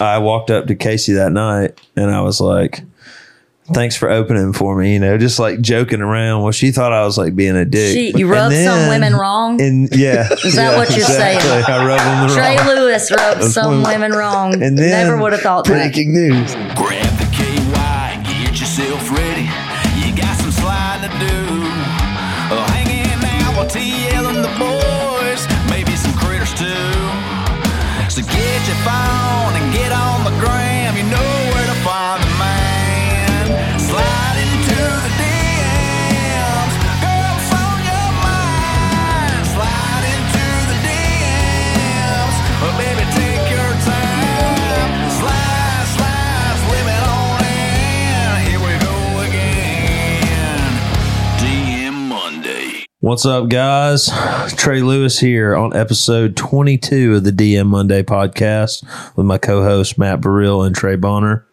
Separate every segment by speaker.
Speaker 1: I walked up to Casey that night and I was like, thanks for opening for me, you know, just like joking around. Well, she thought I was like being a dick.
Speaker 2: She- you rub
Speaker 1: And
Speaker 2: some
Speaker 1: then-
Speaker 2: women wrong.
Speaker 1: And yeah.
Speaker 2: Is that
Speaker 1: yeah,
Speaker 2: what you're saying?
Speaker 1: exactly. I rub them the
Speaker 2: Trey
Speaker 1: wrong.
Speaker 2: Lewis rubbed some
Speaker 1: women-
Speaker 2: women wrong.
Speaker 1: And then
Speaker 2: Never would have thought that.
Speaker 1: breaking news.
Speaker 3: Grab the KY and get yourself ready. You got some sliding to do. Oh, hanging out with TL and the boys, maybe some critters too. So get your phone and get on the gram. You know where to find the man. Slide into the DMs. Girls on your mind. Slide into the DMs. But baby, take your time. Slide, slide, slip it on in. Here we go again. DM Monday.
Speaker 1: What's up, guys? Trey Lewis here on episode 22 of the DM Monday podcast with my co host Matt Burrill and Trey Bonner.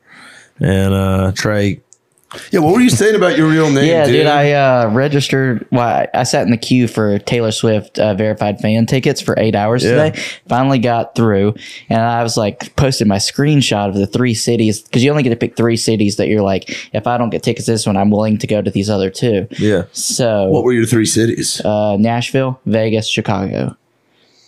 Speaker 1: And uh, Trey,
Speaker 4: Yeah, what were you saying about your real name?
Speaker 5: Yeah,
Speaker 4: dude?
Speaker 5: dude, I uh, registered. Why I sat in the queue for Taylor Swift uh, verified fan tickets for eight hours
Speaker 1: Yeah.
Speaker 5: today. Finally got through, and I was like, posted my screenshot of the three cities because you only get to pick three cities that you're like, if I don't get tickets to this one, I'm willing to go to these other two.
Speaker 1: yeah,
Speaker 5: So
Speaker 4: What were your three cities?
Speaker 5: uh, Nashville, Vegas, Chicago.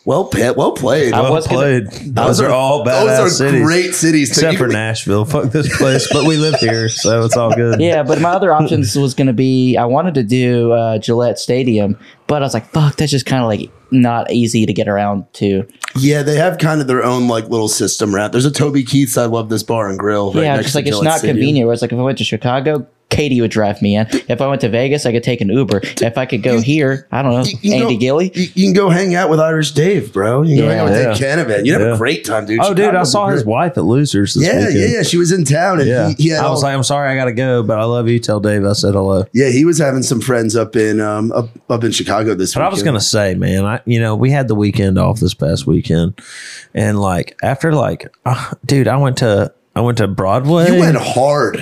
Speaker 4: well, pet, well played.
Speaker 5: I
Speaker 1: well
Speaker 5: was gonna-
Speaker 1: played. those are all badass
Speaker 4: Those are
Speaker 1: cities.
Speaker 4: great cities. So
Speaker 1: Except
Speaker 4: you-
Speaker 1: for Nashville, fuck this place. But we live here, so it's all good.
Speaker 5: Yeah, but my other options was going to be I wanted to do uh, Gillette Stadium, but I was like, fuck, that's just kind of like not easy to get around to.
Speaker 4: Yeah, they have kind of their own like little system wrap. There's a Toby Keith's. I love this bar and grill. Right
Speaker 5: yeah,
Speaker 4: next
Speaker 5: just
Speaker 4: to
Speaker 5: like it's
Speaker 4: Gillette
Speaker 5: not
Speaker 4: Stadium.
Speaker 5: convenient. Whereas like if I went to Chicago, Katie would drive me in. If I went to Vegas, I could take an Uber. If I could go here, I don't know,
Speaker 4: You
Speaker 5: Andy
Speaker 4: know,
Speaker 5: Gilly.
Speaker 4: You, you can go hang out with Irish Dave, bro. You can go
Speaker 5: Yeah.
Speaker 4: hang out with Dave
Speaker 1: Yeah.
Speaker 4: Canavan. You have
Speaker 1: Yeah.
Speaker 4: a great time, dude.
Speaker 1: Oh, dude, I
Speaker 4: Chicago's
Speaker 1: saw his
Speaker 4: great.
Speaker 1: wife at Losers this
Speaker 4: Yeah,
Speaker 1: weekend.
Speaker 4: yeah, yeah. She was in town, and
Speaker 1: Yeah.
Speaker 4: he, he had.
Speaker 1: I was
Speaker 4: all-
Speaker 1: like, I'm sorry, I got to go, but I love you. Tell Dave I said hello.
Speaker 4: yeah, he was having some friends up in um up, up in Chicago this.
Speaker 1: But I was
Speaker 4: weekend.
Speaker 1: gonna say, man, I you know we had the weekend off this past weekend, and like after like, uh, dude, I went to I went to Broadway.
Speaker 4: You went hard.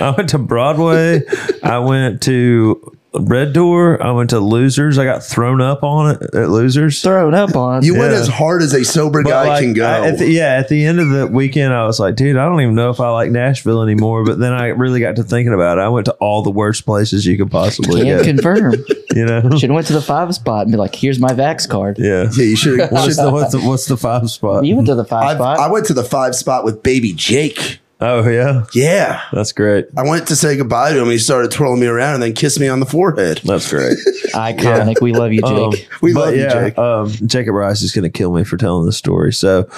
Speaker 1: I went to Broadway. I went to Red Door. I went to Losers. I got thrown up on it at Losers.
Speaker 5: Thrown up on.
Speaker 4: You went
Speaker 1: Yeah.
Speaker 4: as hard as a sober
Speaker 1: But,
Speaker 4: guy
Speaker 1: like,
Speaker 4: can go.
Speaker 1: I- at the- yeah, at the end of the weekend, I was like, dude, I don't even know if I like Nashville anymore. But then I really got to thinking about it. I went to all the worst places you could possibly
Speaker 5: Can't
Speaker 1: go.
Speaker 5: confirm.
Speaker 1: You know,
Speaker 5: Should have went to the five spot and be like, "Here's my Vax card."
Speaker 1: yeah.
Speaker 4: yeah, you should.
Speaker 1: What's the, what's the what's the five spot?
Speaker 5: You went to the 5
Speaker 4: I've,
Speaker 5: spot.
Speaker 4: I went to the five spot with Baby Jake.
Speaker 1: Oh yeah,
Speaker 4: Yeah.
Speaker 1: that's great.
Speaker 4: I went to say goodbye to him. He started twirling me around and then kissed me on the forehead.
Speaker 1: That's great. Um,
Speaker 5: Iconic. We love you, Jake.
Speaker 4: We
Speaker 1: But
Speaker 4: love you,
Speaker 1: yeah,
Speaker 4: Jake.
Speaker 1: Um, Jacob Rice is going to kill me for telling this story. So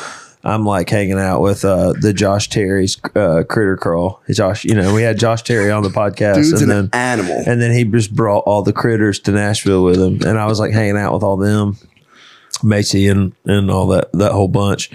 Speaker 1: I'm like hanging out with uh, the Josh Terry's uh, Critter Curl. Josh, you know, we had Josh Terry on the podcast.
Speaker 4: Dude's
Speaker 1: and
Speaker 4: an
Speaker 1: then,
Speaker 4: animal.
Speaker 1: And then he just brought all the critters to Nashville with him. And I was like hanging out with all them. Macy and and all that that whole bunch,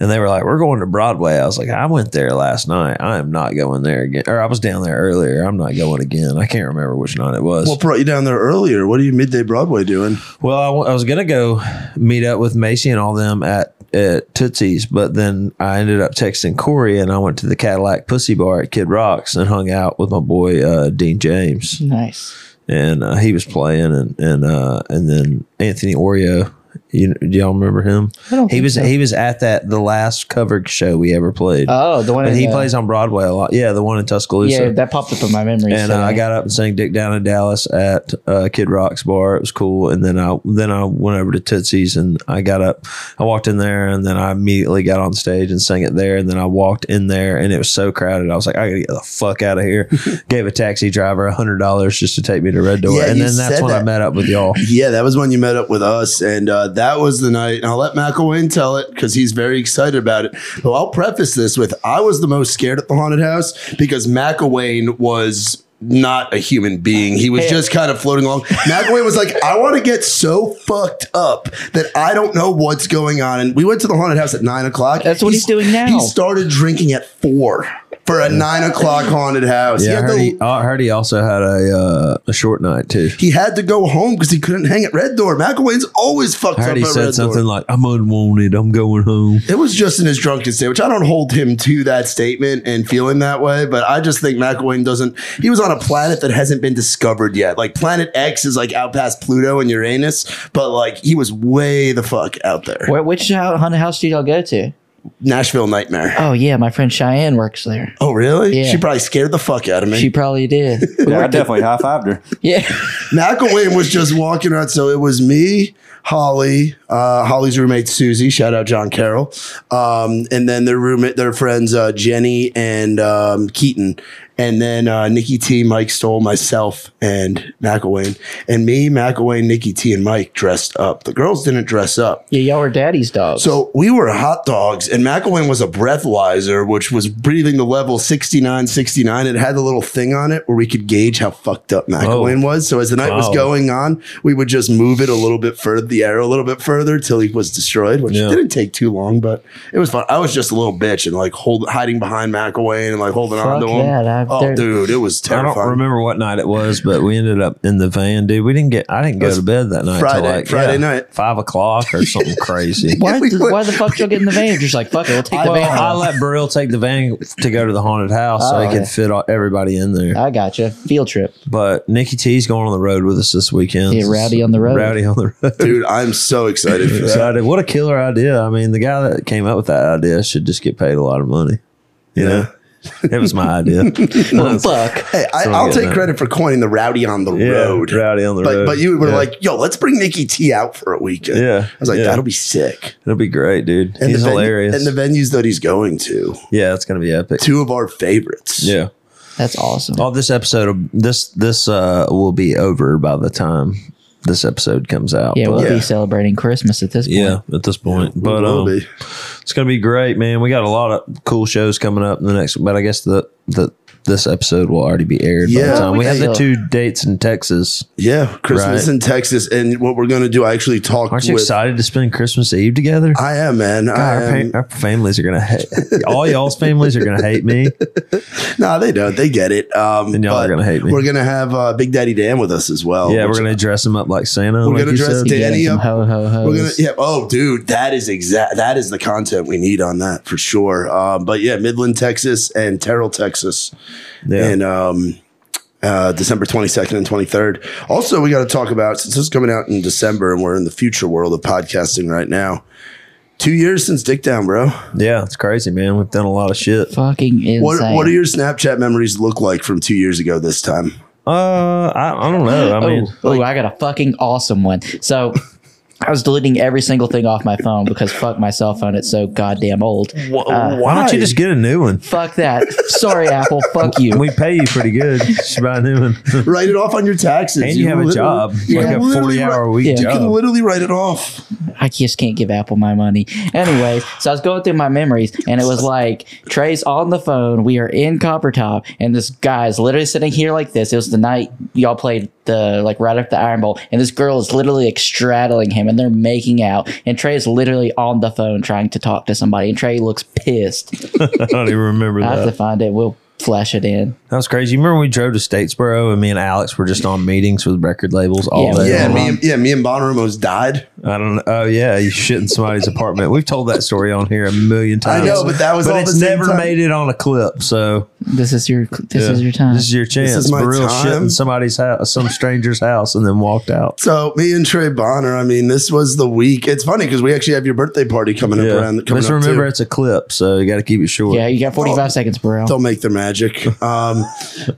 Speaker 1: and they were like, "We're going to Broadway." I was like, "I went there last night. I am not going there again." Or I was down there earlier. I'm not going again. I can't remember which night it was.
Speaker 4: What brought you down there earlier? What are you midday Broadway doing?
Speaker 1: Well, I, w- I was gonna go meet up with Macy and all them at at Tootsie's, but then I ended up texting Corey, and I went to the Cadillac Pussy Bar at Kid Rocks and hung out with my boy uh, Dean James,
Speaker 5: Nice.
Speaker 1: and uh, he was playing, and and uh, and then Anthony Oreo. You, do y'all remember him?
Speaker 5: I don't
Speaker 1: He
Speaker 5: think
Speaker 1: was
Speaker 5: so.
Speaker 1: he was at that the last covered show we ever played.
Speaker 5: Oh, the one
Speaker 1: and
Speaker 5: in,
Speaker 1: he
Speaker 5: uh,
Speaker 1: plays on Broadway a lot. Yeah, the one in Tuscaloosa.
Speaker 5: Yeah, that popped up in my memory.
Speaker 1: And
Speaker 5: so-
Speaker 1: uh, I got up and sang "Dick Down in Dallas" at uh, Kid Rock's bar. It was cool. And then I then I went over to Tootsie's and I got up. I walked in there and then I immediately got on stage and sang it there. And then I walked in there and it was so crowded. I was like, I gotta get the fuck out of here. Gave a taxi driver a hundred dollars just to take me to Red Door.
Speaker 4: Yeah,
Speaker 1: and
Speaker 4: you
Speaker 1: then that's
Speaker 4: said
Speaker 1: when I
Speaker 4: that.
Speaker 1: met up with y'all.
Speaker 4: Yeah, that was when you met up with us, and uh, that was the night. And I'll let McElwain tell it because he's very excited about it. But I'll preface this with I was the most scared at the haunted house because McElwain was not a human being. He was
Speaker 5: Hey.
Speaker 4: just kind of floating along. McElwain was like, I want to get so fucked up that I don't know what's going on. And we went to the haunted house at nine o'clock.
Speaker 5: That's what he's doing now.
Speaker 4: He started drinking at four for a nine o'clock haunted house.
Speaker 1: Yeah, I
Speaker 4: had
Speaker 1: heard,
Speaker 4: the-
Speaker 1: he, I heard he also had a uh, a short night too.
Speaker 4: he had to go home because he couldn't hang at Red Door. McElwain's always fucked
Speaker 1: I
Speaker 4: up
Speaker 1: heard he
Speaker 4: at
Speaker 1: said
Speaker 4: Red
Speaker 1: something
Speaker 4: Door.
Speaker 1: like, "I'm unwanted. I'm going home."
Speaker 4: It was just in his drunken state, which I don't hold him to that statement and feeling that way, but I just think McElwain doesn't. He was on a planet that hasn't been discovered yet. Like Planet X is like out past Pluto and Uranus, but like he was way the fuck out there.
Speaker 5: Where, which hou- haunted house uh, did y'all go to?
Speaker 4: Nashville Nightmare.
Speaker 5: Oh yeah, my friend Cheyenne works there.
Speaker 4: Oh, really?
Speaker 5: Yeah.
Speaker 4: She probably scared the fuck out of me.
Speaker 5: She probably did.
Speaker 6: Yeah, I definitely high fived her.
Speaker 5: yeah.
Speaker 4: McElwain was just walking around. So it was me, Holly, uh, Holly's roommate Susie. Shout out John Carroll, um, and then their roommate, their friends uh, Jenny and um, Keaton, and then uh, Nikki T, Mike Stoll, myself, and McElwain, and me, McElwain, Nikki T, and Mike dressed up. The girls didn't dress up.
Speaker 5: Yeah, y'all were daddy's dogs.
Speaker 4: So we were hot dogs, and McElwain was a breathalyzer, which was breathing the level 69, 69. It had the little thing on it where we could gauge how fucked up McElwain was. So as the night was
Speaker 1: Oh. Wow.
Speaker 4: going on, we would just move it a little bit further, the arrow a little bit further till he was destroyed, which
Speaker 1: Yeah.
Speaker 4: didn't take too long, but it was fun. I was just a little bitch and like hold, hiding behind McElwain and like holding on
Speaker 5: Fuck
Speaker 4: to him.
Speaker 5: that, I've-
Speaker 4: oh,
Speaker 5: there-
Speaker 4: dude, it was
Speaker 1: I
Speaker 4: terrifying.
Speaker 1: don't remember what night it was, but we ended up in the van, dude. We didn't get. I didn't
Speaker 4: It
Speaker 1: go
Speaker 4: was
Speaker 1: to bed that night. till
Speaker 4: Friday-
Speaker 1: like,
Speaker 4: Friday night.
Speaker 1: five o'clock or something crazy.
Speaker 5: why,
Speaker 4: we
Speaker 5: the-
Speaker 4: were-
Speaker 5: why the fuck y'all get in the van? You're just like fuck it, we'll take
Speaker 1: I,
Speaker 5: the van.
Speaker 1: I
Speaker 5: home.
Speaker 1: let Burrell take the van to go to the haunted house so
Speaker 5: Oh,
Speaker 1: he
Speaker 5: yeah. Oh.
Speaker 1: could fit all, everybody in there.
Speaker 5: I gotcha. Field trip.
Speaker 1: But Nikki T's going on the road with us this weekend.
Speaker 5: Yeah, Rowdy on the road.
Speaker 1: Rowdy on the road.
Speaker 4: dude, I'm so excited for that.
Speaker 1: Excited. What a killer idea. I mean, the guy that came up with that idea should just get paid a lot of money. You know? It was my idea.
Speaker 5: Well, fuck.
Speaker 4: Hey, I,
Speaker 1: So
Speaker 4: I'll
Speaker 1: good,
Speaker 4: take
Speaker 1: man.
Speaker 4: credit for coining the rowdy on the
Speaker 1: Yeah,
Speaker 4: road.
Speaker 1: Rowdy on the
Speaker 4: but
Speaker 1: road.
Speaker 4: but you were
Speaker 1: Yeah.
Speaker 4: like, yo, let's bring Nikki T out for a weekend.
Speaker 1: Yeah,
Speaker 4: I was like,
Speaker 1: yeah.
Speaker 4: that'll be sick.
Speaker 1: It'll be great, dude. He's
Speaker 4: the venue-
Speaker 1: hilarious.
Speaker 4: and the venues that he's going to,
Speaker 1: yeah, it's gonna be epic.
Speaker 4: two of our favorites.
Speaker 1: Yeah.
Speaker 5: That's awesome.
Speaker 1: All Oh, this episode of this this uh will be over by the time this episode comes out.
Speaker 5: yeah,
Speaker 1: but-
Speaker 5: we'll
Speaker 4: Yeah.
Speaker 5: be celebrating Christmas at this point.
Speaker 1: yeah, at this point.
Speaker 4: But,
Speaker 1: but um, it's gonna be great, man. We got a lot of cool shows coming up in the next but I guess the the this episode will already be aired by
Speaker 4: Yeah.
Speaker 1: the time. We have the
Speaker 5: Yeah.
Speaker 1: two dates in Texas.
Speaker 4: yeah, Christmas
Speaker 1: Right.
Speaker 4: in Texas, and what we're gonna do, I actually talked
Speaker 1: Aren't you
Speaker 4: with.
Speaker 1: excited to spend Christmas Eve together?
Speaker 4: I am man.
Speaker 1: God,
Speaker 4: I
Speaker 1: our,
Speaker 4: am.
Speaker 1: pa- our families are gonna hate all y'all's families are gonna hate me.
Speaker 4: Nah, they don't. They get it. Um,
Speaker 1: And y'all are
Speaker 4: but
Speaker 1: gonna hate me.
Speaker 4: We're gonna have uh, Big Daddy Dan with us as well.
Speaker 1: yeah,
Speaker 4: which
Speaker 1: we're gonna dress him up like Santa.
Speaker 4: We're
Speaker 1: like
Speaker 4: gonna
Speaker 1: you
Speaker 4: dress
Speaker 1: said.
Speaker 5: You get
Speaker 4: Danny
Speaker 5: some
Speaker 4: up.
Speaker 5: ho ho ho.
Speaker 4: We're gonna, yeah. Oh, dude, that is exact. That is the content we need on that for sure. Um, but yeah, Midland, Texas, and Terrell, Texas,
Speaker 1: Yeah.
Speaker 4: and um, uh, December twenty second and twenty third. Also, we got to talk about since this is coming out in December, and we're in the future world of podcasting right now. Two years since Dick Down, bro.
Speaker 1: yeah, it's crazy, man. We've done a lot of shit.
Speaker 5: Fucking insane.
Speaker 4: What What do your Snapchat memories look like from two years ago this time?
Speaker 1: Uh, I, I don't know. I mean,
Speaker 5: oh, oh, I got a fucking awesome one. So I was deleting every single thing off my phone because fuck my cell phone. It's so goddamn old. Uh,
Speaker 1: why don't you just get a new one?
Speaker 5: Fuck that. Sorry, Apple. Fuck you.
Speaker 1: We pay you pretty good. Just buy a new one,
Speaker 4: Write it off on your taxes.
Speaker 1: and you have a
Speaker 4: literally-
Speaker 1: job,
Speaker 4: you
Speaker 1: like
Speaker 4: can
Speaker 1: a
Speaker 4: literally
Speaker 1: forty-hour
Speaker 4: write-
Speaker 1: week
Speaker 5: Yeah. You
Speaker 4: You can
Speaker 1: job.
Speaker 4: literally write it off.
Speaker 5: I just can't give Apple my money. Anyways, so I was going through my memories and it was like Trey's on the phone. We are in Copper Top and this guy's literally sitting here like this. It was the night y'all played the like right after the Iron Bowl and this girl is literally like straddling him and they're making out and Trey is literally on the phone trying to talk to somebody and Trey looks pissed.
Speaker 1: I don't even remember
Speaker 5: I have to
Speaker 1: that.
Speaker 5: find it. We'll flash it in.
Speaker 1: That was crazy. You remember when we drove to Statesboro and me and Alex were just on meetings with record labels all
Speaker 5: Yeah,
Speaker 1: day.
Speaker 4: Yeah,
Speaker 1: long?
Speaker 4: me and, yeah, me and Bonner almost died.
Speaker 1: I don't know. Oh yeah, you shit in somebody's apartment. We've told that story on here a million
Speaker 4: I
Speaker 1: times.
Speaker 4: know, but that was
Speaker 1: but
Speaker 4: all
Speaker 1: it's
Speaker 4: the same
Speaker 1: never
Speaker 4: time.
Speaker 1: made it on a clip. So
Speaker 5: This is your this
Speaker 1: yeah.
Speaker 5: is your time.
Speaker 1: This is your chance.
Speaker 4: is my
Speaker 1: For real
Speaker 4: time.
Speaker 1: shit in somebody's house, some stranger's house, and then walked out.
Speaker 4: So me and Trey Bonner, I mean, this was the week. It's funny because we actually have your birthday party coming up around. Coming
Speaker 1: Just
Speaker 4: up
Speaker 1: remember,
Speaker 4: too.
Speaker 1: it's a clip, so you got to keep it short.
Speaker 5: yeah, you got 45
Speaker 4: Oh.
Speaker 5: seconds, bro.
Speaker 4: They'll make their magic. Um,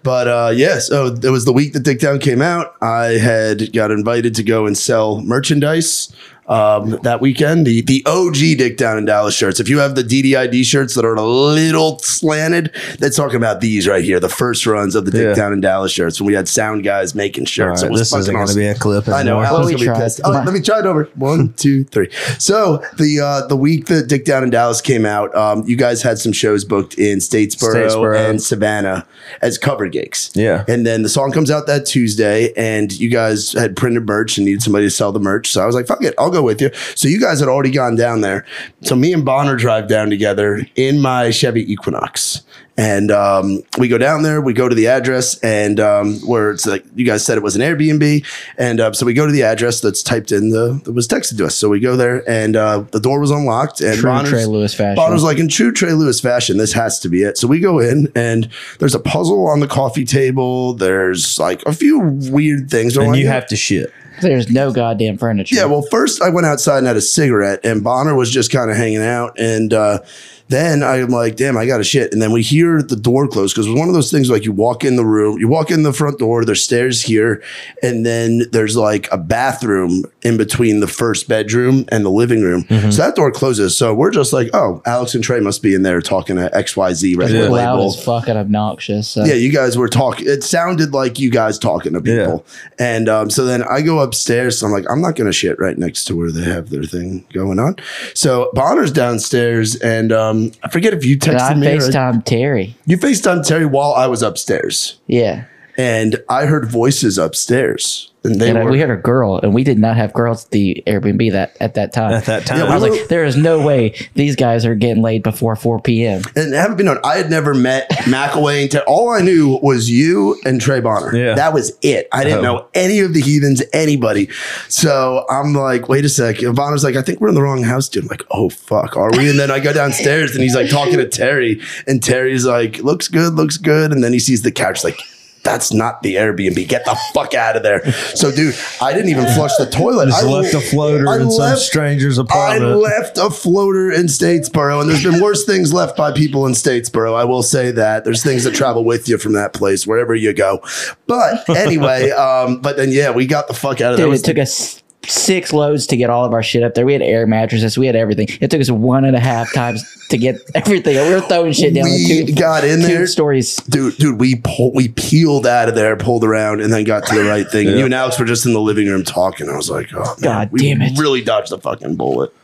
Speaker 4: but uh, yeah, so it was the week that Dick Down came out. I had got invited to go and sell merchandise um, that weekend. The the OG Dick Down in Dallas shirts. If you have the DDID shirts that are a little slanted, that's talking about these right here. The first runs of the Dick
Speaker 1: Yeah.
Speaker 4: Down in Dallas shirts when we had sound guys making
Speaker 1: All
Speaker 4: shirts.
Speaker 1: right,
Speaker 4: It was
Speaker 1: this
Speaker 4: fucking
Speaker 1: isn't going to
Speaker 4: awesome.
Speaker 1: be a clip
Speaker 4: I know.
Speaker 1: anymore.
Speaker 5: Well,
Speaker 4: Alan's
Speaker 5: we
Speaker 4: gonna be
Speaker 5: tried.
Speaker 4: pissed. Oh, let me try it over. One, two, three. So the uh, the week that Dick Down in Dallas came out, um, you guys had some shows booked in Statesboro,
Speaker 1: Statesboro.
Speaker 4: and Savannah as cover gigs.
Speaker 1: Yeah.
Speaker 4: And then the song comes out that Tuesday, and you guys had printed merch and needed somebody to sell the merch. So I was like, "Fuck it, I'll go with you." So you guys had already gone down there. So me and Bonner drive down together in my Chevy Equinox. And um, we go down there, we go to the address, and um, where it's like you guys said it was an Airbnb. And uh, so we go to the address that's typed in the that was texted to us. So we go there, and uh, the door was unlocked. And
Speaker 5: True
Speaker 4: Bonner's-
Speaker 5: Trey Lewis fashion.
Speaker 4: Bonner's like, in true Trey Lewis fashion, this has to be it. So we go in, and there's a puzzle on the coffee table. There's like a few weird things. We're
Speaker 1: and
Speaker 4: like,
Speaker 1: you have to shit.
Speaker 5: There's no goddamn furniture.
Speaker 4: Yeah, well, first I went outside and had a cigarette, and Bonner was just kind of hanging out. And uh, then I'm like, damn, I got to shit. And then we hear the door close because it was one of those things like you walk in the room, you walk in the front door, there's stairs here, and then there's like a bathroom in between the first bedroom and the living room. So that door closes. So we're just like, oh, Alex and Trey must be in there talking to XYZ right
Speaker 5: It's
Speaker 4: now.
Speaker 5: loud
Speaker 4: Label.
Speaker 5: as fucking obnoxious. So.
Speaker 4: Yeah, you guys were talking. It sounded like you guys talking to people. And um, so then I go upstairs. So I'm like, I'm not going to shit right next to where they have their thing going on. So Bonner's downstairs. And um, I forget if you
Speaker 5: And I
Speaker 4: texted me. or-
Speaker 5: FaceTime Terry.
Speaker 4: you FaceTime Terry while I was upstairs.
Speaker 5: Yeah.
Speaker 4: And I heard voices upstairs. And they
Speaker 5: And uh,
Speaker 4: were.
Speaker 5: we had a girl, and we did not have girls at the Airbnb that at that time.
Speaker 1: At that time.
Speaker 5: I was
Speaker 4: we
Speaker 5: like, there is no way these guys are getting laid before 4 p.m.
Speaker 4: and haven't been known. I had never met McElwain. and Ted. All I knew was you and Trey Bonner.
Speaker 1: Yeah.
Speaker 4: That was it. I didn't
Speaker 1: Oh.
Speaker 4: know any of the heathens, anybody. So I'm like, wait a sec. And Bonner's like, I think we're in the wrong house, dude. I'm like, oh fuck, are we? And then I go downstairs and he's like talking to Terry. And Terry's like, looks good, looks good. And then he sees the couch like that's not the Airbnb. Get the fuck out of there. So, dude, I didn't even flush the toilet.
Speaker 1: Just
Speaker 4: I
Speaker 1: left a floater
Speaker 4: I
Speaker 1: in some
Speaker 4: left-
Speaker 1: stranger's
Speaker 4: I
Speaker 1: apartment.
Speaker 4: left a floater in Statesboro, and there's been worse things left by people in Statesboro. I will say that there's things that travel with you from that place wherever you go. But anyway, um, but then yeah, we got the fuck out of there.
Speaker 5: Dude,
Speaker 4: Was
Speaker 5: it took us six loads to get all of our shit up there. We had air mattresses, we had everything. It took us one and a half times to get everything. We were throwing shit down.
Speaker 4: we
Speaker 5: the two,
Speaker 4: got in
Speaker 5: two
Speaker 4: there.
Speaker 5: stories.
Speaker 4: Dude, dude, we pull, we peeled out of there, pulled around, and then got to the right thing. And you and Alex were just in the living room talking. I was like, oh man,
Speaker 5: God
Speaker 4: we
Speaker 5: damn it.
Speaker 4: really dodged the fucking bullet.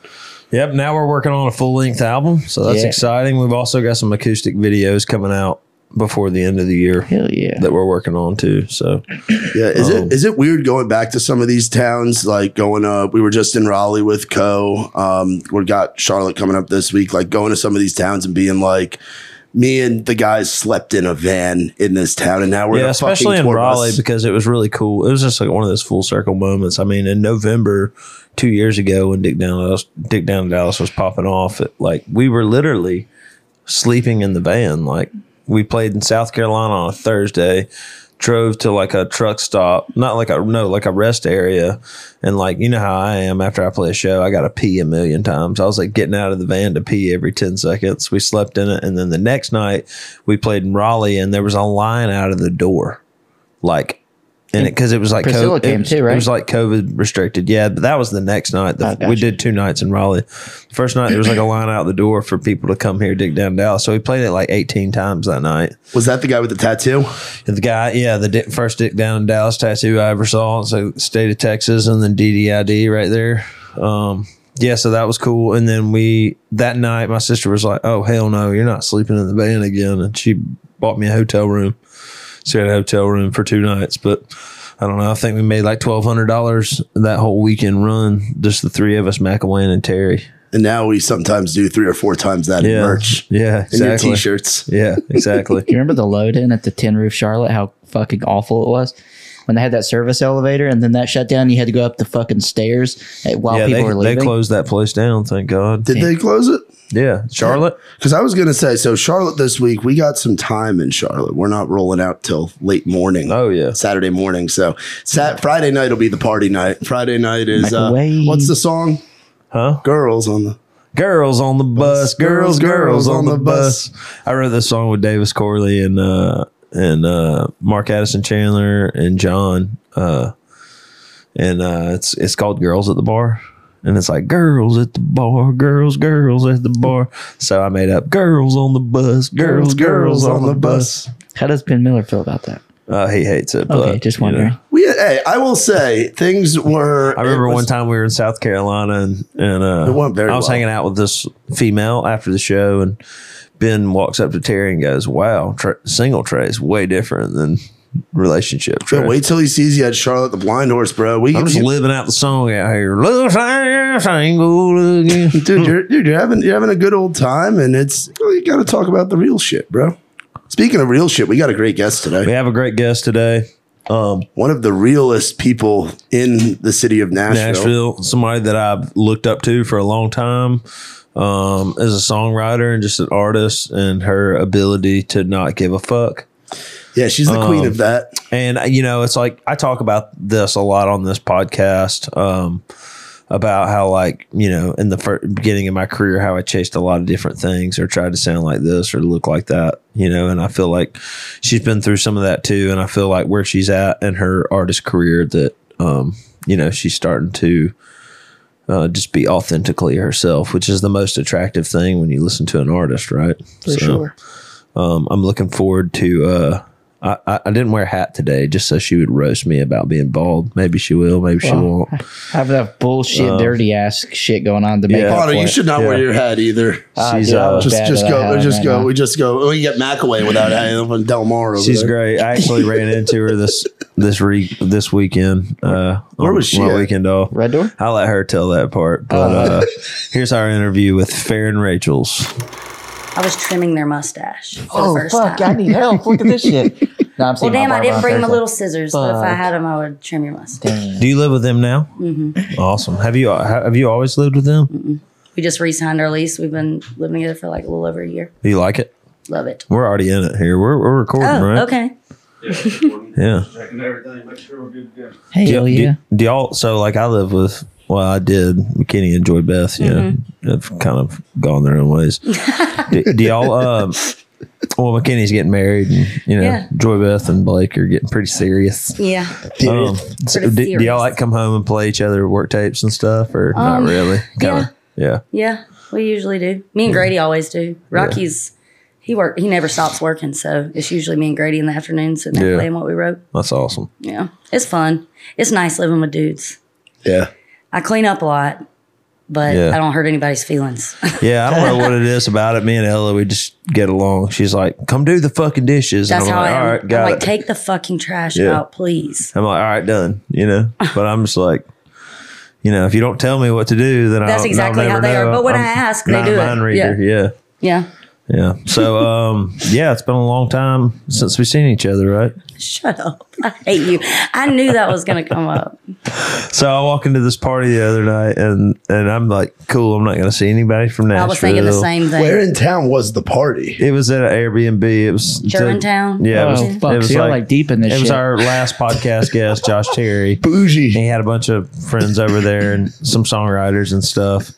Speaker 1: Yep. Now we're working on a full length album, so that's
Speaker 5: Yeah.
Speaker 1: exciting. We've also got some acoustic videos coming out before the end of the year
Speaker 5: Hell yeah.
Speaker 1: that we're working on too. So
Speaker 4: Yeah, is
Speaker 1: Um,
Speaker 4: it is it weird going back to some of these towns? Like going uh we were just in Raleigh with Co. Um, we got Charlotte coming up this week. Like going to some of these towns and being like, me and the guys slept in a van in this town, and now we're
Speaker 1: yeah,
Speaker 4: in a fucking
Speaker 1: especially in
Speaker 4: tour
Speaker 1: Raleigh
Speaker 4: bus.
Speaker 1: because it was really cool. It was just like one of those full circle moments. I mean, in November two years ago when Dick Down to Dallas, Dick Down to Dallas was popping off, it, like we were literally sleeping in the van. Like we played in South Carolina on a Thursday, drove to like a truck stop, not like a no, like a rest area, and like you know how I am after I play a show, I got to pee a million times. I was like getting out of the van to pee every ten seconds. We slept in it, and then the next night we played in Raleigh, and there was a line out of the door, like. And because it, was like
Speaker 5: Priscilla
Speaker 1: it
Speaker 5: came
Speaker 1: was-
Speaker 5: too,
Speaker 1: It
Speaker 5: right?
Speaker 1: was like COVID restricted. Yeah, but that was the next night. The,
Speaker 5: Oh, gotcha.
Speaker 1: We did two nights in Raleigh. The first night there was like a line out the door for people to come here, dig down Dallas. So we played it like 18 times that night.
Speaker 4: was that the guy with the tattoo?
Speaker 1: And the guy, yeah, the dick, first dick down in Dallas tattoo I ever saw. So state of Texas and then DDID right there. Um, yeah, so that was cool. And then we that night, my sister was like, "Oh hell no, you're not sleeping in the van again," and she bought me a hotel room. So we had a hotel room for two nights, but. I don't know. I think we made like twelve hundred dollars that whole weekend run, just the three of us, McElwain and Terry.
Speaker 4: And now we sometimes do three or four times that in
Speaker 1: Yeah,
Speaker 4: merch
Speaker 1: Yeah,
Speaker 4: and your
Speaker 1: exactly.
Speaker 4: t-shirts.
Speaker 1: Yeah, exactly.
Speaker 5: You remember the load in at the Tin Roof Charlotte? How fucking awful it was when they had that service elevator, and then that shut down. You had to go up the fucking stairs eh, while
Speaker 1: yeah,
Speaker 5: people
Speaker 1: they,
Speaker 5: were
Speaker 1: they
Speaker 5: leaving.
Speaker 1: closed that place down. Thank God.
Speaker 4: Did they close it?
Speaker 1: Yeah, Charlotte.
Speaker 4: Because I was gonna say, so Charlotte this week we got some time in Charlotte. We're not rolling out till late morning.
Speaker 1: Oh yeah,
Speaker 4: Saturday morning. So Sat Friday night will be the party night. Friday night is uh,
Speaker 5: Microwave.
Speaker 4: what's the song?
Speaker 1: huh?
Speaker 4: Girls on the
Speaker 1: Girls on the bus, girls, girls on the bus. I wrote this song with Davis Corley and uh and uh Mark Addison Chandler and John. Uh and uh it's it's called Girls at the Bar. And it's like girls at the bar, girls, girls at the bar. So I made up girls on the bus, girls, girls on the bus.
Speaker 5: How does Ben Miller feel about that?
Speaker 1: Uh, he hates it. But,
Speaker 5: Okay, just
Speaker 1: you know.
Speaker 5: wondering.
Speaker 4: We hey, I will say things were.
Speaker 1: I remember
Speaker 4: it was-
Speaker 1: one time we were in South Carolina and, and uh,
Speaker 4: It went very
Speaker 1: I was
Speaker 4: well.
Speaker 1: hanging out with this female after the show, and Ben walks up to Terry and goes, "Wow, tra- single tray is way different than relationship tray."
Speaker 4: Yeah, wait till he sees you at Charlotte the Blind Horse, bro. We
Speaker 1: I'm just
Speaker 4: you-
Speaker 1: living out the song out here. Look, I'm single again.
Speaker 4: dude, you're, dude, you're having you're having a good old time, and it's well, you got to talk about the real shit, bro. Speaking of real shit, we got a great guest today.
Speaker 1: we have a great guest today,
Speaker 4: One of the realest people in the city of Nashville.
Speaker 1: Nashville. Somebody that I've looked up to for a long time. Um, as a songwriter and just an artist, and her ability to not give a fuck.
Speaker 4: Yeah, she's the
Speaker 1: Oh.
Speaker 4: queen of that.
Speaker 1: And uh, you know, it's like I talk about this a lot on this podcast um, about how, like, you know, in the fir- beginning of my career, how I chased a lot of different things or tried to sound like this or look like that, you know. And I feel like she's been through some of that too. And I feel like where she's at in her artist career, that um, you know, she's starting to. Uh, just be authentically herself, which is the most attractive thing when you listen to an artist, right?
Speaker 2: for sure.
Speaker 1: Um, I'm looking forward to. Uh, I, I- I didn't wear a hat today just so she would roast me about being bald. Maybe she will. Maybe she
Speaker 5: Wow.
Speaker 1: won't.
Speaker 5: Have that bullshit, dirty ass shit going on to make.
Speaker 1: Uh, yeah.
Speaker 5: up
Speaker 4: Connor,
Speaker 5: for
Speaker 4: you
Speaker 5: it.
Speaker 4: should not wear
Speaker 1: Yeah.
Speaker 4: your hat either.
Speaker 5: Ah,
Speaker 1: she's,
Speaker 5: dude, I
Speaker 1: uh,
Speaker 5: was
Speaker 4: just
Speaker 5: bad
Speaker 4: just
Speaker 5: at
Speaker 4: go,
Speaker 5: that,
Speaker 4: just go,
Speaker 5: man.
Speaker 4: we just go. We can get McAway without having Del Mar over
Speaker 1: She's
Speaker 4: there.
Speaker 1: great. I actually ran into her this this re- this weekend. Uh,
Speaker 4: Where
Speaker 1: on
Speaker 4: was she
Speaker 1: my
Speaker 4: at?
Speaker 1: weekend off.
Speaker 5: Red door.
Speaker 1: I'll let her tell that part. But uh, here's our interview with Farron Rachels.
Speaker 2: I was trimming their mustache for the
Speaker 5: Oh
Speaker 2: first
Speaker 5: fuck!
Speaker 2: time.
Speaker 5: I need help. Look at this shit. No, I'm
Speaker 2: well,
Speaker 5: seeing my
Speaker 2: damn, I
Speaker 5: barber
Speaker 2: didn't
Speaker 5: on
Speaker 2: bring my
Speaker 5: Thursday.
Speaker 2: little scissors, but if I
Speaker 5: Fuck.
Speaker 2: had them, I would trim your mustache.
Speaker 1: Do you live with them now? Mm-hmm. Awesome. Have you have you always lived with them?
Speaker 2: We just re signed our lease. We've been living together for like a little over a year.
Speaker 1: Do you like it?
Speaker 2: Love it.
Speaker 1: We're already in it here. We're, we're recording,
Speaker 2: Oh,
Speaker 1: right?
Speaker 2: okay.
Speaker 1: Yeah.
Speaker 6: Checking everything, make sure we're good to go.
Speaker 5: Hell
Speaker 1: do,
Speaker 5: yeah!
Speaker 1: Do, y'all so like I live with well, I did McKinney and Joy Beth, yeah.
Speaker 2: Mm-hmm.
Speaker 1: Have kind of gone their own ways. do, do y'all um well McKinney's getting married and you know,
Speaker 2: Yeah.
Speaker 1: Joy Beth and Blake are getting pretty serious.
Speaker 2: Yeah.
Speaker 1: Um, so
Speaker 2: Pretty
Speaker 1: do, do
Speaker 2: serious.
Speaker 1: y'all like come home and play each other work tapes and stuff or
Speaker 2: Um,
Speaker 1: not really? Kinda, yeah.
Speaker 2: Yeah. We usually do. Me and Grady always do. Rocky's. He work. He never stops working, so it's usually me and Grady in the afternoon sitting there
Speaker 1: Yeah.
Speaker 2: playing what we wrote.
Speaker 1: That's awesome.
Speaker 2: Yeah, it's fun. It's nice living with dudes.
Speaker 4: Yeah.
Speaker 2: I clean up a lot, but
Speaker 1: Yeah.
Speaker 2: I don't hurt anybody's feelings.
Speaker 1: Yeah, I don't know what it is about it. Me and Ella, we just get along. She's like, "Come do the fucking dishes."
Speaker 2: That's
Speaker 1: and
Speaker 2: how
Speaker 1: I'm like,
Speaker 2: I am.
Speaker 1: "All right,
Speaker 2: I'm
Speaker 1: got
Speaker 2: like,
Speaker 1: it."
Speaker 2: take the fucking trash
Speaker 1: Yeah.
Speaker 2: out, please.
Speaker 1: I'm like, all right, done. You know, but I'm just like, you know, if you don't tell me what to do, then
Speaker 2: That's
Speaker 1: I'll,
Speaker 2: exactly
Speaker 1: I'll
Speaker 2: how
Speaker 1: never
Speaker 2: they are.
Speaker 1: know.
Speaker 2: But when
Speaker 1: I'm
Speaker 2: I ask, they
Speaker 1: not a
Speaker 2: do it.
Speaker 1: mind reader. Yeah.
Speaker 2: Yeah,
Speaker 1: yeah, So, um, yeah, it's been a long time since we've seen each other, right?
Speaker 2: shut up. I hate you. I knew that was gonna come up.
Speaker 1: So I walk into this party the other night, and and I'm like, cool, I'm not going to see anybody from Nashville.
Speaker 2: I was thinking the same thing.
Speaker 4: Where in town was the party?
Speaker 1: It was at an Airbnb. It was
Speaker 2: Germantown?
Speaker 1: Yeah, it was,
Speaker 5: Oh fuck!
Speaker 1: it was
Speaker 5: See, I'm
Speaker 1: like,
Speaker 5: like deep in this
Speaker 1: it
Speaker 5: shit.
Speaker 1: was our last podcast guest, Josh Terry. And
Speaker 4: Bougie.
Speaker 1: he had a bunch of friends over there and some songwriters and stuff.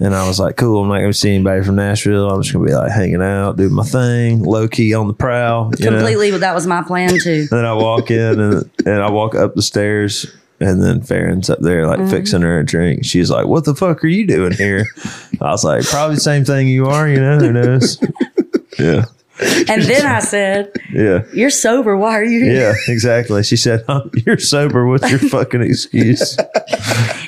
Speaker 1: And I was like, cool, I'm not going to see anybody from Nashville. I'm just going to be like hanging out, doing my thing, low key on the prowl. You Know?
Speaker 2: Completely, but that was my plan too.
Speaker 1: Then I walk in and, and I walk up the stairs. And then Farron's up there, like fixing her a drink. She's like, What the fuck are you doing here? I was like, Probably the same thing you are, you know, who knows? yeah.
Speaker 2: And then I said,
Speaker 1: Yeah.
Speaker 2: "You're sober. Why are you here?"
Speaker 1: Yeah, exactly. She said, huh, You're sober. What's your fucking excuse?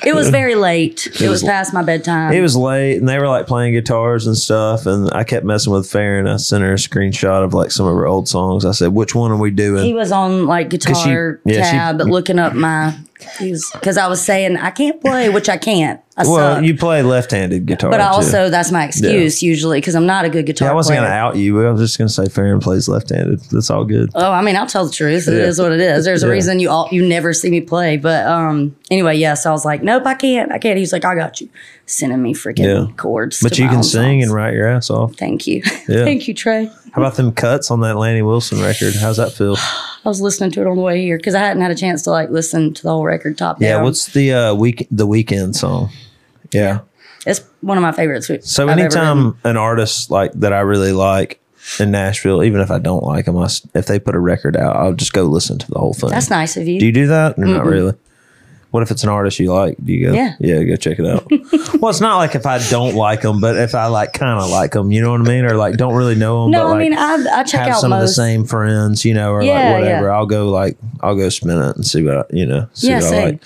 Speaker 2: It was very late. It,
Speaker 1: was-
Speaker 2: was, past my bedtime.
Speaker 1: It was late, and they were like playing guitars and stuff. And I kept messing with Farron. I sent her a screenshot of like some of her old songs. I said, "Which one are we
Speaker 2: He
Speaker 1: doing?"
Speaker 2: was on like guitar
Speaker 1: yeah, she-
Speaker 2: tab, looking up my. He was because I was saying I can't play, which I can't. I
Speaker 1: well,
Speaker 2: suck.
Speaker 1: you play left-handed guitar,
Speaker 2: but I
Speaker 1: too.
Speaker 2: also that's my excuse usually because I'm not a good guitar
Speaker 1: Yeah, I wasn't
Speaker 2: player.
Speaker 1: gonna out you. I was just gonna say Farron plays left-handed. That's all good.
Speaker 2: Oh, I mean, I'll tell the truth. It is
Speaker 1: Yeah.
Speaker 2: what it is. There's a
Speaker 1: Yeah.
Speaker 2: reason you all you never see me play. But um, anyway, yes, I was like, nope, I can't, I can't. He's like, I got you, sending me freaking
Speaker 1: Yeah.
Speaker 2: chords.
Speaker 1: But
Speaker 2: to
Speaker 1: you
Speaker 2: my
Speaker 1: can
Speaker 2: own
Speaker 1: sing
Speaker 2: songs.
Speaker 1: and write your ass off.
Speaker 2: Thank you,
Speaker 1: Yeah.
Speaker 2: thank you, Trey.
Speaker 1: How about them cuts on that Lanny Wilson record? How's that feel?
Speaker 2: I was listening to it on the way here because I hadn't had a chance to like listen to the whole record top
Speaker 1: Yeah.
Speaker 2: down.
Speaker 1: What's the uh, week the weekend song? Yeah.
Speaker 2: it's one of my favorites.
Speaker 1: So
Speaker 2: I've ever written.
Speaker 1: anytime an artist like that I really like in Nashville, even if I don't like them, I, s- if they put a record out, I'll just go listen to the whole thing.
Speaker 2: that's nice of you.
Speaker 1: Do you do that or not really? What if it's an artist you like? Do you go?
Speaker 2: Yeah.
Speaker 1: yeah, go check it out. well, it's not like if I don't like them, but if I like kind of like them, you know what I mean, or like don't really know them.
Speaker 2: No,
Speaker 1: but
Speaker 2: I
Speaker 1: like,
Speaker 2: mean I, I check
Speaker 1: have
Speaker 2: out
Speaker 1: some of the
Speaker 2: most.
Speaker 1: same friends, you know, or
Speaker 2: Yeah,
Speaker 1: like whatever.
Speaker 2: yeah.
Speaker 1: I'll go like I'll go spin it and see what I, you know, see
Speaker 2: Yeah,
Speaker 1: what
Speaker 2: same.
Speaker 1: I like.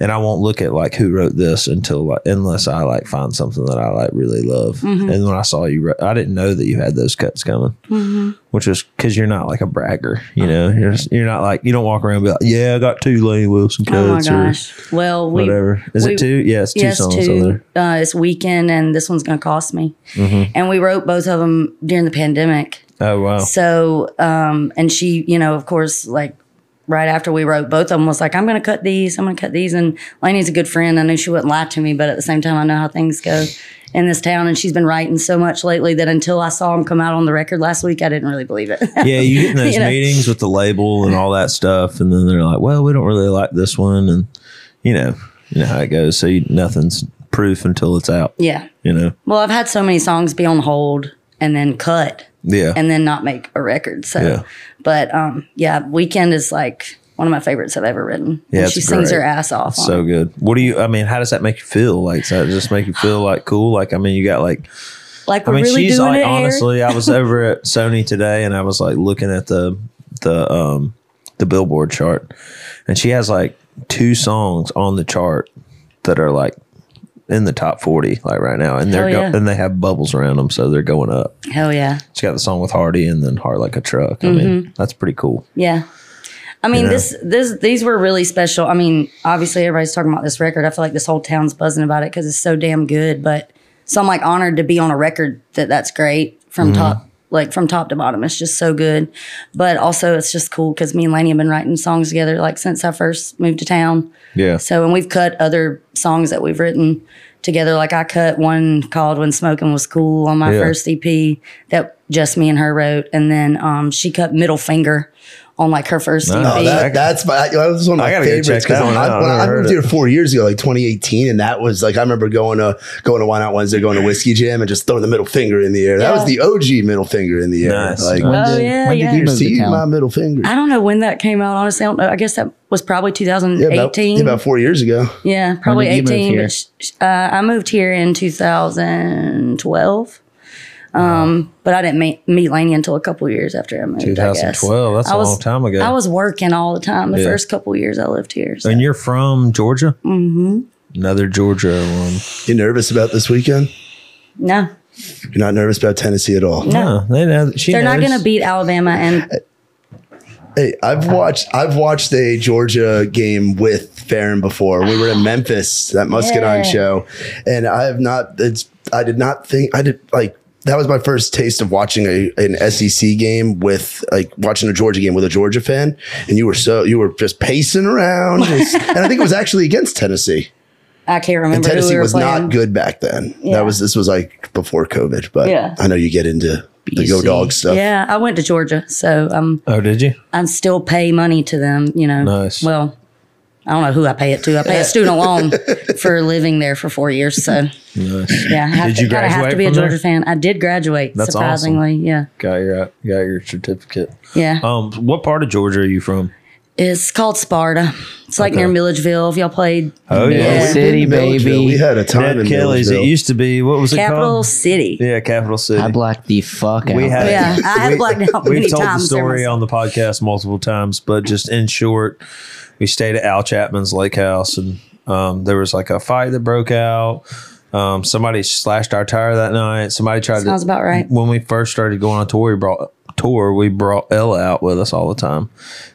Speaker 1: And I won't look at like who wrote this until like unless I like find something that I like really love.
Speaker 2: Mm-hmm.
Speaker 1: And when I saw you, wrote- I didn't know that you had those cuts coming,
Speaker 2: Mm-hmm.
Speaker 1: which was because you're not like a bragger, you know. You're just, you're not like you don't walk around and be like, yeah, I got two Lane Wilson
Speaker 2: Oh my
Speaker 1: cuts or
Speaker 2: gosh! Well, we
Speaker 1: whatever. Is
Speaker 2: we-
Speaker 1: it two? Yeah, it's two
Speaker 2: yes
Speaker 1: songs on
Speaker 2: to
Speaker 1: there. Mm-hmm.
Speaker 2: uh, it's weekend and this one's gonna cost me. And we wrote both of them during the pandemic.
Speaker 1: Oh wow.
Speaker 2: So um, and she, you know, of course, like right after we wrote both of them was like, I'm going to cut these. I'm going to cut these. And Lainey's a good friend. I knew she wouldn't lie to me, but at the same time, I know how things go in this town. And she's been writing so much lately that until I saw them come out on the record last week, I didn't really believe it.
Speaker 1: Yeah, you get in those
Speaker 2: You know.
Speaker 1: meetings with the label and all that stuff, and then they're like, "Well, we don't really like this one," and you know, you know how it goes. So you, nothing's proof until it's out.
Speaker 2: yeah.
Speaker 1: You know,
Speaker 2: Well, I've had so many songs be on hold and then cut
Speaker 1: yeah,
Speaker 2: and then not make a record. So,
Speaker 1: Yeah.
Speaker 2: but um, yeah, Weekend is like one of my favorites I've ever written.
Speaker 1: Yeah,
Speaker 2: and
Speaker 1: it's
Speaker 2: she sings
Speaker 1: great.
Speaker 2: her ass off. on
Speaker 1: so
Speaker 2: it.
Speaker 1: good. What do you? I mean, how does that make you feel? Like, does that just make you feel like cool? Like, I mean, you got like,
Speaker 2: like,
Speaker 1: I
Speaker 2: we're
Speaker 1: mean,
Speaker 2: really
Speaker 1: she's
Speaker 2: doing
Speaker 1: like,
Speaker 2: it. Harry?
Speaker 1: honestly, I was over at Sony today, and I was like looking at the the um the Billboard chart, and she has like two songs on the chart that are like in the top 40 like right now and they're
Speaker 2: Hell
Speaker 1: go-
Speaker 2: yeah.
Speaker 1: and they have bubbles around them so they're going up
Speaker 2: Hell yeah.
Speaker 1: She got the song with Hardy and then Heart Like a Truck. I
Speaker 2: Mm-hmm.
Speaker 1: mean, that's pretty cool.
Speaker 2: Yeah. I mean,
Speaker 1: know?
Speaker 2: this, this, these were really special. I mean, obviously, everybody's talking about this record. I feel like this whole town's buzzing about it because it's so damn good. But so I'm like honored to be on a record that that's great from
Speaker 1: Mm-hmm.
Speaker 2: top, like from top to bottom. It's just so good. But also, it's just cool because me and Laney have been writing songs together like since I first moved to town.
Speaker 1: Yeah.
Speaker 2: So, and we've cut other songs that we've written together. Like I cut one called "When Smoking Was Cool" on my
Speaker 1: Yeah.
Speaker 2: first EP that just me and her wrote, and then um, she cut "Middle Finger" on like her first E
Speaker 1: Nice.
Speaker 4: No,
Speaker 2: EP.
Speaker 4: Oh, that, that's my, that was one of
Speaker 1: I
Speaker 4: my
Speaker 1: gotta go
Speaker 4: favorites
Speaker 1: check that
Speaker 4: because
Speaker 1: one out.
Speaker 4: I, when
Speaker 1: I
Speaker 4: I
Speaker 1: heard
Speaker 4: moved
Speaker 1: it.
Speaker 4: here four years ago, like 2018, and that was like I remember going to going to Why Not Wednesday, going to Whiskey Jam, and just throwing the middle finger in the air. That was
Speaker 2: Yeah.
Speaker 4: the OG middle finger in the air.
Speaker 1: Nice,
Speaker 4: Like,
Speaker 1: nice.
Speaker 2: Oh, yeah,
Speaker 5: when
Speaker 2: yeah.
Speaker 5: did you
Speaker 4: here,
Speaker 5: move to
Speaker 4: see my
Speaker 5: town?
Speaker 4: middle finger.
Speaker 2: I don't know when that came out. Honestly, I don't know. I guess that was probably
Speaker 4: Yeah, about,
Speaker 2: 2018.
Speaker 4: yeah, about four years ago.
Speaker 2: Yeah, probably
Speaker 5: did you move
Speaker 2: 18.
Speaker 5: here?
Speaker 2: But sh- sh- uh, I moved here in 2012. Um, but I didn't meet, meet Laney until a couple years after I moved. I guess.
Speaker 1: 2012, that's
Speaker 2: I
Speaker 1: a
Speaker 2: was-
Speaker 1: long time ago.
Speaker 2: I was working all the time the
Speaker 1: Yeah.
Speaker 2: first couple years I lived here. so-
Speaker 1: and you're from Georgia? Mm-hmm. Another Georgia one.
Speaker 4: You nervous about this weekend?
Speaker 2: No,
Speaker 4: You're not nervous about Tennessee at all.
Speaker 1: No, they know. She
Speaker 2: they're not
Speaker 1: knows.
Speaker 2: going to beat Alabama. And
Speaker 4: Hey, I've watched I've watched a Georgia game with Farron before. We were in Memphis, that Muscadine
Speaker 2: Yeah.
Speaker 4: show, and I have not. It's I did not think I did like that was my first taste of watching a an SEC game with like watching a Georgia game with a Georgia fan, and you were so you were just pacing around, just- and I think it was actually against Tennessee.
Speaker 2: I can't
Speaker 4: And
Speaker 2: remember who
Speaker 4: Tennessee
Speaker 2: we were
Speaker 4: was
Speaker 2: playing.
Speaker 4: not good back then.
Speaker 2: Yeah.
Speaker 4: That was this was like before COVID, but
Speaker 2: Yeah.
Speaker 4: I know you get into the Go
Speaker 5: BC.
Speaker 4: Dog stuff.
Speaker 2: Yeah, I went to Georgia, so um,
Speaker 1: Oh, did you?
Speaker 2: I still pay money to them. You know,
Speaker 1: Nice.
Speaker 2: Well, I don't know who I pay it to. I pay a student loan for living there for four years. So
Speaker 1: Nice.
Speaker 2: yeah, I have
Speaker 1: Did
Speaker 2: to,
Speaker 1: you
Speaker 2: kinda have to
Speaker 1: graduate
Speaker 2: be a
Speaker 1: from
Speaker 2: Georgia
Speaker 1: there?
Speaker 2: fan. I did graduate.
Speaker 1: That's awesome.
Speaker 2: surprisingly, yeah,
Speaker 1: Got your got your certificate.
Speaker 2: yeah.
Speaker 1: Um, what part of Georgia are you from?
Speaker 2: It's called Sparta. It's like
Speaker 1: Okay.
Speaker 2: near Milledgeville. If y'all played
Speaker 1: Oh
Speaker 5: Middle
Speaker 2: yeah.
Speaker 5: City,
Speaker 4: Milledgeville. We
Speaker 5: baby.
Speaker 4: had a time
Speaker 1: Ned
Speaker 4: in
Speaker 1: Kelly's. It
Speaker 4: Milledgeville.
Speaker 1: used to be what was it
Speaker 2: Capital
Speaker 1: called?
Speaker 2: City.
Speaker 1: Yeah, Capital City.
Speaker 5: I blacked the fuck out.
Speaker 1: we had
Speaker 2: Yeah, I have blacked out many
Speaker 1: We've told the
Speaker 2: times. during my
Speaker 1: story on the podcast multiple times, but just in short, we stayed at Al Chapman's lake house, and um, there was like a fight that broke out. Um, somebody slashed our tire that night. Somebody tried
Speaker 2: Sounds
Speaker 1: to.
Speaker 2: about right.
Speaker 1: When we first started going on tour, we brought tour. We brought Ella out with us all the time,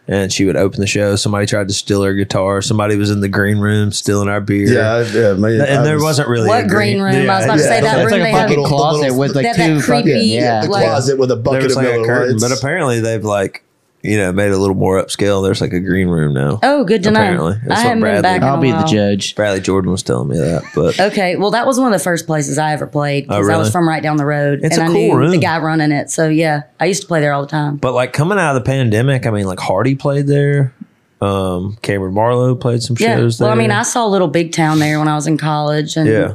Speaker 1: and she would open the show. Somebody tried to steal her guitar. Somebody was in the green room stealing our beer.
Speaker 4: Yeah, I- yeah my,
Speaker 1: and there wasn't really
Speaker 2: What
Speaker 1: a
Speaker 2: green room? I was about to say that
Speaker 1: there
Speaker 5: It's
Speaker 2: room
Speaker 5: like
Speaker 2: they
Speaker 5: a
Speaker 2: had-
Speaker 5: fucking closet
Speaker 4: little-
Speaker 5: with
Speaker 2: They had
Speaker 5: like
Speaker 2: that
Speaker 5: two fucking
Speaker 2: creepy,
Speaker 5: yeah.
Speaker 4: the
Speaker 2: like-
Speaker 4: closet with a bucket
Speaker 1: was
Speaker 4: of
Speaker 1: like a
Speaker 4: Miller
Speaker 1: curtain,
Speaker 4: Lights.
Speaker 1: but apparently they've like you know made it a little more upscale. There's like a green room now.
Speaker 2: Oh, good to
Speaker 1: Apparently.
Speaker 2: know.
Speaker 1: That's what
Speaker 2: I haven't
Speaker 1: Bradley-
Speaker 2: been back. in
Speaker 5: I'll
Speaker 2: a
Speaker 5: be the
Speaker 2: while.
Speaker 5: judge.
Speaker 1: Bradley Jordan was telling me that, but
Speaker 2: Okay, well, that was one of the first places I ever played because
Speaker 1: Oh,
Speaker 2: I was
Speaker 1: really?
Speaker 2: from right down the road,
Speaker 1: It's
Speaker 2: and
Speaker 1: a
Speaker 2: I
Speaker 1: cool
Speaker 2: knew the
Speaker 1: room.
Speaker 2: guy running it. So yeah, I used to play there all the time.
Speaker 1: but like coming out of the pandemic, I mean, like Hardy played there. Um, Cameron Marlowe played some
Speaker 2: Yeah.
Speaker 1: shows there.
Speaker 2: Well, I mean, I saw Little Big Town there when I was in college, and
Speaker 1: yeah,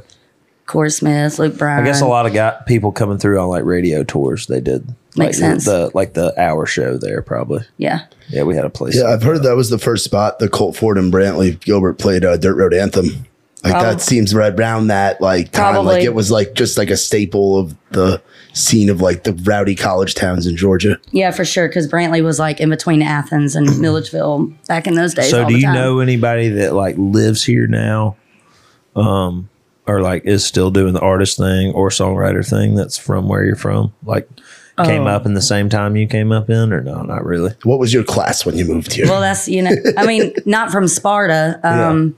Speaker 2: Corey Smith, Luke Bryan.
Speaker 1: I guess a lot of got people coming through on like radio tours. They did
Speaker 2: Makes
Speaker 1: like,
Speaker 2: sense.
Speaker 1: The like the hour show there probably.
Speaker 2: Yeah.
Speaker 1: Yeah, we had a place.
Speaker 4: Yeah, I've heard that was the first spot the Colt Ford and Brantley Gilbert played uh, Dirt Road Anthem. Like
Speaker 2: Probably.
Speaker 4: that seems right around that like time. Like
Speaker 2: Probably.
Speaker 4: it was like just like a staple of the scene of like the rowdy college towns in Georgia.
Speaker 2: Yeah, for sure. Because Brantley was like in between Athens and Milledgeville back in those days.
Speaker 1: So
Speaker 2: all
Speaker 1: do
Speaker 2: the
Speaker 1: you
Speaker 2: time.
Speaker 1: know anybody that like lives here now? Um or like is still doing the artist thing or songwriter thing that's from where you're from? Like came
Speaker 2: Oh.
Speaker 1: up in the same time you came up in, or no? Not really.
Speaker 4: What was your class when you moved here?
Speaker 2: Well, that's you know, I mean, not from Sparta. Um,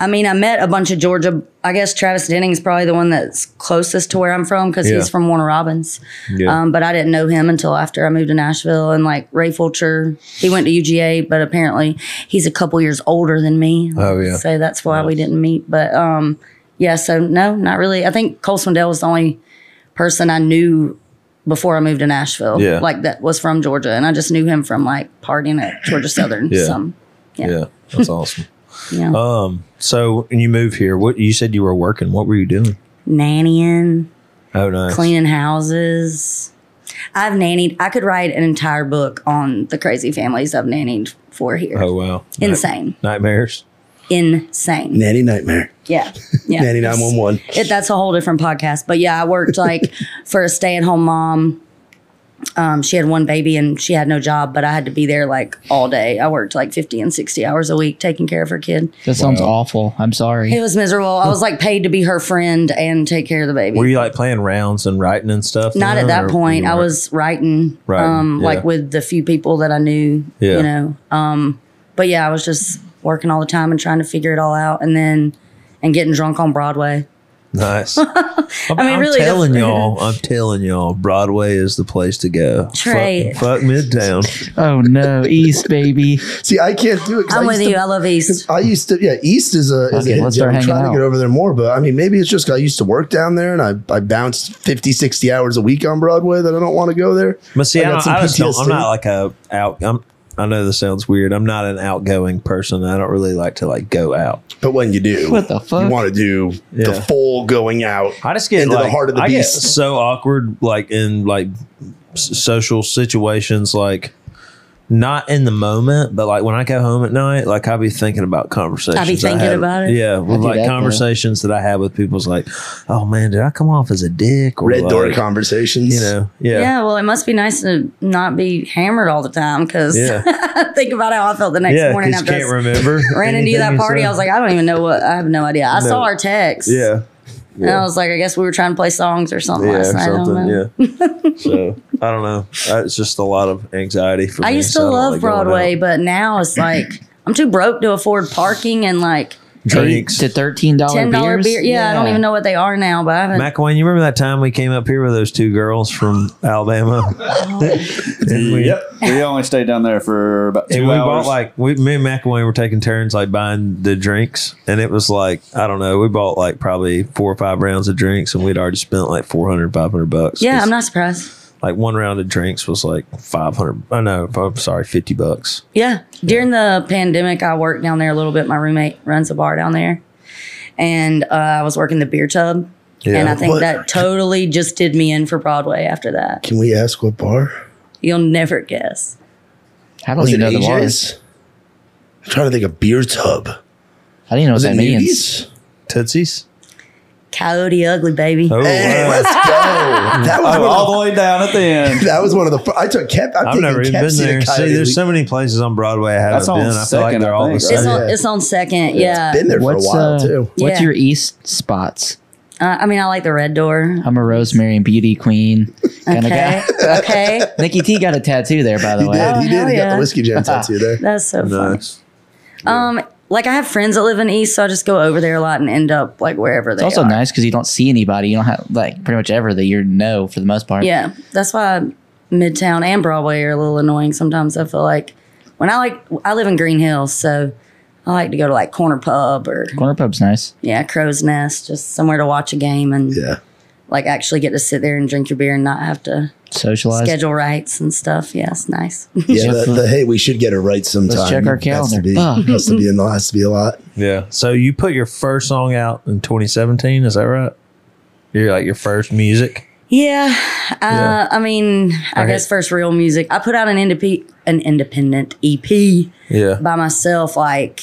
Speaker 2: I mean, I met a bunch of Georgia. I guess Travis Denning's probably the one that's closest to where I'm from because
Speaker 1: Yeah.
Speaker 2: he's from Warner Robins.
Speaker 1: Yeah.
Speaker 2: Um, but I didn't know him until after I moved to Nashville. And like Ray Fulcher, he went to UGA, but apparently he's a couple years older than me.
Speaker 1: Oh, yeah.
Speaker 2: So that's why we didn't meet. But um, yeah, so no, not really. I think Cole Swindell was the only person I knew before I moved to Nashville.
Speaker 1: Yeah.
Speaker 2: Like that was from Georgia. And I just knew him from like partying at Georgia Southern.
Speaker 1: Yeah.
Speaker 2: Some,
Speaker 1: Yeah,
Speaker 2: yeah.
Speaker 1: that's awesome.
Speaker 2: you know,
Speaker 1: Um, so when you moved here, what you said you were working? What were you doing?
Speaker 2: nannying.
Speaker 1: Oh, nice.
Speaker 2: cleaning houses. I've nannied. I could write an entire book on the crazy families I've nannied for here.
Speaker 1: Oh, wow. Night-
Speaker 2: Insane,
Speaker 1: nightmares.
Speaker 2: insane.
Speaker 4: Nanny Nightmare.
Speaker 2: Yeah, yeah.
Speaker 4: Nanny 911.
Speaker 2: It, that's a whole different podcast. But yeah, I worked like for a stay-at-home mom. Um, she had one baby and she had no job, but I had to be there like all day. I worked like fifty and sixty hours a week taking care of her kid.
Speaker 5: That sounds awful. I'm
Speaker 2: It
Speaker 5: sorry.
Speaker 2: was miserable. I was like paid to be her friend and take care of the baby.
Speaker 1: Were you like playing rounds and writing and stuff?
Speaker 2: Not
Speaker 1: then,
Speaker 2: at
Speaker 1: or
Speaker 2: that point.
Speaker 1: you
Speaker 2: I
Speaker 1: weren't?
Speaker 2: was writing,
Speaker 1: Writing,
Speaker 2: um,
Speaker 1: yeah.
Speaker 2: like with the few people that I knew,
Speaker 1: Yeah.
Speaker 2: you know. Um, but yeah, I was just working all the time and trying to figure it all out, and then and getting drunk on Broadway.
Speaker 1: nice. I'm, I
Speaker 2: mean, really, the-
Speaker 1: telling y'all, I'm telling y'all, Broadway is the place to go.
Speaker 2: Trey.
Speaker 1: fuck, fuck Midtown.
Speaker 5: Oh no, East baby.
Speaker 4: See, I can't do it. 'cause
Speaker 2: I'm
Speaker 4: I
Speaker 2: with
Speaker 4: used
Speaker 2: you.
Speaker 4: to-
Speaker 2: I love East.
Speaker 4: I used to, yeah, East is a, is
Speaker 5: Okay,
Speaker 4: a hit
Speaker 5: let's
Speaker 4: gem.
Speaker 5: start
Speaker 4: I'm
Speaker 5: hanging
Speaker 4: trying to get
Speaker 5: out.
Speaker 4: over there more, but I mean, maybe it's just 'cause I used to work down there and I, I bounced 50, 60 hours a week on Broadway that I don't want to go there.
Speaker 1: But see, I,
Speaker 4: I got
Speaker 1: don't,
Speaker 4: some
Speaker 1: I just don't, I'm
Speaker 4: PTSD.
Speaker 1: not like a out. I'm, I know this sounds weird. I'm not an outgoing person. I don't really like to like go out.
Speaker 4: But when you do,
Speaker 5: What the fuck?
Speaker 4: You want to do the
Speaker 1: Yeah.
Speaker 4: full going out.
Speaker 1: I just get
Speaker 4: into
Speaker 1: like,
Speaker 4: the heart of the
Speaker 1: I
Speaker 4: beast.
Speaker 1: Get so awkward, like in like s- social situations, like not in the moment, but like when I go home at night, like I'll be thinking about conversations.
Speaker 2: I be thinking
Speaker 1: had-
Speaker 2: about it.
Speaker 1: Yeah, with,
Speaker 5: do
Speaker 1: like
Speaker 5: that, though.
Speaker 1: conversations that I had with people's like, oh man, did I come off as a dick or
Speaker 4: Red
Speaker 1: like,
Speaker 4: door conversations.
Speaker 1: You know, yeah.
Speaker 2: Yeah. well, it must be nice to not be hammered all the time because
Speaker 1: Yeah.
Speaker 2: think about how I felt the next
Speaker 1: Yeah,
Speaker 2: morning
Speaker 1: 'cause
Speaker 2: after I
Speaker 1: you can't
Speaker 2: s-
Speaker 1: remember.
Speaker 2: ran into you
Speaker 1: anything
Speaker 2: that
Speaker 1: you
Speaker 2: party.
Speaker 1: said.
Speaker 2: I was like, I don't even know what. I have no idea. I saw our text.
Speaker 1: yeah,
Speaker 2: And I was like, I guess we were trying to play songs or something
Speaker 1: yeah,
Speaker 2: last night. I don't know.
Speaker 1: something, yeah. so I don't know. I- It's just a lot of anxiety for me.
Speaker 2: I used to
Speaker 1: so don't
Speaker 2: love
Speaker 1: like going out.
Speaker 2: Broadway, but now it's like I'm too broke to afford parking and like
Speaker 1: Drinks.
Speaker 5: Eight to thirteen dollar
Speaker 2: ten dollar
Speaker 5: Oh, beers.
Speaker 2: beer. Yeah, I don't even know what they are now, but I haven't.
Speaker 1: McElwain, you remember that time we came up here with those two girls from Alabama? and we,
Speaker 6: We only stayed down there for about two
Speaker 1: and we
Speaker 6: hours.
Speaker 1: bought like we, me and McElwain were taking turns like buying the drinks, and it was like I don't know, we bought like probably four or five rounds of drinks, and we'd already spent like 400, 500 bucks.
Speaker 2: yeah,
Speaker 1: 'Cause,
Speaker 2: I'm not surprised.
Speaker 1: like one round of drinks was like five hundred. I know, I'm sorry, fifty bucks.
Speaker 2: Yeah, during the pandemic, I worked down there a little bit. My roommate runs a bar down there, and uh, I was working the beer tub.
Speaker 1: Yeah.
Speaker 2: And I think
Speaker 4: What?
Speaker 2: that totally just did me in for Broadway after that.
Speaker 4: Can we ask what bar?
Speaker 2: You'll never guess.
Speaker 5: I don't
Speaker 4: Was it
Speaker 5: even Oh, know the bars.
Speaker 4: AJ's? I'm trying to think of beer tub.
Speaker 5: I didn't know what
Speaker 4: Was it
Speaker 5: that means.
Speaker 4: Nudie's?
Speaker 1: Tootsies.
Speaker 2: Coyote Ugly, baby.
Speaker 1: Oh,
Speaker 4: Hey,
Speaker 1: wow.
Speaker 4: let's go. That was,
Speaker 6: oh,
Speaker 4: one
Speaker 6: all
Speaker 4: of
Speaker 6: the way down at the
Speaker 4: the-
Speaker 6: end.
Speaker 4: that was one of the. fir- I took Kep. I'm
Speaker 1: I've
Speaker 4: taking
Speaker 1: never even been
Speaker 4: Kepsi to
Speaker 1: there. See,
Speaker 4: Coyote
Speaker 1: there's
Speaker 4: Week.
Speaker 1: so many places on Broadway I haven't
Speaker 6: That's on
Speaker 1: been. I feel like
Speaker 6: Second,
Speaker 1: they're
Speaker 6: I
Speaker 1: all the
Speaker 6: think,
Speaker 1: same.
Speaker 6: right?
Speaker 2: It's
Speaker 4: Yeah.
Speaker 2: on, it's on second. Yeah.
Speaker 4: been there for a
Speaker 5: What's
Speaker 4: while
Speaker 5: uh,
Speaker 4: too.
Speaker 5: What's
Speaker 2: Yeah.
Speaker 5: your East spots?
Speaker 2: Uh, I mean, I like the Red Door.
Speaker 5: I'm a Rosemary and Beauty Queen kind of
Speaker 2: Okay.
Speaker 5: guy.
Speaker 2: okay.
Speaker 5: Nikki T got a tattoo there, by the
Speaker 4: He
Speaker 5: way.
Speaker 4: did.
Speaker 2: Oh,
Speaker 4: He
Speaker 2: hell
Speaker 4: did. He got
Speaker 2: yeah.
Speaker 4: the whiskey jam tattoo there.
Speaker 2: That's so funny.
Speaker 1: Nice.
Speaker 2: Um, like I have friends that live in East, so I just go over there a lot and end up like wherever they
Speaker 5: It's also
Speaker 2: are.
Speaker 5: nice because you don't see anybody. You don't have like pretty much ever that you're no for the most part.
Speaker 2: Yeah, that's why Midtown and Broadway are a little annoying sometimes. I feel like when I like I live in Green Hills, so I like to go to like Corner Pub or
Speaker 5: corner pub's nice.
Speaker 2: yeah Crow's Nest, just somewhere to watch a game and
Speaker 4: Yeah.
Speaker 2: like actually get to sit there and drink your beer and not have to
Speaker 5: Socialize.
Speaker 2: schedule rites and stuff. Yeah, it's nice.
Speaker 4: Yeah. The, the, hey, we should get it right sometime.
Speaker 5: check our
Speaker 4: Has to
Speaker 5: calendar.
Speaker 4: be,
Speaker 5: Fuck.
Speaker 4: has to be, in the- has to be a lot.
Speaker 1: Yeah. So you put your first song out in 2017, is that right? You're like your first music.
Speaker 2: Yeah, uh,
Speaker 1: Yeah.
Speaker 2: I mean, I
Speaker 1: Okay.
Speaker 2: guess first real music. I put out an indep- an independent E EP
Speaker 1: Yeah.
Speaker 2: by myself, like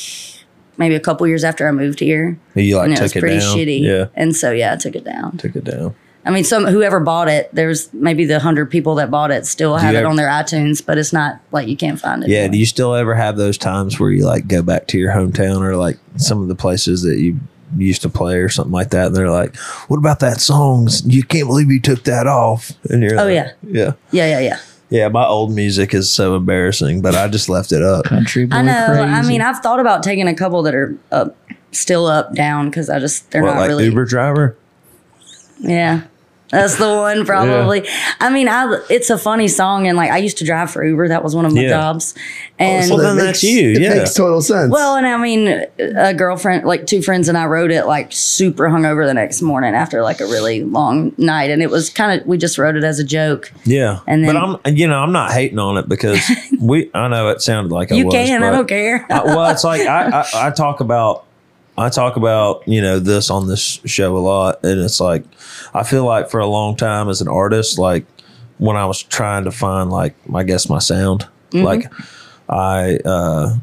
Speaker 2: maybe a couple years after I moved here,
Speaker 1: You like
Speaker 2: and it
Speaker 1: took
Speaker 2: was
Speaker 1: it
Speaker 2: pretty
Speaker 1: down.
Speaker 2: shitty.
Speaker 1: Yeah.
Speaker 2: and so yeah, I took it down.
Speaker 1: Took it down.
Speaker 2: I mean, some whoever bought it, there's maybe the hundred people that bought it still have
Speaker 1: you
Speaker 2: it
Speaker 1: ever-
Speaker 2: on their iTunes, but it's not like you can't find it.
Speaker 1: Yeah. Do
Speaker 2: anymore.
Speaker 1: you still ever have those times where you like go back to your hometown or like some of the places that you used to play or something like that. And they're like, "What about that song? You can't believe you took that off." And you're,
Speaker 2: Oh,
Speaker 1: like,
Speaker 2: yeah.
Speaker 1: yeah,
Speaker 2: Yeah, yeah, yeah.
Speaker 1: yeah. My old music is so embarrassing, but I just left it up.
Speaker 5: Country boy
Speaker 2: I know. I
Speaker 5: crazy.
Speaker 2: mean, I've thought about taking a couple that are up, still up, down because I just they're
Speaker 1: What,
Speaker 2: not
Speaker 1: like
Speaker 2: really.
Speaker 1: Uber driver?
Speaker 2: Yeah. That's the one, probably. I mean, I it's a funny song, and like I used to drive for Uber. That was one of my
Speaker 1: Yeah. Oh,
Speaker 2: jobs, and
Speaker 1: Well, then that's you,
Speaker 4: It
Speaker 1: yeah.
Speaker 4: makes total sense.
Speaker 2: well, and I mean, a girlfriend, like two friends, and I wrote it like super hungover the next morning after like a really long night, and it was kind of we just wrote it as a joke.
Speaker 1: Yeah,
Speaker 2: And then-
Speaker 1: but I'm you know I'm not hating on it because we I know it sounded like I
Speaker 2: you
Speaker 1: was,
Speaker 2: can, I
Speaker 1: but-
Speaker 2: don't care.
Speaker 1: I, well, it's like I, I, I talk about I talk about you know this on this show a lot, and it's like I feel like for a long time as an artist, like when I was trying to find like I guess my sound,
Speaker 2: Mm-hmm.
Speaker 1: like I uh,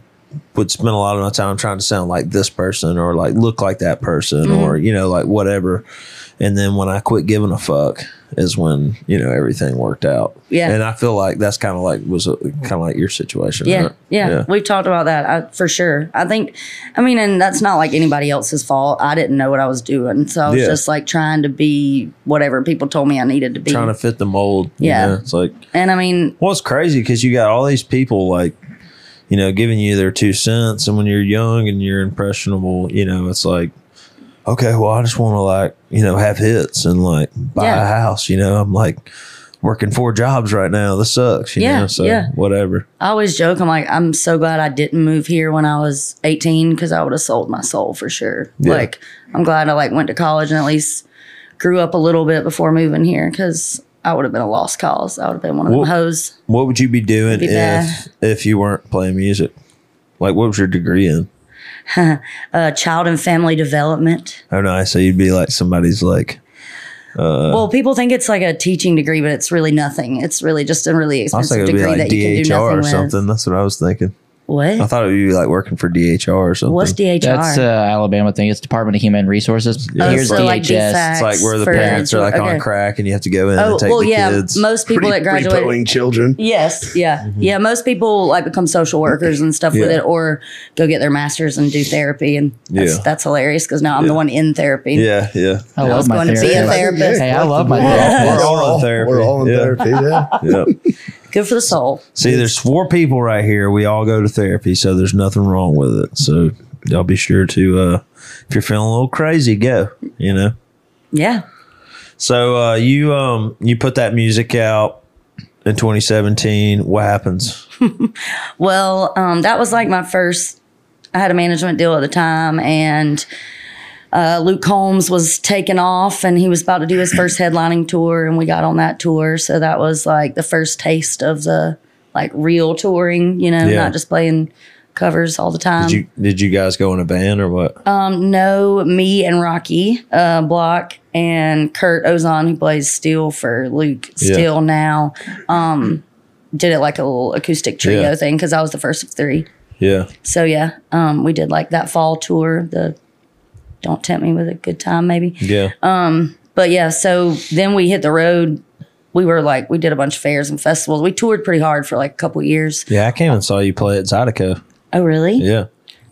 Speaker 1: would spend a lot of my time trying to sound like this person or like look like that person
Speaker 2: Mm-hmm.
Speaker 1: or you know like whatever, and then when I quit giving a fuck is when you know everything worked out.
Speaker 2: Yeah.
Speaker 1: and I feel like that's kind of like was kind of like your situation.
Speaker 2: Yeah,
Speaker 1: right?
Speaker 2: yeah, We've talked about that I, for sure. I think, I mean, and that's not like anybody else's fault. I didn't know what I was doing, so I was
Speaker 1: Yeah.
Speaker 2: just like trying to be whatever people told me I needed to be.
Speaker 1: trying to fit the mold. you
Speaker 2: Yeah.
Speaker 1: know? It's like,
Speaker 2: and I mean,
Speaker 1: well, it's crazy because you got all these people like, you know, giving you their two cents. And when you're young and you're impressionable, you know, it's like, okay, well, I just want to like, you know, have hits and like buy
Speaker 2: Yeah.
Speaker 1: a house. You know, I'm like working four jobs right now. This sucks. You
Speaker 2: Yeah,
Speaker 1: know, so
Speaker 2: yeah.
Speaker 1: whatever.
Speaker 2: I always joke, I'm like, I'm so glad I didn't move here when I was 18 because I would have sold my soul for sure.
Speaker 1: Yeah.
Speaker 2: Like, I'm glad I like went to college and at least grew up a little bit before moving here because I would have been a lost cause. I would have been one of
Speaker 1: Well-
Speaker 2: them hoes.
Speaker 1: What would you be doing
Speaker 2: Be
Speaker 1: if
Speaker 2: bad.
Speaker 1: if you weren't playing music? Like, what was your degree in?
Speaker 2: Uh, child and family development.
Speaker 1: Oh, nice. So you'd be like somebody's like, Uh.
Speaker 2: well, people think it's like a teaching degree, but it's really nothing. It's really just a really
Speaker 1: I was
Speaker 2: expensive
Speaker 1: thinking it'd
Speaker 2: degree
Speaker 1: be like
Speaker 2: that you can do nothing
Speaker 1: DHR or
Speaker 2: with.
Speaker 1: something. That's what I was thinking. I
Speaker 2: What?
Speaker 1: thought it would be like working for DHR or something.
Speaker 2: What's DHR?
Speaker 5: That's uh, Alabama thing. It's Department of Human Resources.
Speaker 2: Oh,
Speaker 5: Here's
Speaker 2: so, like,
Speaker 5: DHS.
Speaker 2: DFACS
Speaker 1: It's like where the
Speaker 2: for-
Speaker 1: parents are like on
Speaker 2: okay.
Speaker 1: crack and you have to go in
Speaker 2: Oh,
Speaker 1: and take
Speaker 2: well,
Speaker 1: the
Speaker 2: yeah.
Speaker 1: kids.
Speaker 2: Most people that
Speaker 4: Re-
Speaker 2: graduate.
Speaker 4: repoing children.
Speaker 2: Yes. Yeah. Yeah. Most people like become social workers and stuff with
Speaker 1: Mm-hmm. Yeah.
Speaker 2: it, or go get their masters and do therapy, and that's,
Speaker 1: Yeah.
Speaker 2: that's hilarious because now I'm the one in therapy.
Speaker 1: yeah, yeah.
Speaker 5: I
Speaker 2: I was
Speaker 5: love my
Speaker 2: going to be a
Speaker 5: therapist.
Speaker 2: therapist.
Speaker 5: Hey, I love my
Speaker 4: We're all,
Speaker 5: therapist.
Speaker 4: we're
Speaker 1: all in
Speaker 4: all-
Speaker 1: therapy.
Speaker 4: We're all in
Speaker 1: Yeah.
Speaker 4: therapy. Yeah.
Speaker 1: yeah.
Speaker 2: Good for the soul.
Speaker 1: See, there's four people right here. We all go to therapy, so there's nothing wrong with it. So y'all be sure to uh if you're feeling a little crazy, go. You know.
Speaker 2: Yeah.
Speaker 1: So uh you um you put that music out in 2017. What happens?
Speaker 2: Well, um, that was like my first. I had a management deal at the time, and uh, Luke Holmes was taking off, and he was about to do his first headlining tour, and we got on that tour. So that was like the first taste of the like real touring. You know,
Speaker 1: Yeah.
Speaker 2: not just playing covers all the time.
Speaker 1: Did you did you guys go in a van or what?
Speaker 2: Um, No, me and Rocky uh, Block and Kurt Ozon, who plays steel for Luke
Speaker 1: Yeah.
Speaker 2: Steel now, um, did it like a little acoustic trio
Speaker 1: Yeah.
Speaker 2: thing because I was the first of three.
Speaker 1: yeah.
Speaker 2: So yeah, um, we did like that fall tour. The don't tempt me with a good time, maybe.
Speaker 1: Yeah.
Speaker 2: um, But yeah, so then we hit the road. We were like, we did a bunch of fairs and festivals. We toured pretty hard for like a couple years.
Speaker 1: yeah, I came and saw you play at Zydeco.
Speaker 2: Oh really?
Speaker 1: Yeah.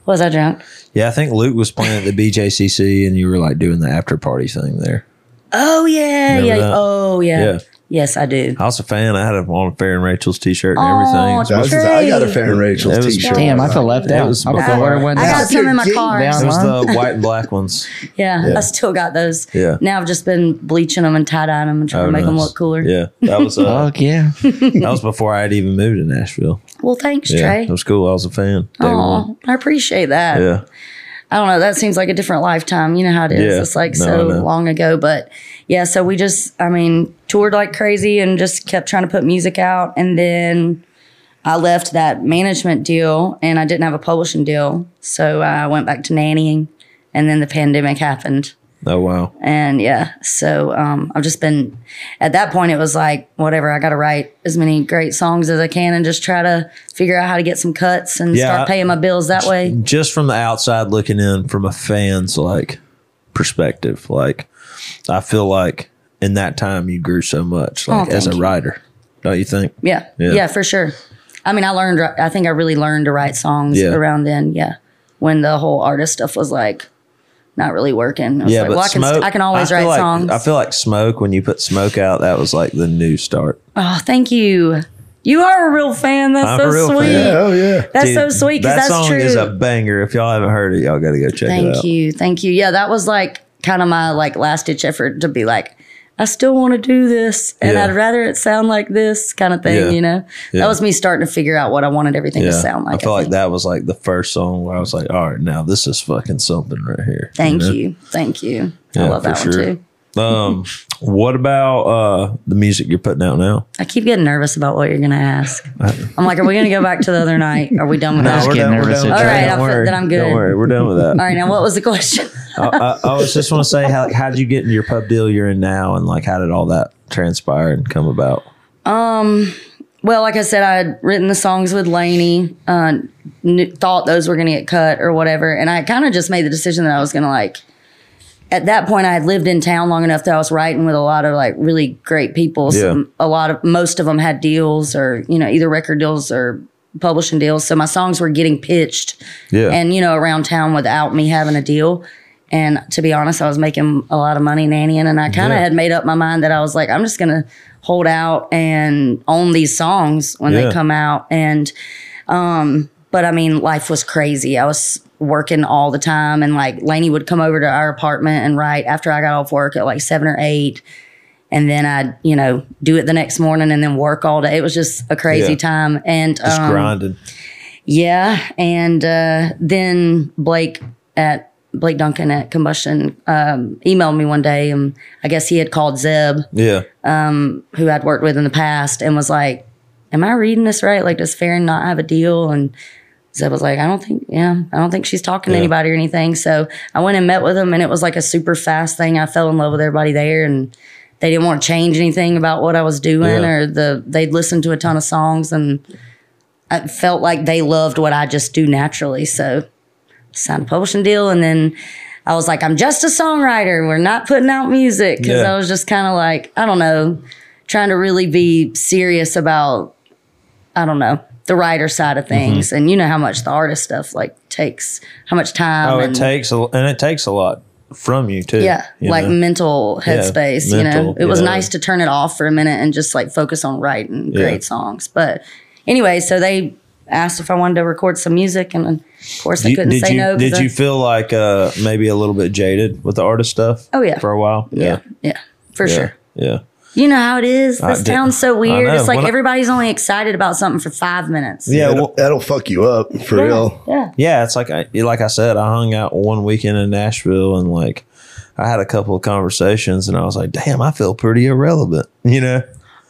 Speaker 2: Was I drunk?
Speaker 1: Yeah, I think Luke was playing at the BJCC, and you were like doing the after party thing there.
Speaker 2: Oh yeah,
Speaker 1: Remember
Speaker 2: yeah.
Speaker 1: that?
Speaker 2: Oh yeah.
Speaker 1: Yeah.
Speaker 2: Yes, I do.
Speaker 1: I was a fan. I had him on Fair and Rachel's t-shirt and
Speaker 2: Aw,
Speaker 1: everything.
Speaker 4: That was his- I got a
Speaker 2: True.
Speaker 4: Fair and Rachel's
Speaker 1: It was-
Speaker 4: t-shirt.
Speaker 5: Damn, I feel left out.
Speaker 1: was
Speaker 5: I'm
Speaker 1: before-
Speaker 5: gonna wear one.
Speaker 2: I
Speaker 5: now.
Speaker 2: got some in my
Speaker 4: You're
Speaker 2: car.
Speaker 1: It
Speaker 5: getting down
Speaker 1: was the white and black ones.
Speaker 2: Yeah,
Speaker 4: Yeah.
Speaker 2: I still got those.
Speaker 1: Yeah. Oh,
Speaker 2: Now I've just been bleaching them and tie dyeing them and trying to make them
Speaker 1: nice.
Speaker 2: look cooler.
Speaker 1: Yeah, that was uh,
Speaker 5: Fuck yeah.
Speaker 1: that was before I had even moved to Nashville.
Speaker 2: Well, thanks,
Speaker 1: Yeah,
Speaker 2: Trey.
Speaker 1: it was cool. I was a fan. Day one.
Speaker 2: Aw, I appreciate that.
Speaker 1: Yeah,
Speaker 2: I don't know. That seems like a different lifetime. You know how it is.
Speaker 1: Yeah.
Speaker 2: It's like
Speaker 1: No,
Speaker 2: so
Speaker 1: I know.
Speaker 2: long ago. But yeah, so we just, I mean, toured like crazy and just kept trying to put music out. And then I left that management deal and I didn't have a publishing deal. So I went back to nannying. And then the pandemic happened.
Speaker 1: oh wow.
Speaker 2: And yeah, so um, I've just been at that point. It was like whatever. I got to write as many great songs as I can and just try to figure out how to get some cuts and
Speaker 1: Yeah,
Speaker 2: start
Speaker 1: I-
Speaker 2: paying my bills that way.
Speaker 1: Just from the outside looking in, from a fan's like perspective, like I feel like in that time you grew so much, like as a
Speaker 2: thank you.
Speaker 1: writer, don't you think?
Speaker 2: Yeah,
Speaker 1: Yeah.
Speaker 2: yeah, for sure. I mean, I learned. I think I really learned to write songs
Speaker 1: Yeah.
Speaker 2: around then. Yeah, when the whole artist stuff was like not really working. I was
Speaker 1: Yeah,
Speaker 2: like,
Speaker 1: but
Speaker 2: well, I can,
Speaker 1: smoke.
Speaker 2: I can always
Speaker 1: feel
Speaker 2: write
Speaker 1: like-
Speaker 2: songs.
Speaker 1: I feel like smoke. When you put smoke out, that was like the new start.
Speaker 2: oh, thank you. You are a real fan. That's
Speaker 1: I'm
Speaker 2: so
Speaker 1: a real
Speaker 2: sweet.
Speaker 1: fan.
Speaker 7: Oh yeah.
Speaker 2: That's
Speaker 1: Dude,
Speaker 2: so sweet
Speaker 1: That
Speaker 2: because that's
Speaker 1: song
Speaker 2: true.
Speaker 1: is a banger. If y'all haven't heard it, y'all got to go check it out.
Speaker 2: Thank you. Thank you. Yeah, that was like kind of my like last ditch effort to be like, I still want to do this and
Speaker 1: Yeah.
Speaker 2: I'd rather it sound like this kind of thing,
Speaker 1: Yeah.
Speaker 2: you know?
Speaker 1: Yeah.
Speaker 2: That was me starting to figure out what I wanted everything to sound like.
Speaker 1: I feel like
Speaker 2: think.
Speaker 1: that was like the first song where I was like, all right, now this is fucking something right here.
Speaker 2: Thank
Speaker 1: know?
Speaker 2: you. Thank you. I
Speaker 1: Yeah,
Speaker 2: love
Speaker 1: for
Speaker 2: that
Speaker 1: sure.
Speaker 2: one too.
Speaker 1: Um, what about uh the music you're putting out now?
Speaker 2: I keep getting nervous about what you're going to ask. I'm like, are we going to go back to the other night? Are we done with that?
Speaker 5: we're getting nervous
Speaker 1: with
Speaker 5: at
Speaker 1: that.
Speaker 2: that. All right,
Speaker 1: Don't
Speaker 2: I feel-
Speaker 1: worry.
Speaker 2: then I'm good.
Speaker 1: Don't worry, we're done with that.
Speaker 2: All right, now what was the question?
Speaker 1: I, I, I was just want to say, how how'd you get into your pub deal you're in now, and like how did all that transpire and come about?
Speaker 2: Well, like I said, I had written the songs with Lainey, uh, knew, thought those were going to get cut or whatever. And I kind of just made the decision that I was going to like, at that point, I had lived in town long enough that I was writing with a lot of like really great people. Some, a lot of, most of them had deals or, you know, either record deals or publishing deals. So my songs were getting pitched
Speaker 1: Yeah,
Speaker 2: and, you know, around town without me having a deal. And to be honest, I was making a lot of money nannying, and I kind of
Speaker 1: Yeah.
Speaker 2: had made up my mind that I was like, I'm just gonna hold out and own these songs when
Speaker 1: Yeah.
Speaker 2: they come out. And, um, but I mean, life was crazy. I was working all the time, and like Lainey would come over to our apartment and write after I got off work at like seven or eight, and then I'd you know do it the next morning and then work all day. It was just a crazy
Speaker 1: Yeah.
Speaker 2: time, and
Speaker 1: just
Speaker 2: um,
Speaker 1: grinding.
Speaker 2: yeah, and uh, then Blake at Blake Duncan at Combustion um, emailed me one day, and I guess he had called Zeb,
Speaker 1: Yeah,
Speaker 2: who I'd worked with in the past, and was like, "Am I reading this right? Like, does Farron not have a deal?" And Zeb was like, "I don't think, yeah, I don't think she's talking to
Speaker 1: Yeah.
Speaker 2: anybody or anything." So I went and met with him, and it was like a super fast thing. I fell in love with everybody there, and they didn't want to change anything about what I was doing
Speaker 1: Yeah.
Speaker 2: or the they'd listened to a ton of songs and I felt like they loved what I just do naturally. So signed a publishing deal and then I was like, I'm just a songwriter. We're not putting out music. Cause
Speaker 1: Yeah.
Speaker 2: I was just kind of like, I don't know, trying to really be serious about, I don't know, the writer side
Speaker 1: Mm-hmm.
Speaker 2: of things. And you know how much the artist stuff like takes, how much time.
Speaker 1: oh, it
Speaker 2: and,
Speaker 1: takes a, and it takes a lot from you too.
Speaker 2: yeah,
Speaker 1: you
Speaker 2: like
Speaker 1: know?
Speaker 2: mental headspace. you know,
Speaker 1: mental,
Speaker 2: it was
Speaker 1: yeah.
Speaker 2: nice to turn it off for a minute and just like focus on writing
Speaker 1: Yeah.
Speaker 2: great songs. But anyway, so they asked if I wanted to record some music, and of course I
Speaker 1: You-
Speaker 2: couldn't
Speaker 1: did
Speaker 2: say
Speaker 1: you
Speaker 2: no. 'cause
Speaker 1: did
Speaker 2: I-
Speaker 1: you feel like uh maybe a little bit jaded with the artist stuff?
Speaker 2: Oh, yeah.
Speaker 1: for a while.
Speaker 2: yeah, yeah, for
Speaker 1: yeah,
Speaker 2: sure.
Speaker 1: yeah.
Speaker 2: You know how it is.
Speaker 1: I
Speaker 2: This
Speaker 1: did-
Speaker 2: town's so weird.
Speaker 1: know.
Speaker 2: It's like
Speaker 1: When I-
Speaker 2: everybody's only excited about something for five minutes.
Speaker 1: Yeah,
Speaker 7: That'll,
Speaker 1: well-
Speaker 7: that'll fuck you up for real.
Speaker 2: Yeah.
Speaker 1: Yeah, it's like I like I said, I hung out one weekend in Nashville and like I had a couple of conversations and I was like, damn, I feel pretty irrelevant, you know?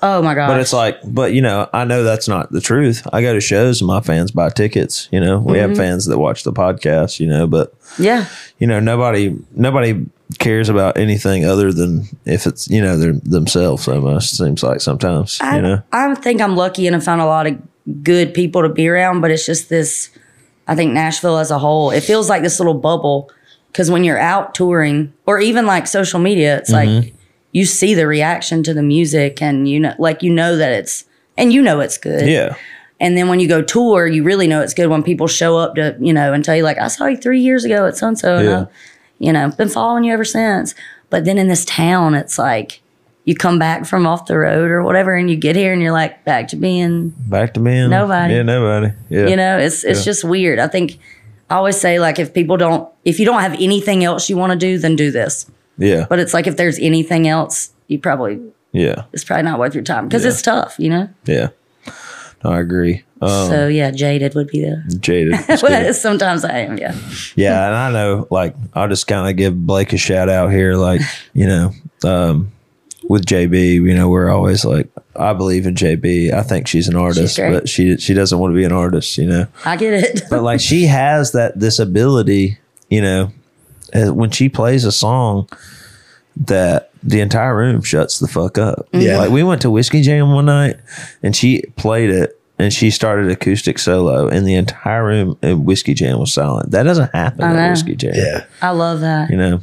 Speaker 2: Oh my god.
Speaker 1: But it's like, but you know, I know that's not the truth. I go to shows and my fans buy tickets, you know. We
Speaker 2: Mm-hmm.
Speaker 1: have fans that watch the podcast, you know, but
Speaker 2: yeah.
Speaker 1: you know, nobody nobody cares about anything other than if it's you know, they're themselves almost, it seems like sometimes.
Speaker 2: I,
Speaker 1: you know?
Speaker 2: I think I'm lucky and I found a lot of good people to be around, but it's just this. I think Nashville as a whole, it feels like this little bubble because when you're out touring or even like social media, it's
Speaker 1: Mm-hmm.
Speaker 2: like you see the reaction to the music and you know, like you know that it's and you know it's good.
Speaker 1: Yeah.
Speaker 2: And then when you go tour, you really know it's good when people show up to, you know, and tell you, like, I saw you three years ago at so and so.
Speaker 1: Yeah.
Speaker 2: And I, you know, been following you ever since. But then in this town, it's like you come back from off the road or whatever, and you get here and you're like back to being,
Speaker 1: Back to being
Speaker 2: Nobody.
Speaker 1: Yeah, nobody. Yeah.
Speaker 2: you know, it's it's
Speaker 1: Yeah.
Speaker 2: just weird. I think I always say, like, if people don't, if you don't have anything else you want to do, then do this.
Speaker 1: yeah.
Speaker 2: But it's like if there's anything else, you probably,
Speaker 1: Yeah.
Speaker 2: it's probably not worth your time because
Speaker 1: Yeah.
Speaker 2: it's tough, you know?
Speaker 1: Yeah. No, I agree. Um,
Speaker 2: so yeah, jaded would be the,
Speaker 1: jaded. It's good.
Speaker 2: sometimes I am, yeah.
Speaker 1: yeah, and I know, like, I'll just kind of give Blake a shout out here. Like, you know, um, with JB, you know, we're always like, I believe in JB. I think she's an artist,
Speaker 2: great.
Speaker 1: but she she doesn't want to be an artist, you know.
Speaker 2: I get it.
Speaker 1: But like, she has that this ability, you know, uh, when she plays a song that the entire room shuts the fuck up.
Speaker 7: Yeah.
Speaker 1: Like we went to Whiskey Jam one night and she played it and she started acoustic solo and the entire room at Whiskey Jam was silent. That doesn't happen
Speaker 2: I
Speaker 1: at
Speaker 2: know.
Speaker 1: Whiskey Jam.
Speaker 7: Yeah.
Speaker 2: I love that.
Speaker 1: You know.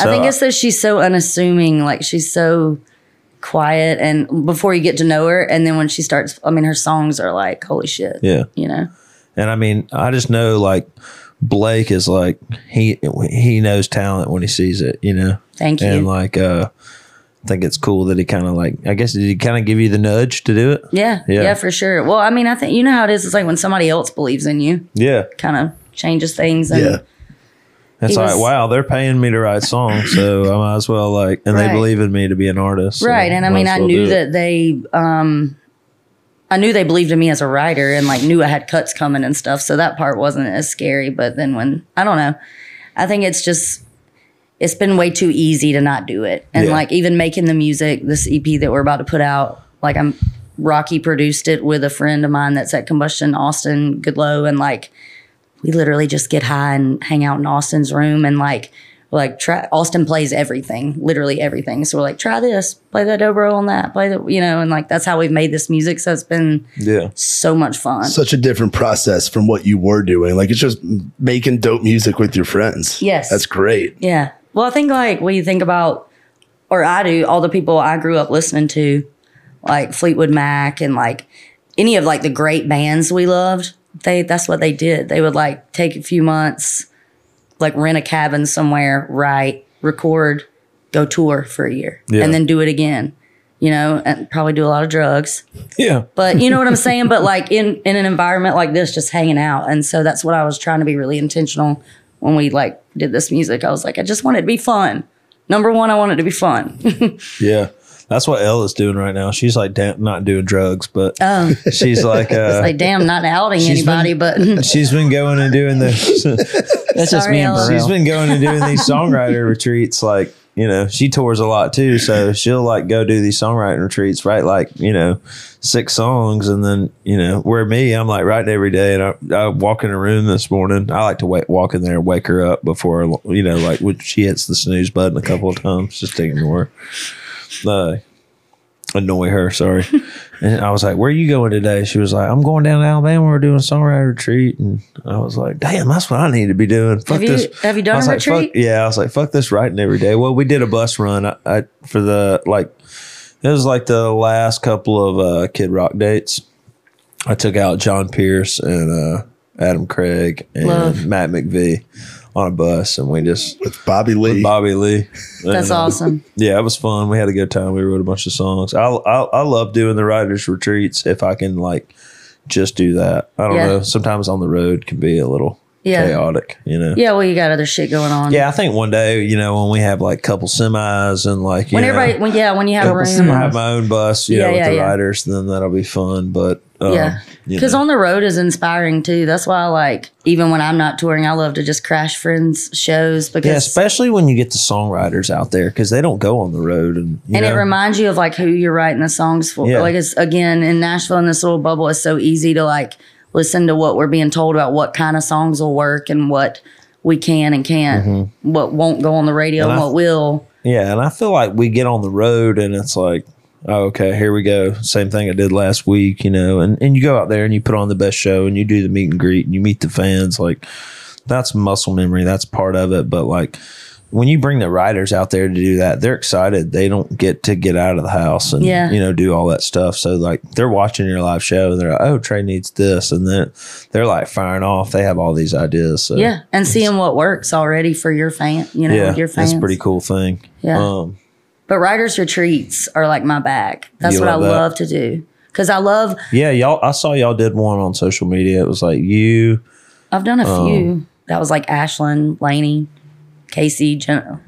Speaker 2: I
Speaker 1: So,
Speaker 2: think it's that she's so unassuming. Like she's so quiet, and before you get to know her, and then when she starts, I mean, her songs are like, holy shit.
Speaker 1: Yeah.
Speaker 2: You know,
Speaker 1: And I mean, I just know like Blake is like he he knows talent when he sees it, you know.
Speaker 2: Thank you.
Speaker 1: And like uh I think it's cool that he kind of like I guess did he kind of give you the nudge to do it?
Speaker 2: yeah,
Speaker 1: Yeah.
Speaker 2: yeah, for sure. Well, I mean, I think you know how it is. It's like when somebody else believes in you,
Speaker 1: Yeah.
Speaker 2: kind of changes things. And
Speaker 7: Yeah.
Speaker 1: It's
Speaker 2: He
Speaker 1: like
Speaker 2: was-
Speaker 1: wow, they're paying me to write songs, so I might as well like and they
Speaker 2: Right.
Speaker 1: believe in me to be an artist. so
Speaker 2: right and i
Speaker 1: might
Speaker 2: mean
Speaker 1: as
Speaker 2: i
Speaker 1: well do
Speaker 2: knew
Speaker 1: it.
Speaker 2: that they um i knew they believed in me as a writer and like knew i had cuts coming and stuff so that part wasn't as scary but then when i don't know i think it's just it's been way too easy to not do it and
Speaker 1: Yeah.
Speaker 2: like even making the music this ep that we're about to put out like i'm rocky produced it with a friend of mine that's at combustion austin goodlow and like we literally just get high and hang out in Austin's room and like like try Austin plays everything, literally everything. So we're like, try this, play that dobro on that, play the you know, and like that's how we've made this music. So it's been
Speaker 1: Yeah.
Speaker 2: so much fun.
Speaker 7: Such a different process from what you were doing. Like it's just making dope music with your friends.
Speaker 2: Yes.
Speaker 7: That's great.
Speaker 2: yeah. Well, I think like when you think about or I do, all the people I grew up listening to, like Fleetwood Mac and like any of like the great bands we loved, they that's what they did. They would like take a few months, like rent a cabin somewhere, write, record, go tour for a year,
Speaker 1: Yeah.
Speaker 2: and then do it again. You know, and probably do a lot of drugs.
Speaker 1: Yeah.
Speaker 2: But you know what I'm saying? But like in in an environment like this, just hanging out. And so that's what I was trying to be really intentional when we like did this music. I was like, I just want it to be fun. Number one, I want it to be fun.
Speaker 1: Yeah. That's what Elle is doing right now. She's like da- not doing drugs, but
Speaker 2: Um,
Speaker 1: she's like uh
Speaker 2: like, damn, not outing
Speaker 1: She's been-
Speaker 2: anybody, but
Speaker 1: she's been going and doing the
Speaker 5: That's just
Speaker 2: Sorry,
Speaker 5: me and
Speaker 2: Ella.
Speaker 5: Burrell.
Speaker 1: She's been going and doing these songwriter retreats. Like, you know, she tours a lot too. So she'll like go do these songwriting retreats, write like, you know, six songs. And then, you know, where me, I'm like writing every day. And I, I walk in her room this morning. I like to wait, walk in there and wake her up before, you know, like when she hits the snooze button a couple of times just to ignore her. Uh, annoy her, sorry. And I was like, Where are you going today? She was like, I'm going down to Alabama. We're doing a songwriter retreat. And I was like, Damn, that's what I need to be doing. Fuck
Speaker 2: have you
Speaker 1: this.
Speaker 2: have you
Speaker 1: I
Speaker 2: done
Speaker 1: was
Speaker 2: a
Speaker 1: like, fuck-
Speaker 2: retreat?
Speaker 1: yeah, I was like, fuck this writing every day. Well, we did a bus run. I, I for the like, it was like the last couple of uh, Kid Rock dates. I took out John Pierce and uh, Adam Craig and
Speaker 2: Love.
Speaker 1: Matt McVie on a bus, and we just
Speaker 7: With Bobby Lee.
Speaker 1: Bobby Lee.
Speaker 2: That's
Speaker 1: And, uh,
Speaker 2: awesome.
Speaker 1: Yeah, it was fun. We had a good time. We wrote a bunch of songs. I I, I love doing the writers retreats if I can like just do that. I don't
Speaker 2: Yeah.
Speaker 1: know. Sometimes on the road can be a little
Speaker 2: Yeah.
Speaker 1: chaotic, you know.
Speaker 2: Yeah, well, you got other shit going on.
Speaker 1: Yeah, I think one day, you know, when we have like couple semis and like you
Speaker 2: When
Speaker 1: know,
Speaker 2: everybody, when, yeah, when you have
Speaker 5: Couple
Speaker 1: I
Speaker 5: semis.
Speaker 2: room,
Speaker 1: have my own bus, you
Speaker 2: Yeah,
Speaker 1: know, with
Speaker 2: yeah,
Speaker 1: the
Speaker 2: yeah.
Speaker 1: riders, then that'll be fun. But um,
Speaker 2: Yeah.
Speaker 1: you
Speaker 2: because
Speaker 1: know.
Speaker 2: on the road is inspiring too. That's why, I like, even when I'm not touring, I love to just crash friends' shows because
Speaker 1: yeah, especially when you get the songwriters out there because they don't go on the road, and you
Speaker 2: and
Speaker 1: know,
Speaker 2: it reminds you of like who you're writing the songs for.
Speaker 1: Yeah.
Speaker 2: Like it's again in Nashville in this little bubble, it's so easy to like listen to what we're being told about what kind of songs will work and what we can and can't, what won't go on the radio and,
Speaker 1: Mm-hmm. And I-
Speaker 2: what will.
Speaker 1: yeah. And I feel like we get on the road, and it's like, oh, okay, here we go. Same thing I did last week, you know. And and you go out there and you put on the best show, and you do the meet and greet, and you meet the fans. Like that's muscle memory. That's part of it. But like when you bring the riders out there to do that, they're excited. They don't get to get out of the house and
Speaker 2: Yeah.
Speaker 1: you know do all that stuff. So like they're watching your live show and they're like, oh, Trey needs this, and then they're like firing off. They have all these ideas. So
Speaker 2: Yeah. And seeing what works already for your fan, you know,
Speaker 1: yeah,
Speaker 2: your
Speaker 1: it's
Speaker 2: fans.
Speaker 1: a pretty cool thing.
Speaker 2: Yeah.
Speaker 1: Um,
Speaker 2: But writers retreats are like my bag. That's
Speaker 1: You
Speaker 2: what
Speaker 1: love
Speaker 2: I
Speaker 1: that?
Speaker 2: love to do. Cause I love,
Speaker 1: yeah, y'all. I saw y'all did one on social media. It was like you.
Speaker 2: I've done a
Speaker 1: Oh.
Speaker 2: few. That was like Ashlyn, Laney, Casey, Jen,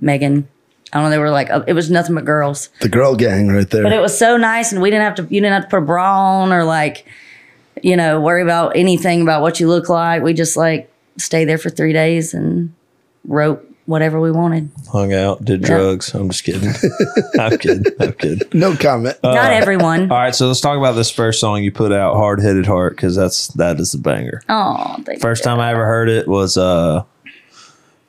Speaker 2: Megan. I don't know. They were like, uh, it was nothing but girls.
Speaker 7: The girl gang right there.
Speaker 2: But it was so nice, and we didn't have to. You didn't have to put a bra on or like, you know, worry about anything about what you look like. We just like stayed there for three days and wrote whatever we wanted.
Speaker 1: Hung out, did drugs. I'm just kidding. I'm kidding. I'm kidding.
Speaker 7: no comment.
Speaker 1: Uh,
Speaker 2: Not everyone.
Speaker 1: All right, so let's talk about this first song you put out, "Hard Headed Heart," because that's that is the banger.
Speaker 2: Oh,
Speaker 1: First time I ever heard it was uh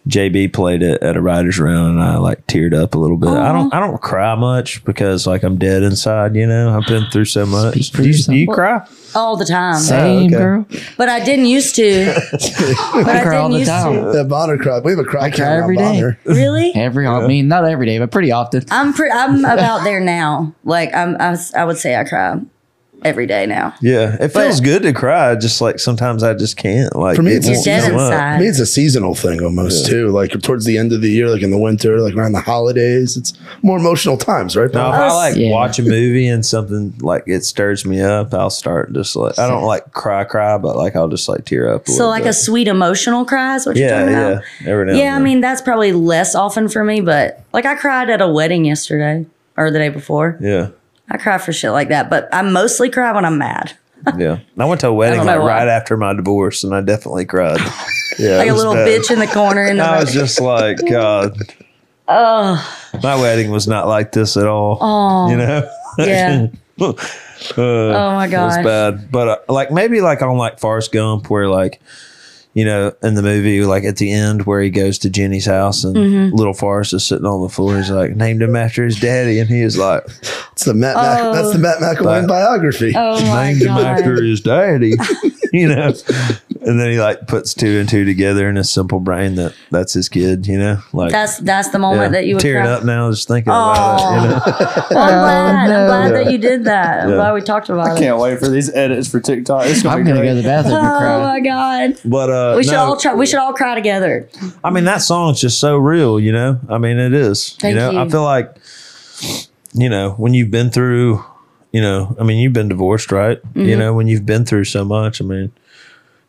Speaker 1: JB played it at a writer's round and I like teared up a little bit. I don't I don't cry much because like I'm dead inside, you know. I've been through so much.
Speaker 5: Speak for
Speaker 1: Do you, do you
Speaker 5: yourself.
Speaker 1: cry?
Speaker 2: all the time,
Speaker 5: Same
Speaker 7: okay.
Speaker 5: girl.
Speaker 2: but I didn't used to. but I
Speaker 5: Girl all
Speaker 2: didn't
Speaker 5: the
Speaker 2: used
Speaker 5: time.
Speaker 2: to.
Speaker 7: that Bonner cry. We have a cry
Speaker 5: cry
Speaker 7: count on
Speaker 5: every day.
Speaker 7: Bonner.
Speaker 2: Really.
Speaker 5: Every, I mean, not every day, but pretty often.
Speaker 2: I'm pretty. I'm about there now. Like I'm. I, s- I would say I cry every day now.
Speaker 1: Yeah, it feels good to cry. Just like sometimes I just can't. Like
Speaker 7: For me,
Speaker 1: it
Speaker 7: it's
Speaker 1: won't
Speaker 7: just dead
Speaker 1: come up.
Speaker 2: inside.
Speaker 7: I mean, it's a seasonal thing almost too. Like towards the end of the year, like in the winter, like around the holidays, it's more emotional times, right?
Speaker 1: No, if
Speaker 7: Paul?
Speaker 1: I like
Speaker 5: Yeah.
Speaker 1: watch a movie and something like it stirs me up, I'll start just like I don't like cry cry, but like I'll just like tear up. A
Speaker 2: So
Speaker 1: little
Speaker 2: like
Speaker 1: bit.
Speaker 2: a sweet emotional cry is what you're
Speaker 1: yeah
Speaker 2: talking
Speaker 1: yeah
Speaker 2: about.
Speaker 1: every now
Speaker 2: Yeah,
Speaker 1: and
Speaker 2: I
Speaker 1: then.
Speaker 2: mean that's probably less often for me, but like I cried at a wedding yesterday or the day before.
Speaker 1: yeah.
Speaker 2: I cry for shit like that, but I mostly cry when I'm mad.
Speaker 1: Yeah, I went to a wedding
Speaker 2: don't know
Speaker 1: like
Speaker 2: why.
Speaker 1: right after my divorce, and I definitely cried. Yeah,
Speaker 2: Like
Speaker 1: it
Speaker 2: a
Speaker 1: was
Speaker 2: little
Speaker 1: bad.
Speaker 2: bitch in the corner in the
Speaker 1: I was just like, God,
Speaker 2: oh
Speaker 1: my wedding was not like this at all.
Speaker 2: Aw.
Speaker 1: you know,
Speaker 2: Oh, yeah.
Speaker 1: Uh,
Speaker 2: Oh my
Speaker 1: it was
Speaker 2: gosh.
Speaker 1: bad. But uh, like maybe like on like Forrest Gump, where like you know in the movie, like at the end where he goes to Jenny's house and
Speaker 2: Mm-hmm.
Speaker 1: little Forrest is sitting on the floor. He's like named him after his daddy, and he is like
Speaker 7: It's the Matt. Mac-
Speaker 2: Oh.
Speaker 7: that's the Matt McElwain
Speaker 1: But-
Speaker 7: biography.
Speaker 2: Oh my
Speaker 1: named him after
Speaker 2: god.
Speaker 1: his daddy. you know, and then he like puts two and two together in his simple brain that that's his kid. You know, like.
Speaker 2: That's that's the
Speaker 1: yeah.
Speaker 2: moment that you would
Speaker 1: tearing
Speaker 2: cry.
Speaker 1: up now, just thinking about it. You know?
Speaker 2: Well, I'm glad. I'm glad that you did that. I'm glad we talked about it.
Speaker 6: Can't wait for these edits for TikTok. It's gonna
Speaker 5: I'm
Speaker 6: be
Speaker 5: gonna
Speaker 6: great.
Speaker 5: go to the bathroom and
Speaker 2: Oh
Speaker 5: cry.
Speaker 2: my god.
Speaker 1: But uh,
Speaker 2: We should
Speaker 1: no,
Speaker 2: all try. We should all cry together.
Speaker 1: I mean, that song's just so real, you know? I mean, it is.
Speaker 2: Thank
Speaker 1: you know,
Speaker 2: you.
Speaker 1: I feel like, you know, when you've been through, you know, I mean, you've been divorced, right?
Speaker 2: Mm-hmm.
Speaker 1: You know, when you've been through so much, I mean,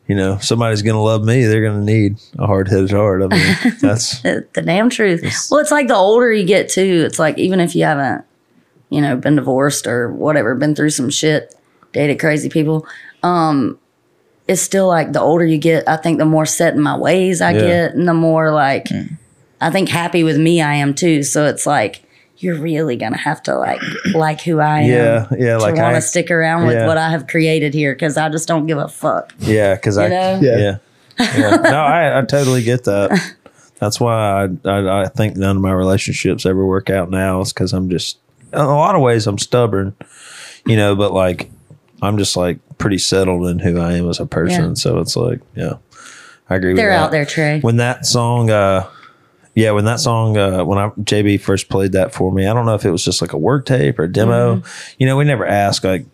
Speaker 1: you know, somebody's going to love me. They're going to need a hard headed heart. I mean, that's,
Speaker 2: The, the damn truth. well, it's like the older you get too. It's like even if you haven't, you know, been divorced or whatever, been through some shit, dated crazy people. Um, it's still like the older you get, I think the more set in my ways I
Speaker 1: Yeah. Hmm.
Speaker 2: get, and the more like I think happy with me I am too. So it's like you're really gonna have to like like who I am.
Speaker 1: yeah, yeah.
Speaker 2: To
Speaker 1: Like,
Speaker 2: want
Speaker 1: I,
Speaker 2: to stick around with
Speaker 1: yeah.
Speaker 2: what I have created here because I just don't give a fuck.
Speaker 1: yeah, because I,
Speaker 2: You know?
Speaker 7: Yeah.
Speaker 1: yeah. Yeah. No, I, I totally get that. That's why I, I, I think none of my relationships ever work out now is because I'm just, in a lot of ways, I'm stubborn, you know, but like, I'm just like pretty settled in who I am as a person.
Speaker 2: Yeah.
Speaker 1: So it's like, yeah, I agree
Speaker 2: They're
Speaker 1: with that.
Speaker 2: out there, Trey.
Speaker 1: When that song, uh, yeah, when that song, uh, when I JB first played that for me, I don't know if it was just like a work tape or a demo.
Speaker 2: Mm-hmm.
Speaker 1: You know, we never ask like,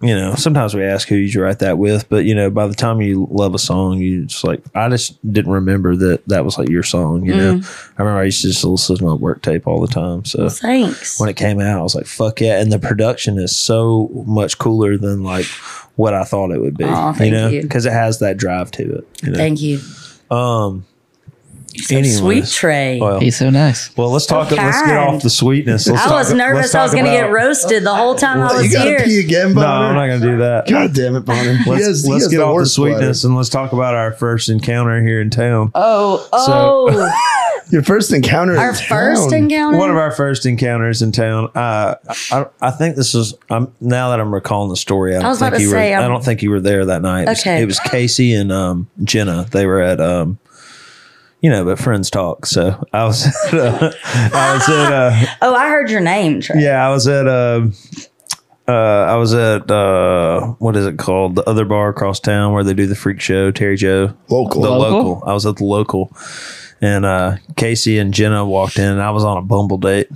Speaker 1: you know, sometimes we ask who you write that with, but you know, by the time you love a song, you just like, I just didn't remember that that was like your song. You know,
Speaker 2: Mm-hmm.
Speaker 1: I remember I used to just listen to my work tape all the time. So
Speaker 2: Thanks.
Speaker 1: when it came out, I was like, fuck yeah. And the production is so much cooler than like what I thought it would be,
Speaker 2: Aw, thank
Speaker 1: you know,
Speaker 2: you.
Speaker 1: because it has that drive to it. You know?
Speaker 2: Thank you.
Speaker 1: Anyways.
Speaker 2: Sweet Trey.
Speaker 1: Well,
Speaker 5: He's so nice.
Speaker 1: Well, let's talk. Let's get
Speaker 2: kind.
Speaker 1: off the sweetness. Let's
Speaker 2: I
Speaker 1: talk-
Speaker 2: was
Speaker 1: let's
Speaker 2: nervous I
Speaker 1: talk
Speaker 2: was going to get
Speaker 1: about-
Speaker 2: roasted the whole time I
Speaker 7: you
Speaker 2: was
Speaker 7: gotta
Speaker 2: here.
Speaker 7: pee again,
Speaker 1: No,
Speaker 7: Bonner.
Speaker 1: I'm not going to do that.
Speaker 7: God damn it, Bonner.
Speaker 1: Let's,
Speaker 7: He has- he
Speaker 1: let's
Speaker 7: has
Speaker 1: get off the
Speaker 7: worst bladder.
Speaker 1: sweetness and let's talk about our first encounter here in town.
Speaker 2: Oh, oh.
Speaker 7: Your first encounter.
Speaker 2: our
Speaker 7: in
Speaker 2: first
Speaker 7: town.
Speaker 2: encounter?
Speaker 1: One of our first encounters in town. Uh, I, I think this is. I'm now that I'm recalling the story. I, don't
Speaker 2: was
Speaker 1: think
Speaker 2: about to
Speaker 1: you
Speaker 2: say,
Speaker 1: were.
Speaker 2: I'm-
Speaker 1: I don't think you were there that night. It was-
Speaker 2: Okay.
Speaker 1: it was Casey and um, Jenna. They were at. Um, you know, but friends talk. So I was, at, uh, I was at uh,
Speaker 2: oh, I heard your name, Trey.
Speaker 1: Yeah, I was at um uh, I was at uh, what is it called? The other bar across town where they do the freak show, Terry Joe.
Speaker 7: Local.
Speaker 1: The
Speaker 5: Local?
Speaker 1: local. I was at the local, and uh, Casey and Jenna walked in, and I was on a Bumble date,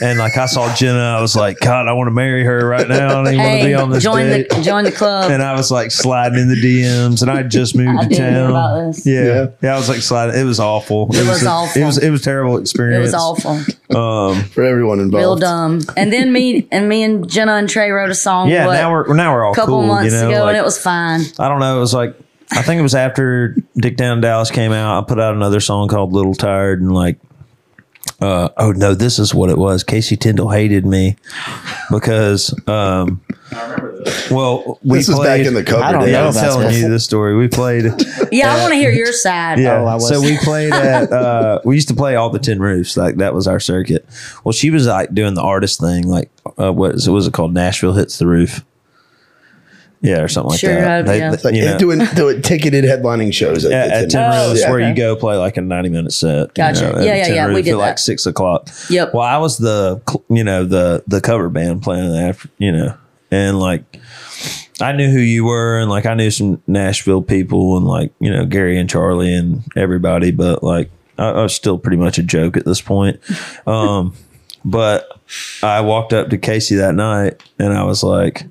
Speaker 1: and like I saw Jenna, I was like, God, I want to marry her right now. I don't even want to
Speaker 2: Hey,
Speaker 1: be on this
Speaker 2: join
Speaker 1: date.
Speaker 2: the join the club.
Speaker 1: and I was like sliding in the DMs, and I just moved
Speaker 2: I
Speaker 1: to
Speaker 2: did hear
Speaker 1: town.
Speaker 2: about this.
Speaker 1: Yeah.
Speaker 7: Yeah.
Speaker 1: yeah, I was like sliding. It was awful. It,
Speaker 2: was
Speaker 1: a-
Speaker 2: awful.
Speaker 1: It was it was a terrible
Speaker 2: it
Speaker 1: experience.
Speaker 2: was awful,
Speaker 7: for everyone involved.
Speaker 2: real dumb. And then me and me and Jenna and Trey wrote a song.
Speaker 1: Yeah,
Speaker 2: what,
Speaker 1: now we're now we're all
Speaker 2: a couple
Speaker 1: cool,
Speaker 2: months
Speaker 1: you know,
Speaker 2: ago,
Speaker 1: like-
Speaker 2: and it was fine.
Speaker 1: I don't know. It was like I think it was after Dick Down in Dallas came out. I put out another song called Little Tired and like. Uh, oh no! This is what it was. Casey Tyndall hated me because, um, well, we
Speaker 7: This was
Speaker 1: played,
Speaker 7: back in the cover
Speaker 5: I don't
Speaker 7: days.
Speaker 1: Yeah,
Speaker 5: know.
Speaker 1: I'm telling
Speaker 5: That's-
Speaker 1: you this story. We played.
Speaker 2: Yeah, I want to hear your side.
Speaker 1: Yeah.
Speaker 5: Oh, I was-
Speaker 1: So we played at uh we used to play all the tin roofs. Like that was our circuit. Well, she was like doing the artist thing, like uh what is it was it called? Nashville hits the roof. Yeah, or something like
Speaker 2: Sure,
Speaker 1: that.
Speaker 2: uh, yeah.
Speaker 7: Like
Speaker 1: you know,
Speaker 7: doing doing ticketed headlining shows. At,
Speaker 1: at,
Speaker 7: the
Speaker 1: at
Speaker 7: Tin
Speaker 1: Tin
Speaker 2: Oh,
Speaker 1: Roofs
Speaker 2: yeah.
Speaker 1: where you
Speaker 2: okay.
Speaker 1: go play like a 90 minute set.
Speaker 2: Gotcha.
Speaker 1: You know, at
Speaker 2: Yeah, yeah,
Speaker 1: Tin
Speaker 2: yeah, we
Speaker 1: Roof
Speaker 2: did
Speaker 1: at like
Speaker 2: that.
Speaker 1: six o'clock.
Speaker 2: Yep.
Speaker 1: Well, I was the, cl- you know, the, the cover band playing in the after, you know, and like, I knew who you were and like, I knew some Nashville people and like, you know, Gary and Charlie and everybody, but like, I, I was still pretty much a joke at this point. Um, but I walked up to Casey that night and I was like,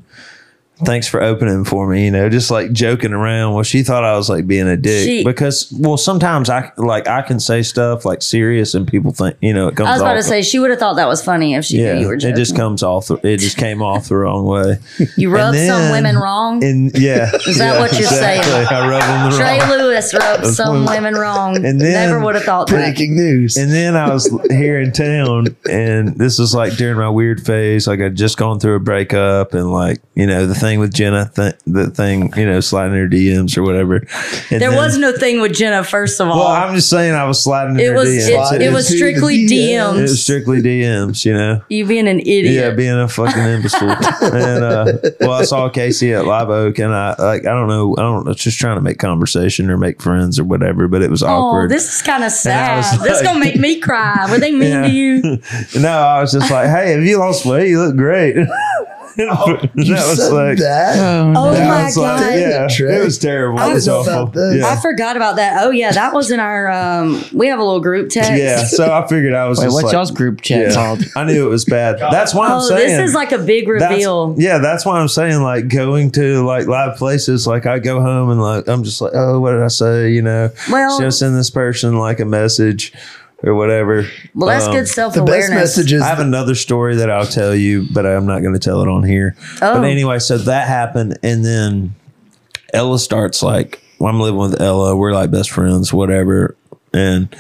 Speaker 1: thanks for opening for me, you know, just like joking around. Well, she thought I was like being a dick
Speaker 2: She-
Speaker 1: because, well, sometimes I like I can say stuff like serious and people think, you know, it comes
Speaker 2: I was about
Speaker 1: off
Speaker 2: to say she would have thought that was funny if she
Speaker 1: yeah,
Speaker 2: knew you were
Speaker 1: it
Speaker 2: joking.
Speaker 1: just comes off. The, it just came off the wrong way.
Speaker 2: you rub some
Speaker 1: then-
Speaker 2: women wrong.
Speaker 1: And yeah,
Speaker 2: Is that what you're saying?
Speaker 1: exactly. I rub them the
Speaker 2: Trey
Speaker 1: wrong.
Speaker 2: Lewis rubbed some women wrong.
Speaker 1: And then-
Speaker 2: Never would have thought that.
Speaker 7: Breaking news.
Speaker 1: And then I was here in town, and this was like during my weird phase. Like I'd just gone through a breakup, and like you know the thing with Jenna, th- the thing you know sliding her DMs or whatever. And
Speaker 2: There
Speaker 1: then-
Speaker 2: was no thing with Jenna. First of all,
Speaker 1: Well, I'm just saying I was sliding. in
Speaker 2: it
Speaker 1: her
Speaker 2: was
Speaker 1: DMs.
Speaker 2: it, it was
Speaker 7: Into the
Speaker 2: strictly
Speaker 7: DMs.
Speaker 1: It
Speaker 2: DMs.
Speaker 1: was strictly DMs, you know.
Speaker 2: you being an idiot.
Speaker 1: Yeah, being a fucking imbecile. and uh, well, I saw Casey at Live Oak, and I like I don't know, I don't. I was just trying to make conversation or make friends or whatever, but it was
Speaker 2: oh,
Speaker 1: awkward.
Speaker 2: this is kind of
Speaker 1: I
Speaker 2: sad.
Speaker 1: was
Speaker 2: this
Speaker 1: like-
Speaker 2: is gonna make me cry. Were they mean
Speaker 1: Yeah.
Speaker 2: to you?
Speaker 1: no, I was just like, hey, have you lost weight? You look great. that was
Speaker 7: Said
Speaker 1: like.
Speaker 7: that.
Speaker 2: Oh
Speaker 1: that
Speaker 2: my
Speaker 1: was
Speaker 2: god.
Speaker 1: like- yeah,
Speaker 7: Trey.
Speaker 1: it was terrible.
Speaker 2: I
Speaker 1: It was
Speaker 2: was
Speaker 7: about
Speaker 1: awful.
Speaker 7: this.
Speaker 1: Yeah.
Speaker 2: I forgot about that. Oh yeah, that was in our. Um, we have a little group text.
Speaker 1: yeah, so I figured I was
Speaker 5: Wait,
Speaker 1: just
Speaker 5: what's
Speaker 1: like,
Speaker 5: y'all's group chat
Speaker 1: yeah.
Speaker 5: called?
Speaker 1: I knew it was bad. That's why I'm
Speaker 2: Oh,
Speaker 1: saying
Speaker 2: this is like a big
Speaker 1: That's-
Speaker 2: reveal.
Speaker 1: yeah, that's why I'm saying like going to like live places. Like I go home and like I'm just like, oh, what did I say? You know,
Speaker 2: Well-
Speaker 1: so send this person like a message or whatever.
Speaker 2: Well, that's
Speaker 1: Um,
Speaker 2: good self
Speaker 7: The best
Speaker 2: awareness.
Speaker 7: message is
Speaker 1: I have another story that I'll tell you, but I'm not going to tell it on here.
Speaker 2: Oh.
Speaker 1: But anyway, so that happened, and then Ella starts like, well, I'm living with Ella. We're like best friends, whatever, and.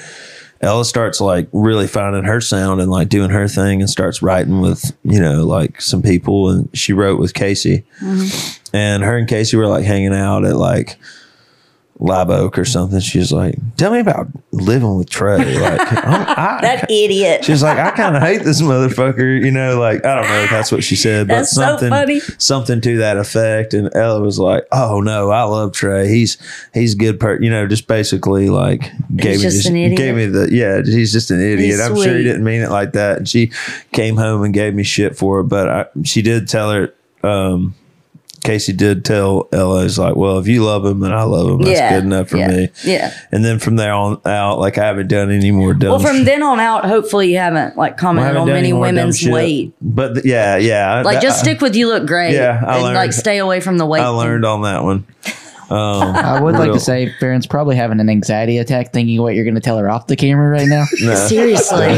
Speaker 1: Ella starts like really finding her sound and like doing her thing and starts writing with, you know, like some people. And she wrote with Casey. And her and Casey were like hanging out at like Live Oak or something. She's like, Tell me about living with Trey. Like, I'm- I,
Speaker 2: that idiot.
Speaker 1: She's like, I kind of hate this motherfucker, you know. Like, I don't know if that's what she said, but
Speaker 2: That's so
Speaker 1: something,
Speaker 2: funny.
Speaker 1: something to that effect. And Ella was like, "Oh no, I love Trey. He's he's a good per, you know." Just basically like gave me
Speaker 2: just
Speaker 1: this,
Speaker 2: an idiot.
Speaker 1: gave me the yeah. He's just an idiot. I'm sure
Speaker 2: sweet.
Speaker 1: he didn't mean it like that. And she came home and gave me shit for it, but I, she did tell her. um Casey did tell Ella, is like, well, if you love him and I love him, that's
Speaker 2: yeah.
Speaker 1: good enough for
Speaker 2: yeah.
Speaker 1: me.
Speaker 2: Yeah.
Speaker 1: And then from there on out, like I haven't done any more dumb
Speaker 2: Well,
Speaker 1: shit.
Speaker 2: from then on out, hopefully you haven't like
Speaker 1: I
Speaker 2: commented
Speaker 1: Um, haven't
Speaker 2: on
Speaker 1: done
Speaker 2: many
Speaker 1: any more dumb
Speaker 2: women's
Speaker 1: shit.
Speaker 2: weight.
Speaker 1: But th- yeah, yeah. I-
Speaker 2: Like,
Speaker 1: that-
Speaker 2: just
Speaker 1: I-
Speaker 2: stick with you look great.
Speaker 1: Yeah, I
Speaker 2: and like
Speaker 1: learned.
Speaker 2: stay away from the weight.
Speaker 1: I learned on that one. Um,
Speaker 5: I would like
Speaker 1: Real.
Speaker 5: to say Farron's probably having an anxiety attack thinking what you're going to tell her off the camera right now.
Speaker 1: no,
Speaker 2: Seriously.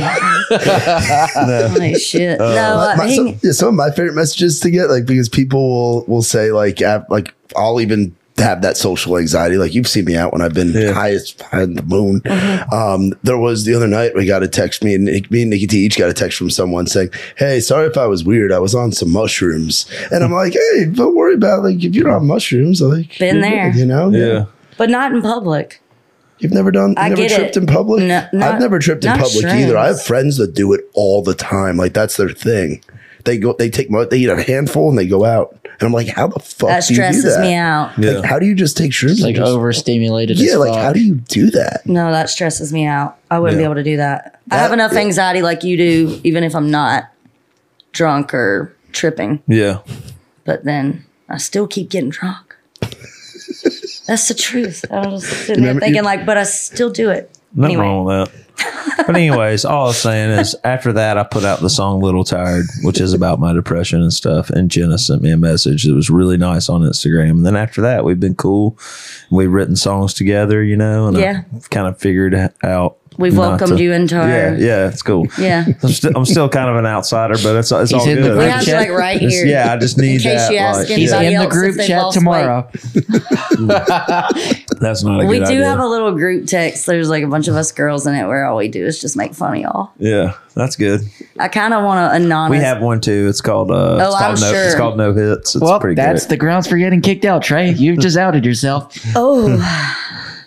Speaker 2: Holy shit. no, uh,
Speaker 7: my,
Speaker 2: he-
Speaker 7: some, yeah, some of my favorite messages to get like because people will will say like at, like I'll even have that social anxiety like you've seen me out when I've been
Speaker 1: Yeah.
Speaker 7: high as high in the moon.
Speaker 2: Mm-hmm.
Speaker 7: Um, there was the other night we got a text me and Nick- me and Nikki T each got a text from someone saying, "Hey, sorry if I was weird. I was on some mushrooms." And I'm like, "Hey, don't worry about it. like if you're on mushrooms, like
Speaker 2: Been
Speaker 7: you're
Speaker 2: there.
Speaker 7: good, you know,
Speaker 1: yeah.
Speaker 2: but not in public.
Speaker 7: You've never done,
Speaker 2: I
Speaker 7: never
Speaker 2: get
Speaker 7: tripped
Speaker 2: it.
Speaker 7: in public.
Speaker 2: No- not-
Speaker 7: I've never tripped in
Speaker 2: not
Speaker 7: public either. I
Speaker 2: shrooms.
Speaker 7: have friends that do it all the time. Like that's their thing. They go, they take, mo- they eat a handful and they go out. And I'm like, how the fuck
Speaker 2: That
Speaker 7: do you do
Speaker 2: stresses
Speaker 7: that?
Speaker 2: me out.
Speaker 1: Yeah. oh,
Speaker 7: Like, how do you just take shrooms?
Speaker 5: Like
Speaker 7: and just-
Speaker 5: overstimulated.
Speaker 7: yeah, like how do you do that?
Speaker 2: No, that stresses me out. I wouldn't be
Speaker 1: Yeah.
Speaker 2: able to do that. I have
Speaker 7: That-
Speaker 2: enough anxiety like you do, even if I'm not drunk or tripping.
Speaker 1: Yeah.
Speaker 2: But then I still keep getting drunk. That's the truth. I was sitting there
Speaker 7: Remember-
Speaker 2: thinking,
Speaker 7: you-
Speaker 2: like, but I still do it.
Speaker 1: Nothing
Speaker 2: Anyway.
Speaker 1: wrong with that. But anyways, all I'm saying is after that I put out the song Little Tired, which is about my depression and stuff. And Jenna sent me a message that was really nice on Instagram. And then after that we've been cool. We've written songs together, you know, and
Speaker 2: Yeah.
Speaker 1: I've kind of figured out
Speaker 2: We've
Speaker 1: not
Speaker 2: welcomed
Speaker 1: to-
Speaker 2: you into our.
Speaker 1: Yeah, yeah, it's cool.
Speaker 2: Yeah.
Speaker 1: I'm still, I'm still kind of an outsider, but it's, it's all
Speaker 5: in the
Speaker 1: good.
Speaker 2: We
Speaker 5: group
Speaker 1: I
Speaker 2: have
Speaker 1: just-
Speaker 2: you
Speaker 5: chat.
Speaker 2: like right
Speaker 1: it's-
Speaker 2: here.
Speaker 1: yeah, I just need
Speaker 2: in case
Speaker 1: that,
Speaker 2: you ask
Speaker 1: like,
Speaker 5: He's
Speaker 2: anybody
Speaker 5: in the
Speaker 2: else
Speaker 5: group
Speaker 2: if they've
Speaker 5: chat
Speaker 2: lost weight.
Speaker 5: tomorrow.
Speaker 1: That's not a
Speaker 2: We do
Speaker 1: good idea.
Speaker 2: have a little group text. There's like a bunch of us girls in it where all we do is just make fun of y'all.
Speaker 1: yeah, that's good.
Speaker 2: I kind of want to
Speaker 1: We
Speaker 2: anonymous.
Speaker 1: have one too. It's called uh it's
Speaker 2: Oh,
Speaker 1: called
Speaker 2: I'm
Speaker 1: no,
Speaker 2: sure.
Speaker 1: it's called no hits. It's
Speaker 5: Well,
Speaker 1: pretty
Speaker 5: that's
Speaker 1: good.
Speaker 5: the grounds for getting kicked out, Trey. You've just outed yourself.
Speaker 2: oh,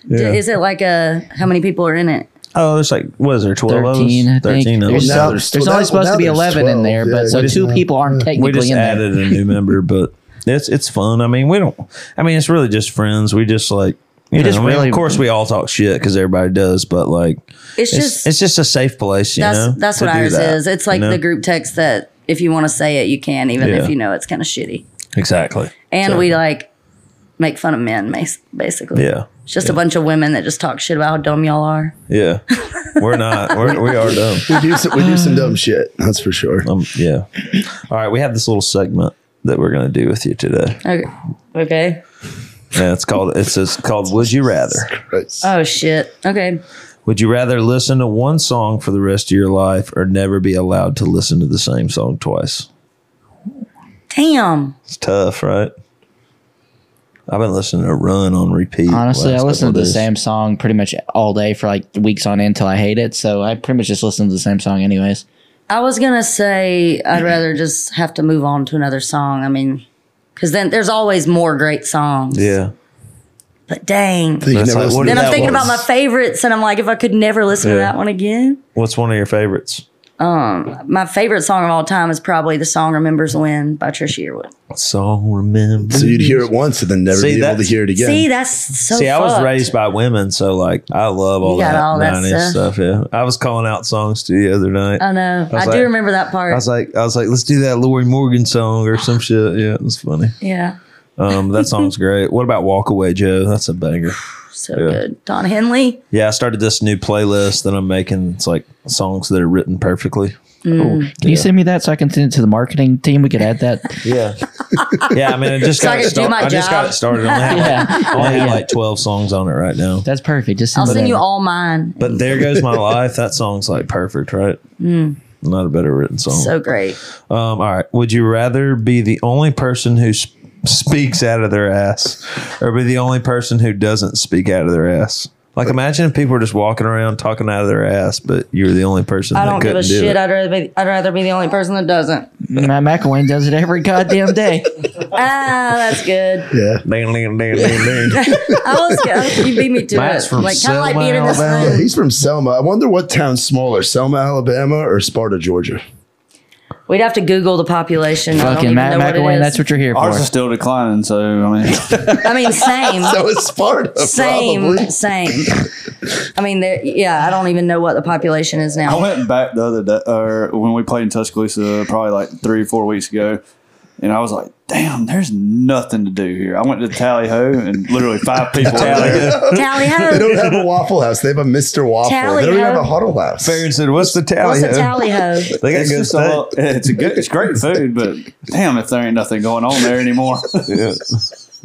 Speaker 2: D-
Speaker 1: Yeah.
Speaker 2: is it like a how many people are in it?
Speaker 1: oh, there's like what is there, twelve of us?
Speaker 5: 13, I think.
Speaker 1: Thirteen of us.
Speaker 5: There's,
Speaker 7: Well,
Speaker 5: so-
Speaker 7: now
Speaker 5: there's
Speaker 7: there's- well,
Speaker 5: only
Speaker 7: now-
Speaker 5: supposed to be
Speaker 7: now there's
Speaker 5: 11 in there,
Speaker 7: 12,
Speaker 5: but
Speaker 7: yeah,
Speaker 5: so
Speaker 7: we
Speaker 5: two
Speaker 7: just-
Speaker 5: people aren't
Speaker 1: we
Speaker 5: technically
Speaker 1: just
Speaker 5: in there.
Speaker 1: added a new member, but it's it's fun. I mean, we don't I mean it's really just friends. We just like you know,
Speaker 5: just
Speaker 1: I mean,
Speaker 5: really-
Speaker 1: of course we all talk shit because everybody does, but like
Speaker 2: It's,
Speaker 1: it's,
Speaker 2: just
Speaker 1: it's just a safe place, you
Speaker 2: that's
Speaker 1: know.
Speaker 2: that's
Speaker 1: to
Speaker 2: what
Speaker 1: do
Speaker 2: ours
Speaker 1: that,
Speaker 2: is. It's like
Speaker 1: you know?
Speaker 2: the group text that if you want to say it, you can, even
Speaker 1: Yeah.
Speaker 2: if you know it's kind of shitty.
Speaker 1: Exactly.
Speaker 2: And
Speaker 1: So,
Speaker 2: we like make fun of men, mas- basically.
Speaker 1: Yeah.
Speaker 2: It's just a bunch of women that just talk shit about how dumb y'all are.
Speaker 1: Yeah. We're not we're we are dumb.
Speaker 7: We do, some, we do some dumb shit. That's for sure.
Speaker 1: Um, yeah. All right, we have this little segment that we're gonna do with you today.
Speaker 2: Okay. Okay.
Speaker 1: Yeah, it's called it's, it's called Would You Rather.
Speaker 7: Christ.
Speaker 2: Oh shit. Okay.
Speaker 1: Would you rather listen to one song for the rest of your life or never be allowed to listen to the same song twice?
Speaker 2: Damn.
Speaker 1: It's tough, right? I've been listening to Run on repeat.
Speaker 5: Honestly,
Speaker 1: last
Speaker 5: I listen to
Speaker 1: couple
Speaker 5: the
Speaker 1: days.
Speaker 5: same song pretty much all day for like weeks on end till I hate it. So I pretty much just listen to the same song anyways.
Speaker 2: I was gonna say I'd rather just have to move on to another song. I mean, because then there's always more great songs.
Speaker 1: Yeah.
Speaker 2: But dang.
Speaker 7: You never
Speaker 1: That's like,
Speaker 7: listened
Speaker 1: what
Speaker 7: to
Speaker 1: is
Speaker 2: Then I'm
Speaker 7: that
Speaker 2: thinking
Speaker 7: one.
Speaker 2: about my favorites, and I'm like, if I could never listen to
Speaker 1: Yeah.
Speaker 2: that one again.
Speaker 1: What's one of your favorites?
Speaker 2: My favorite song of all time is probably the song "Remembers When" by Trisha Yearwood.
Speaker 1: Song remember.
Speaker 7: So you'd hear it once and then never
Speaker 1: See,
Speaker 7: be able to
Speaker 1: that's-
Speaker 7: hear it again.
Speaker 2: See, that's so.
Speaker 1: See, I was
Speaker 2: fucked.
Speaker 1: raised by women, so like I love all
Speaker 2: You got
Speaker 1: that
Speaker 2: all that
Speaker 1: 90s stuff. Yeah, I was calling out songs to you the other night.
Speaker 2: I know. I,
Speaker 1: was
Speaker 2: do
Speaker 1: like-
Speaker 2: remember that part.
Speaker 1: I was like, I was like, let's do that Lori Morgan song or some shit. Yeah, it was funny.
Speaker 2: yeah,
Speaker 1: Um, that song's great. What about Walk Away Joe? That's a banger.
Speaker 2: so good. Don Henley.
Speaker 1: Yeah, I started this new playlist that I'm making. It's like songs that are written perfectly.
Speaker 5: Can you send me that so I can send it to the marketing team? We could add that.
Speaker 1: Yeah, yeah. I mean, I just
Speaker 2: So I
Speaker 1: got it
Speaker 2: could do
Speaker 1: started.
Speaker 2: my
Speaker 1: I just got
Speaker 2: job.
Speaker 1: it started. I only have, like,
Speaker 5: Oh, yeah,
Speaker 1: I only have like 12 songs on it right now.
Speaker 5: that's perfect. Just
Speaker 2: I'll
Speaker 5: send
Speaker 2: send you
Speaker 5: it.
Speaker 2: all mine.
Speaker 1: But there goes my life. That song's like perfect, right? Not a better written song.
Speaker 2: Mm. so great.
Speaker 1: Um, all right. Would you rather be the only person who sp- speaks out of their ass or be the only person who doesn't speak out of their ass? Like, imagine if people were just walking around talking out of their ass, but you were the only person
Speaker 2: I
Speaker 1: that
Speaker 2: don't give
Speaker 1: couldn't
Speaker 2: a
Speaker 1: do
Speaker 2: shit.
Speaker 1: it.
Speaker 2: I'd rather be. I'd rather be the only person that doesn't.
Speaker 5: Matt McElwain does it every goddamn day.
Speaker 2: Ah, that's good.
Speaker 7: yeah.
Speaker 1: Ding, ding, ding, ding, ding.
Speaker 2: I was good. You beat me to
Speaker 1: Matt's
Speaker 2: it.
Speaker 1: from
Speaker 2: Like kind of like
Speaker 1: Selma,
Speaker 2: being in this
Speaker 1: Alabama.
Speaker 7: Yeah,
Speaker 2: room.
Speaker 7: he's from Selma. I wonder what town's smaller, Selma, Alabama, or Sparta, Georgia.
Speaker 2: We'd have to Google the population. I don't
Speaker 5: Fucking
Speaker 2: even
Speaker 5: Matt
Speaker 2: know what it
Speaker 5: McElwain.
Speaker 2: is.
Speaker 5: That's what you're here
Speaker 6: Ours
Speaker 5: for.
Speaker 6: is still declining, so I mean,
Speaker 2: I mean, same.
Speaker 7: So it's Sparta,
Speaker 2: Same,
Speaker 7: probably.
Speaker 2: same. I mean, there- yeah, I don't even know what the population is
Speaker 6: I
Speaker 2: now.
Speaker 6: went back the other day, or when we played in Tuscaloosa, probably like three or four weeks ago, and I was like, "Damn, there's nothing to do here." I went to Tally Ho, and literally five people. were there.
Speaker 2: Tally
Speaker 7: They
Speaker 2: ho.
Speaker 7: don't have a Waffle House. They have a Mr. Waffle. they don't even
Speaker 2: Tally-ho.
Speaker 7: have a Huddle House.
Speaker 1: Barron said, What's the tally?
Speaker 2: What's a
Speaker 1: ho?"
Speaker 2: tally ho?
Speaker 1: They got
Speaker 6: It's
Speaker 1: good
Speaker 6: just
Speaker 1: stuff.
Speaker 6: all- it's a good, it's great food, but damn, if there ain't nothing going on there anymore.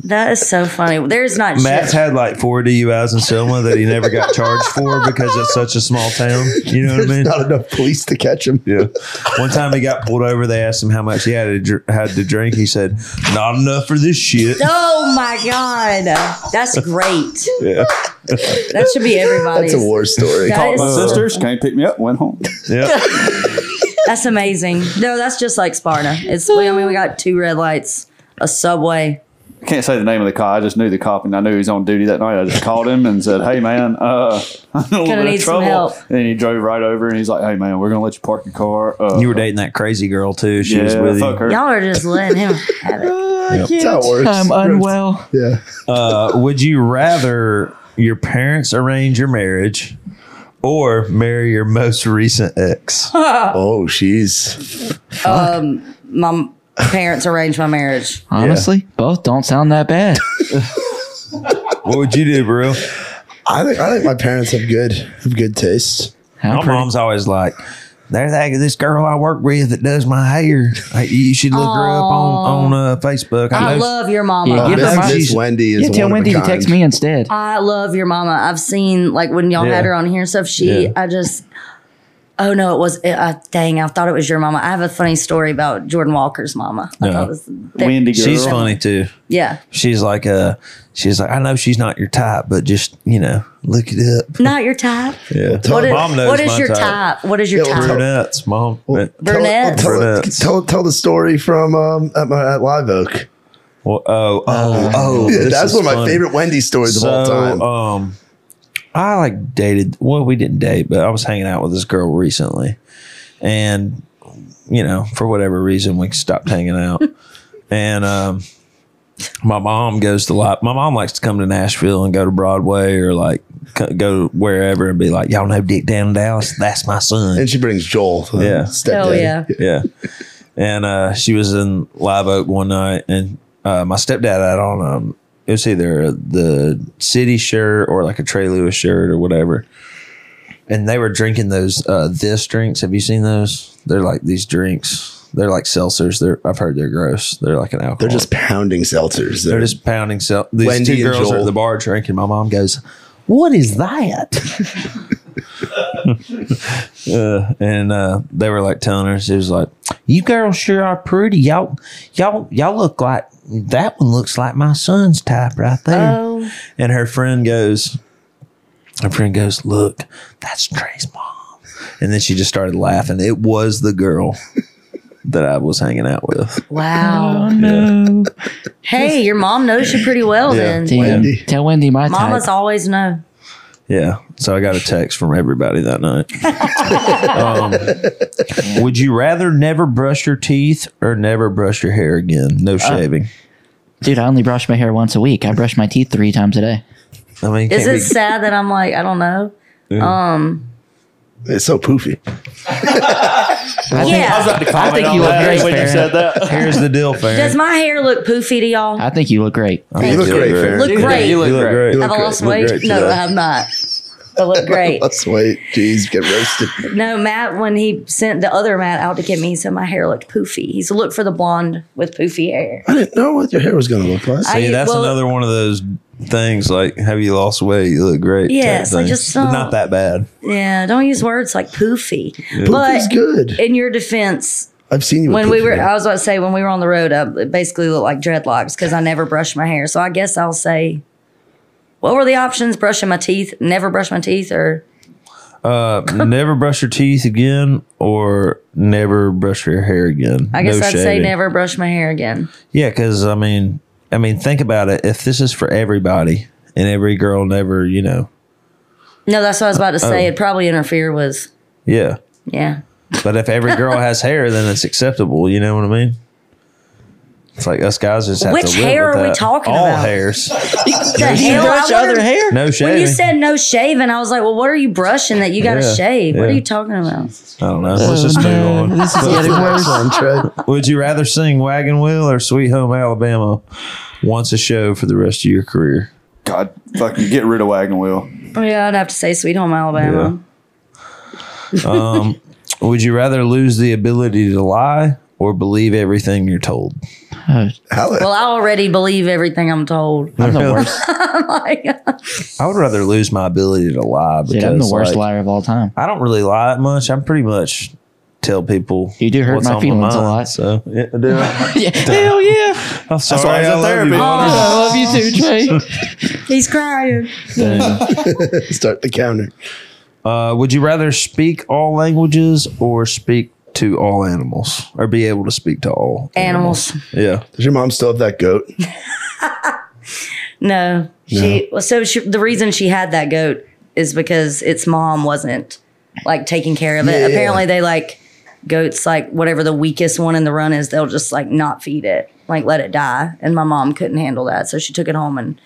Speaker 2: That is so funny. There's not
Speaker 1: Matt's
Speaker 2: shit.
Speaker 1: had like four DUIs in Selma that he never got charged for because it's such a small town. You know what I
Speaker 7: There's
Speaker 1: mean?
Speaker 7: not enough police to catch him.
Speaker 1: Yeah. One time he got pulled over. They asked him how much he had to, dr- had to drink. He said, "Not enough for this shit."
Speaker 2: Oh my god, that's great.
Speaker 1: Yeah.
Speaker 2: That should be everybody's.
Speaker 7: That's a war story.
Speaker 2: That
Speaker 6: My
Speaker 2: is-
Speaker 6: sisters came pick me up, went home.
Speaker 1: Yeah.
Speaker 2: that's amazing. No, that's just like Sparta. It's. we- I mean, we got two red lights, a subway.
Speaker 6: I can't say the name of the car. I just knew the cop, and I knew he was on duty that night. I just called him and said, "Hey, man, uh, I'm in a little bit
Speaker 2: need
Speaker 6: of
Speaker 2: some
Speaker 6: trouble."
Speaker 2: help.
Speaker 6: And he drove right over, and he's like, "Hey, man, we're gonna let you park your car." Uh,
Speaker 1: You were dating that crazy girl too. She
Speaker 6: yeah,
Speaker 1: was with
Speaker 6: fuck
Speaker 1: you.
Speaker 6: her.
Speaker 2: Y'all are just letting him have it.
Speaker 7: That's how it works.
Speaker 5: I'm unwell.
Speaker 7: Yeah.
Speaker 1: Uh, would you rather your parents arrange your marriage or marry your most recent ex?
Speaker 2: Uh,
Speaker 7: Oh, she's.
Speaker 2: My parents arranged my marriage.
Speaker 5: Honestly, both don't sound that bad.
Speaker 1: What would you do, bro?
Speaker 7: I think I think my parents have good have good taste.
Speaker 1: My
Speaker 5: How pretty-
Speaker 1: mom's always like. There's that, this girl I work with that does my hair. Like, you should look her up on on uh, Facebook.
Speaker 2: I
Speaker 1: know-
Speaker 2: love your mama.
Speaker 5: Yeah,
Speaker 7: Miss,
Speaker 5: Give her my-
Speaker 7: Miss Um, Wendy is
Speaker 5: yeah,
Speaker 7: one
Speaker 5: tell
Speaker 7: of a
Speaker 5: Wendy to
Speaker 7: kind.
Speaker 5: text me instead.
Speaker 2: I love your mama. I've seen like when y'all
Speaker 1: Yeah.
Speaker 2: had her on here and stuff. She,
Speaker 1: Yeah.
Speaker 2: I just, oh no, it was. It, uh, dang, I thought it was your mama. I have a funny story about Jordan Walker's mama. I
Speaker 1: Yeah.
Speaker 2: thought it was
Speaker 6: Windy girl.
Speaker 1: She's funny too.
Speaker 2: Yeah,
Speaker 1: she's like uh she's like i know she's not your type but just you know look it up
Speaker 2: not your type.
Speaker 1: yeah
Speaker 2: What is,
Speaker 1: mom knows
Speaker 2: what is
Speaker 1: my
Speaker 2: your type? What is your
Speaker 7: Yeah, well,
Speaker 2: type?
Speaker 1: brunettes mom
Speaker 2: Brunette.
Speaker 7: Tell, tell,
Speaker 1: Brunettes.
Speaker 7: tell, tell the story from um, at, my, at Live Oak.
Speaker 1: well, oh oh oh
Speaker 7: Yeah,
Speaker 1: this
Speaker 7: that's
Speaker 1: is
Speaker 7: one of my
Speaker 1: funny.
Speaker 7: favorite Wendy stories
Speaker 1: so,
Speaker 7: of all time.
Speaker 1: um i like dated well we didn't date but i was hanging out with this girl recently and you know for whatever reason we stopped hanging out and um my mom goes to lot. My mom likes to come to Nashville and go to Broadway or like c- go wherever and be like, "Y'all know Dick down in Dallas? That's my son."
Speaker 7: and she brings Joel. the
Speaker 1: Yeah.
Speaker 7: stepdaddy.
Speaker 2: Hell yeah.
Speaker 1: yeah. And uh, she was in Live Oak one night, and uh, my stepdad had on um, it was either the city shirt or like a Trey Lewis shirt or whatever. And they were drinking those uh, this drinks. Have you seen those? They're like these drinks They're like seltzers. They're I've heard they're gross. They're like an alcohol.
Speaker 7: They're just pounding seltzers.
Speaker 1: they're just pounding seltzers. These
Speaker 7: Wendy
Speaker 1: two
Speaker 7: and
Speaker 1: girls are at
Speaker 7: Joel.
Speaker 1: the bar drinking. My mom goes, "What is that?" uh, and uh, they were like telling her, she was like, "You girls sure are pretty. Y'all, y'all, y'all look like that one looks like my son's type right there."
Speaker 2: Oh,
Speaker 1: And her friend goes, her friend goes, look, that's Trey's mom. And then she just started laughing. It was the girl that I was hanging out with.
Speaker 2: wow.
Speaker 5: Oh, no.
Speaker 2: Hey, your mom knows you pretty well then.
Speaker 5: Damn.
Speaker 7: Wendy.
Speaker 5: Tell Wendy my
Speaker 2: Mamas
Speaker 5: type.
Speaker 2: always know.
Speaker 1: Yeah. So I got a text from everybody that night. um, would you rather never brush your teeth or never brush your hair again? No shaving.
Speaker 5: Dude, I only brush my hair once a week. I brush my teeth three times a day.
Speaker 1: I mean,
Speaker 2: Is
Speaker 1: can't
Speaker 2: it sad that I'm like, I don't know?
Speaker 7: it's so poofy.
Speaker 5: I
Speaker 2: Yeah.
Speaker 5: Think, I think you look
Speaker 6: Hey,
Speaker 5: great,
Speaker 6: when you said
Speaker 5: Farrah.
Speaker 1: be-
Speaker 6: that,
Speaker 1: here's the deal, Farron.
Speaker 2: Does my hair look poofy to y'all?
Speaker 5: I think you look great.
Speaker 7: You look
Speaker 1: you.
Speaker 7: great, Farrah.
Speaker 1: Look
Speaker 2: look great.
Speaker 6: you
Speaker 1: You
Speaker 6: look
Speaker 1: look
Speaker 6: great.
Speaker 1: great.
Speaker 2: Have I
Speaker 7: great.
Speaker 2: lost
Speaker 7: Look
Speaker 2: weight?
Speaker 7: great
Speaker 2: No,
Speaker 7: today.
Speaker 2: I have not. I look great.
Speaker 7: Let's wait. Jeez, get roasted.
Speaker 2: No, Matt, when he sent the other Matt out to get me, he said my hair looked poofy. He said, look for the blonde with poofy hair.
Speaker 7: I didn't know what your hair was going to look like.
Speaker 2: I-
Speaker 1: See, that's
Speaker 2: well-
Speaker 1: another one of those things like, have you lost weight? You look great. type
Speaker 2: Yes, I
Speaker 1: thing.
Speaker 2: just
Speaker 1: But
Speaker 2: don't-
Speaker 1: Not that bad.
Speaker 2: Yeah, don't use words like poofy.
Speaker 7: Poofy's
Speaker 2: But
Speaker 7: good.
Speaker 2: in your defense,
Speaker 7: I've seen you with
Speaker 2: when we
Speaker 7: poofy
Speaker 2: were,
Speaker 7: hair.
Speaker 2: I was about to say, when we were on the road, I it basically looked like dreadlocks because I never brush my hair. So I guess I'll say, what were the options? Brushing my teeth, never brush my teeth, or
Speaker 1: Uh, never brush your teeth again, or never brush your hair again.
Speaker 2: I guess
Speaker 1: No
Speaker 2: I'd say
Speaker 1: shaving.
Speaker 2: never brush my hair again.
Speaker 1: Yeah, because I mean, I mean, think about it. If this is for everybody, and every girl never, you know,
Speaker 2: No, that's what I was
Speaker 7: Oh.
Speaker 2: about to say. It'd probably interfere with,
Speaker 1: yeah.
Speaker 2: yeah.
Speaker 1: But if every girl has hair, then it's acceptable. You know what I mean? It's like us guys just have
Speaker 2: Which
Speaker 1: to live
Speaker 2: hair
Speaker 1: with
Speaker 2: are we
Speaker 1: that.
Speaker 2: talking
Speaker 1: All
Speaker 2: about?
Speaker 1: hairs,
Speaker 2: The hell, I wondered-
Speaker 1: no
Speaker 2: When
Speaker 1: shaving.
Speaker 2: you said no shaving, I was like, well, what are you brushing that you got to
Speaker 1: Yeah,
Speaker 2: shave? What are
Speaker 1: yeah.
Speaker 2: you talking about?
Speaker 1: I don't know. Let's just move on.
Speaker 5: This is getting worse.
Speaker 1: Would you rather sing Wagon Wheel or Sweet Home Alabama once a show for the rest of your career?
Speaker 6: God, fucking get rid of wagon wheel.
Speaker 2: Oh, yeah, I'd have to say Sweet Home Alabama.
Speaker 1: Would you rather lose the ability to lie or believe everything you're told?
Speaker 5: Oh,
Speaker 2: Well, I already believe everything I'm told.
Speaker 5: I'm the worst.
Speaker 2: Like,
Speaker 1: I would rather lose my ability to lie because
Speaker 5: Dude, I'm the worst
Speaker 1: like,
Speaker 5: liar of all time.
Speaker 1: I don't really lie that much. I'm pretty much tell people.
Speaker 5: You do hurt
Speaker 1: what's
Speaker 5: my
Speaker 1: on
Speaker 5: feelings a
Speaker 1: mind,
Speaker 5: lot.
Speaker 1: So yeah, I do.
Speaker 5: yeah. Hell yeah.
Speaker 1: I'm sorry.
Speaker 6: why
Speaker 1: I
Speaker 6: I was at
Speaker 1: love you.
Speaker 6: therapy.
Speaker 1: Bonnie.
Speaker 5: I love you too, Trey.
Speaker 2: he's crying.
Speaker 7: Start the counter.
Speaker 1: Uh, would you rather speak all languages or speak to all animals, or be able to speak to all
Speaker 2: Animals.
Speaker 1: Yeah.
Speaker 7: Does your mom still have that goat?
Speaker 2: No. She, well, so she, the reason she had that goat is because its mom wasn't like taking care of it.
Speaker 7: Yeah.
Speaker 2: Apparently, they like goats, like whatever the weakest one in the run is, they'll just like not feed it, like let it die. And my mom couldn't handle that. So she took it home and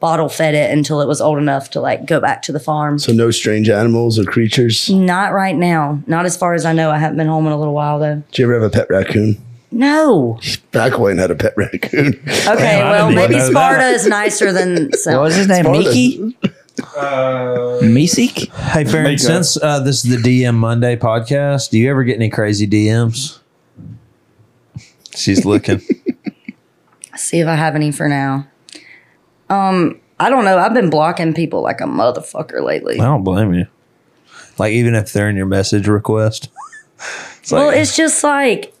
Speaker 2: bottle fed it until it was old enough to like go back to the farm.
Speaker 7: So no strange animals or creatures.
Speaker 2: Not right now. Not as far as I know. I haven't been home in a little while though.
Speaker 7: Did you ever have a pet raccoon?
Speaker 2: No.
Speaker 7: Backwain had a pet raccoon.
Speaker 2: Okay.
Speaker 1: I
Speaker 2: well,
Speaker 1: didn't
Speaker 2: maybe
Speaker 1: know that.
Speaker 2: Sparta is nicer than.
Speaker 5: What was his name?
Speaker 7: Sparta.
Speaker 5: Miki? Misik?
Speaker 1: Hey, Farron,
Speaker 6: Mika.
Speaker 1: since uh, this is the DM Monday podcast, do you ever get any crazy DMs? She's looking.
Speaker 2: see if I have any for now. Um, I don't know. I've been blocking people like a motherfucker lately.
Speaker 1: I don't blame you. Like even if they're in your message request, it's
Speaker 2: well,
Speaker 1: like,
Speaker 2: it's just like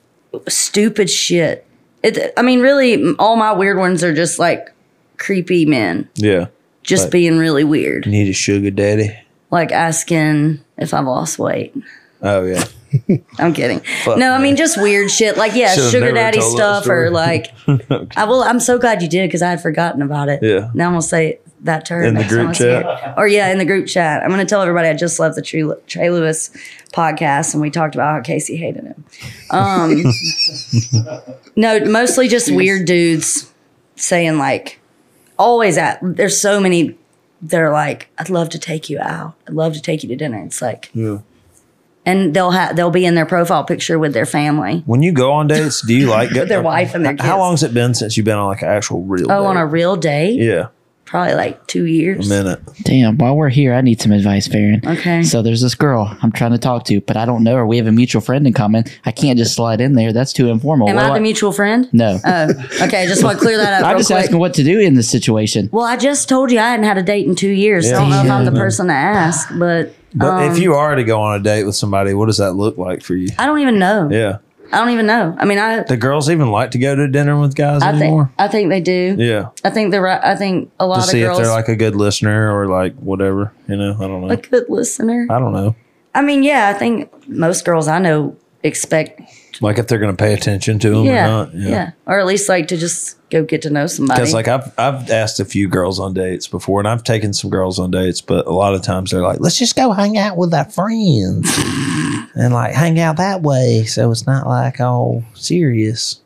Speaker 2: stupid shit. It, I mean, really, all my weird ones are just like creepy men,
Speaker 1: yeah,
Speaker 2: just
Speaker 1: Right.
Speaker 2: being really weird,
Speaker 1: need a sugar daddy.
Speaker 2: like asking if I've lost weight.
Speaker 1: Oh yeah,
Speaker 2: I'm kidding. no, I mean just weird shit. Like yeah,
Speaker 1: Should've
Speaker 2: sugar
Speaker 1: never
Speaker 2: daddy
Speaker 1: told that
Speaker 2: stuff
Speaker 1: story.
Speaker 2: or like. I will. I'm so glad you did because I had forgotten about it.
Speaker 1: Yeah.
Speaker 2: Now I'm gonna say that term
Speaker 1: In the
Speaker 2: next time
Speaker 1: group
Speaker 2: I see it. Or yeah, in the group chat. I'm gonna tell everybody I just left the Trey, Trey Lewis podcast and we talked about how Casey hated him. Um, no, mostly just weird dudes saying like, always at. There's so many. They're like, I'd love to take you out. I'd love to take you to dinner. It's like, and they'll have they'll be in their profile picture with their family,
Speaker 1: when you go on dates, do you like go-
Speaker 2: their wife and their kids.
Speaker 1: How long's it been since you've been on like an actual real?
Speaker 2: Oh, on
Speaker 1: date?
Speaker 2: a real date?
Speaker 1: yeah.
Speaker 2: probably like two
Speaker 1: A
Speaker 2: years.
Speaker 1: minute.
Speaker 5: Damn, while we're here, I need some advice, Farron.
Speaker 2: Okay.
Speaker 5: So there's this girl I'm trying to talk to, but I don't know her. We have a mutual friend in common. I can't just slide in there. That's too informal.
Speaker 2: Am
Speaker 5: What
Speaker 2: I
Speaker 5: do
Speaker 2: the mutual friend?
Speaker 5: No.
Speaker 2: Oh, okay. Just want to clear that up.
Speaker 5: I'm
Speaker 2: real
Speaker 5: just
Speaker 2: quick.
Speaker 5: asking what to do in this situation.
Speaker 2: Well, I just told you I hadn't had a date in two years. So I don't know if I'm the person to ask, but
Speaker 1: But
Speaker 2: Um,
Speaker 1: if you are to go on a date with somebody, what does that look like for you?
Speaker 2: I don't even know.
Speaker 1: Yeah.
Speaker 2: I don't even know. I mean, I
Speaker 1: Do girls even like to go to dinner with guys
Speaker 2: I think
Speaker 1: anymore?
Speaker 2: I think they do.
Speaker 1: yeah.
Speaker 2: I think they're right. I think a
Speaker 1: To
Speaker 2: lot
Speaker 1: see
Speaker 2: of
Speaker 1: if
Speaker 2: girls
Speaker 1: they're like a good listener or like whatever, you know? I don't know.
Speaker 2: a good listener.
Speaker 1: I don't know.
Speaker 2: I mean, yeah, I think most girls I know expect
Speaker 1: Like if they're going to pay attention to them
Speaker 2: yeah,
Speaker 1: or not.
Speaker 2: yeah, or at least like to just go get to know somebody.
Speaker 1: Because like I've I've asked a few girls on dates before, and I've taken some girls on dates, but a lot of times they're like, "Let's just go hang out with our friends and like hang out that way," so it's not like all serious.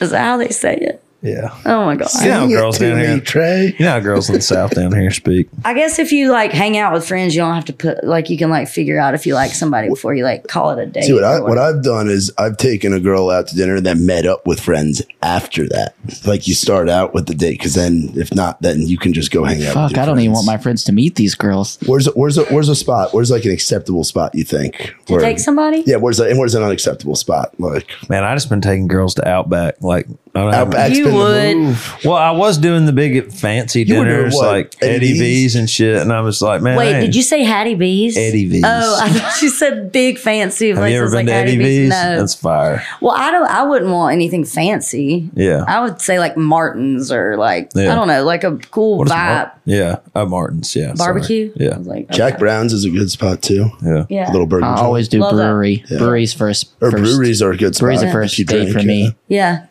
Speaker 2: Is that how they say it?
Speaker 1: Yeah,
Speaker 2: Oh my god!
Speaker 1: you know how
Speaker 7: Get
Speaker 1: girls
Speaker 7: to
Speaker 1: down
Speaker 7: me,
Speaker 1: here.
Speaker 7: Trey.
Speaker 1: You know how girls in the south down here speak.
Speaker 2: I guess if you like hang out with friends, you don't have to put like you can like figure out if you like somebody before you like call it a date.
Speaker 7: See what I
Speaker 2: or
Speaker 7: what
Speaker 2: whatever.
Speaker 7: I've done is I've taken a girl out to dinner and then met up with friends after that. Like you start out with the date because then if not, then you can just go hang out.
Speaker 5: Fuck,
Speaker 7: with your
Speaker 5: I don't even
Speaker 7: friends.
Speaker 5: want my friends to meet these girls.
Speaker 7: Where's where's a, where's a spot? Where's like an acceptable spot? You think?
Speaker 2: to
Speaker 7: Where-
Speaker 2: take somebody.
Speaker 7: Yeah, where's a, and where's an unacceptable spot? Like
Speaker 1: Man, I just been taking girls to Outback. Like I don't have-
Speaker 7: Outback's
Speaker 2: You
Speaker 7: been the
Speaker 2: would.
Speaker 7: move.
Speaker 1: Well, I was doing the big fancy
Speaker 7: You were doing
Speaker 1: dinners
Speaker 7: what?
Speaker 1: like
Speaker 7: Eddie
Speaker 1: Eddie
Speaker 7: V's?
Speaker 1: V's and shit, and I was like, "Man, I
Speaker 2: Wait,
Speaker 1: ain't-
Speaker 2: did you say Hattie B's?
Speaker 1: Eddie V's.
Speaker 2: Oh, I thought you said big fancy
Speaker 1: Have
Speaker 2: places
Speaker 1: you ever been
Speaker 2: like
Speaker 1: to Eddie V's?
Speaker 2: No.
Speaker 1: That's fire.
Speaker 2: well, I don't. I wouldn't want anything fancy.
Speaker 1: Yeah.
Speaker 2: I would say like Martin's or like
Speaker 1: Yeah.
Speaker 2: I don't know, like a cool
Speaker 1: What is
Speaker 2: vibe
Speaker 1: Mar- yeah, uh, Martin's. Yeah, sorry.
Speaker 2: barbecue. I
Speaker 1: Yeah,
Speaker 2: was like,
Speaker 7: Jack
Speaker 2: okay.
Speaker 7: Brown's is a good spot too.
Speaker 1: yeah.
Speaker 2: Yeah.
Speaker 7: Little burger.
Speaker 5: I
Speaker 7: joint.
Speaker 5: always do
Speaker 2: Love that.
Speaker 5: brewery. Breweries first.
Speaker 7: or
Speaker 5: first.
Speaker 7: breweries are a good spot.
Speaker 5: Breweries are
Speaker 7: if
Speaker 5: first
Speaker 7: you
Speaker 5: date
Speaker 7: drink,
Speaker 5: for
Speaker 7: yeah.
Speaker 5: me.
Speaker 2: Yeah.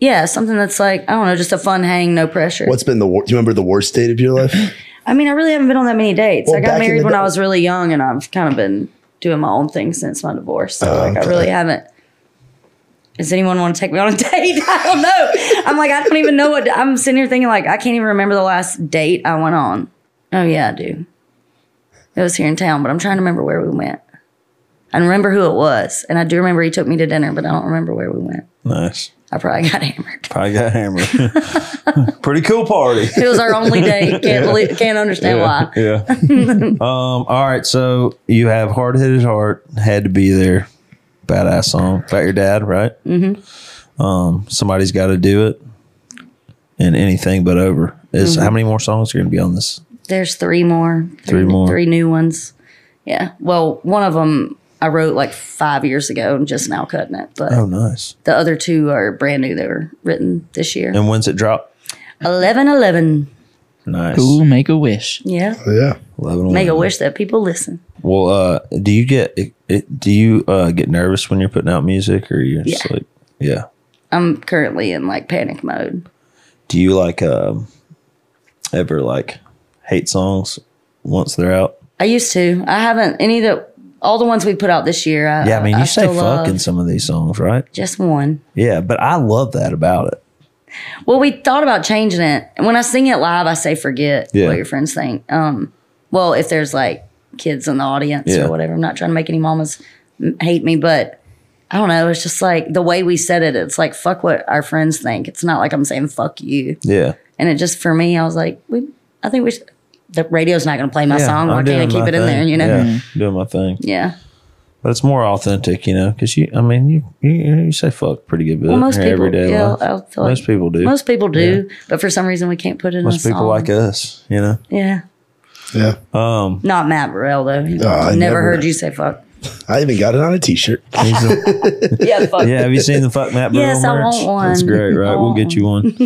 Speaker 2: Yeah. Something that's like, I don't know, just a fun hang, no pressure.
Speaker 7: What's been the wor- do you remember the worst date of your life?
Speaker 2: I mean, I really haven't been on that many dates.
Speaker 7: Well,
Speaker 2: I
Speaker 7: back
Speaker 2: got
Speaker 7: in
Speaker 2: married
Speaker 7: the
Speaker 2: when
Speaker 7: day-
Speaker 2: I was really young and I've kind of been doing my own thing since my divorce.
Speaker 7: Oh,
Speaker 2: So like I really haven't. Does anyone want to take me on a date? I don't know. I'm like, I don't even know what I'm sitting here thinking like I can't even remember the last date I went on. Oh yeah, I do. It was here in town, but I'm trying to remember where we went. I remember who it was. And I do remember he took me to dinner, but I don't remember where we went.
Speaker 1: Nice.
Speaker 2: I probably got hammered.
Speaker 1: Probably got hammered. Pretty cool party.
Speaker 2: It was our only date. Can't believe, can't understand why.
Speaker 1: Yeah. um. All right. So you have hard headed heart. Had to be there. Badass song about your dad, right? Mm-hmm. Um. Somebody's got to do it. And anything but over is how many more songs are going to be on this?
Speaker 2: There's three more.
Speaker 1: Three more.
Speaker 2: Three new ones. Yeah. Well, one of them I wrote like five years ago and just now cutting it. But
Speaker 1: Oh, nice.
Speaker 2: the other two are brand new. They were written this year.
Speaker 1: And when's it drop?
Speaker 2: Eleven, eleven.
Speaker 1: Nice.
Speaker 5: Ooh, make a wish.
Speaker 2: Yeah.
Speaker 7: Oh, yeah.
Speaker 1: Eleven
Speaker 2: Make a
Speaker 1: eleven.
Speaker 2: wish that people listen.
Speaker 1: Well, uh, do you get it, it, do you uh, get nervous when you're putting out music, or you're just
Speaker 2: Yeah.
Speaker 1: like, yeah?
Speaker 2: I'm currently in like panic mode.
Speaker 1: Do you like um, ever like hate songs once they're out?
Speaker 2: I used to. I haven't any of the all the ones we put out this year. I,
Speaker 1: Yeah, I mean, you say
Speaker 2: still
Speaker 1: fuck
Speaker 2: love.
Speaker 1: in some of these songs, right?
Speaker 2: Just one.
Speaker 1: Yeah, but I love that about it.
Speaker 2: Well, we thought about changing it. And when I sing it live, I say forget
Speaker 1: Yeah.
Speaker 2: what your friends think. Um, well, if there's like kids in the audience
Speaker 1: Yeah.
Speaker 2: or whatever, I'm not trying to make any mamas m- hate me, but I don't know. It's just like the way we said it. It's like fuck what our friends think. It's not like I'm saying fuck you.
Speaker 1: Yeah,
Speaker 2: And it just for me, I was like, we. I think we. Should, the radio's not going to play my
Speaker 1: yeah,
Speaker 2: song. Why
Speaker 1: I'm
Speaker 2: can't I
Speaker 1: doing
Speaker 2: keep
Speaker 1: my
Speaker 2: it in there?
Speaker 1: thing.
Speaker 2: You know.
Speaker 1: yeah,
Speaker 2: Yeah.
Speaker 7: Mm-hmm.
Speaker 1: doing my thing. But it's more authentic, you know, because you, I mean, you, you you say fuck pretty good bit
Speaker 2: Well, most
Speaker 1: in
Speaker 2: people.
Speaker 1: your everyday
Speaker 2: yeah,
Speaker 1: life.
Speaker 2: I feel like
Speaker 1: Most people do.
Speaker 2: Most people do, but for some reason we can't put it
Speaker 1: Most
Speaker 2: in a
Speaker 1: people
Speaker 2: song.
Speaker 1: like us, you know.
Speaker 2: Yeah.
Speaker 7: Yeah.
Speaker 1: Um,
Speaker 2: Not Matt Burrell though.
Speaker 7: I
Speaker 2: never,
Speaker 7: never-
Speaker 2: heard you say fuck.
Speaker 7: I even got it on a t shirt.
Speaker 1: he's a-
Speaker 2: Yeah, fuck.
Speaker 1: yeah, have you seen the fuck Matt Burrell
Speaker 2: Yes, I
Speaker 1: merch?
Speaker 2: want one.
Speaker 1: That's great, right?
Speaker 2: I
Speaker 1: We'll
Speaker 2: want
Speaker 1: get you one.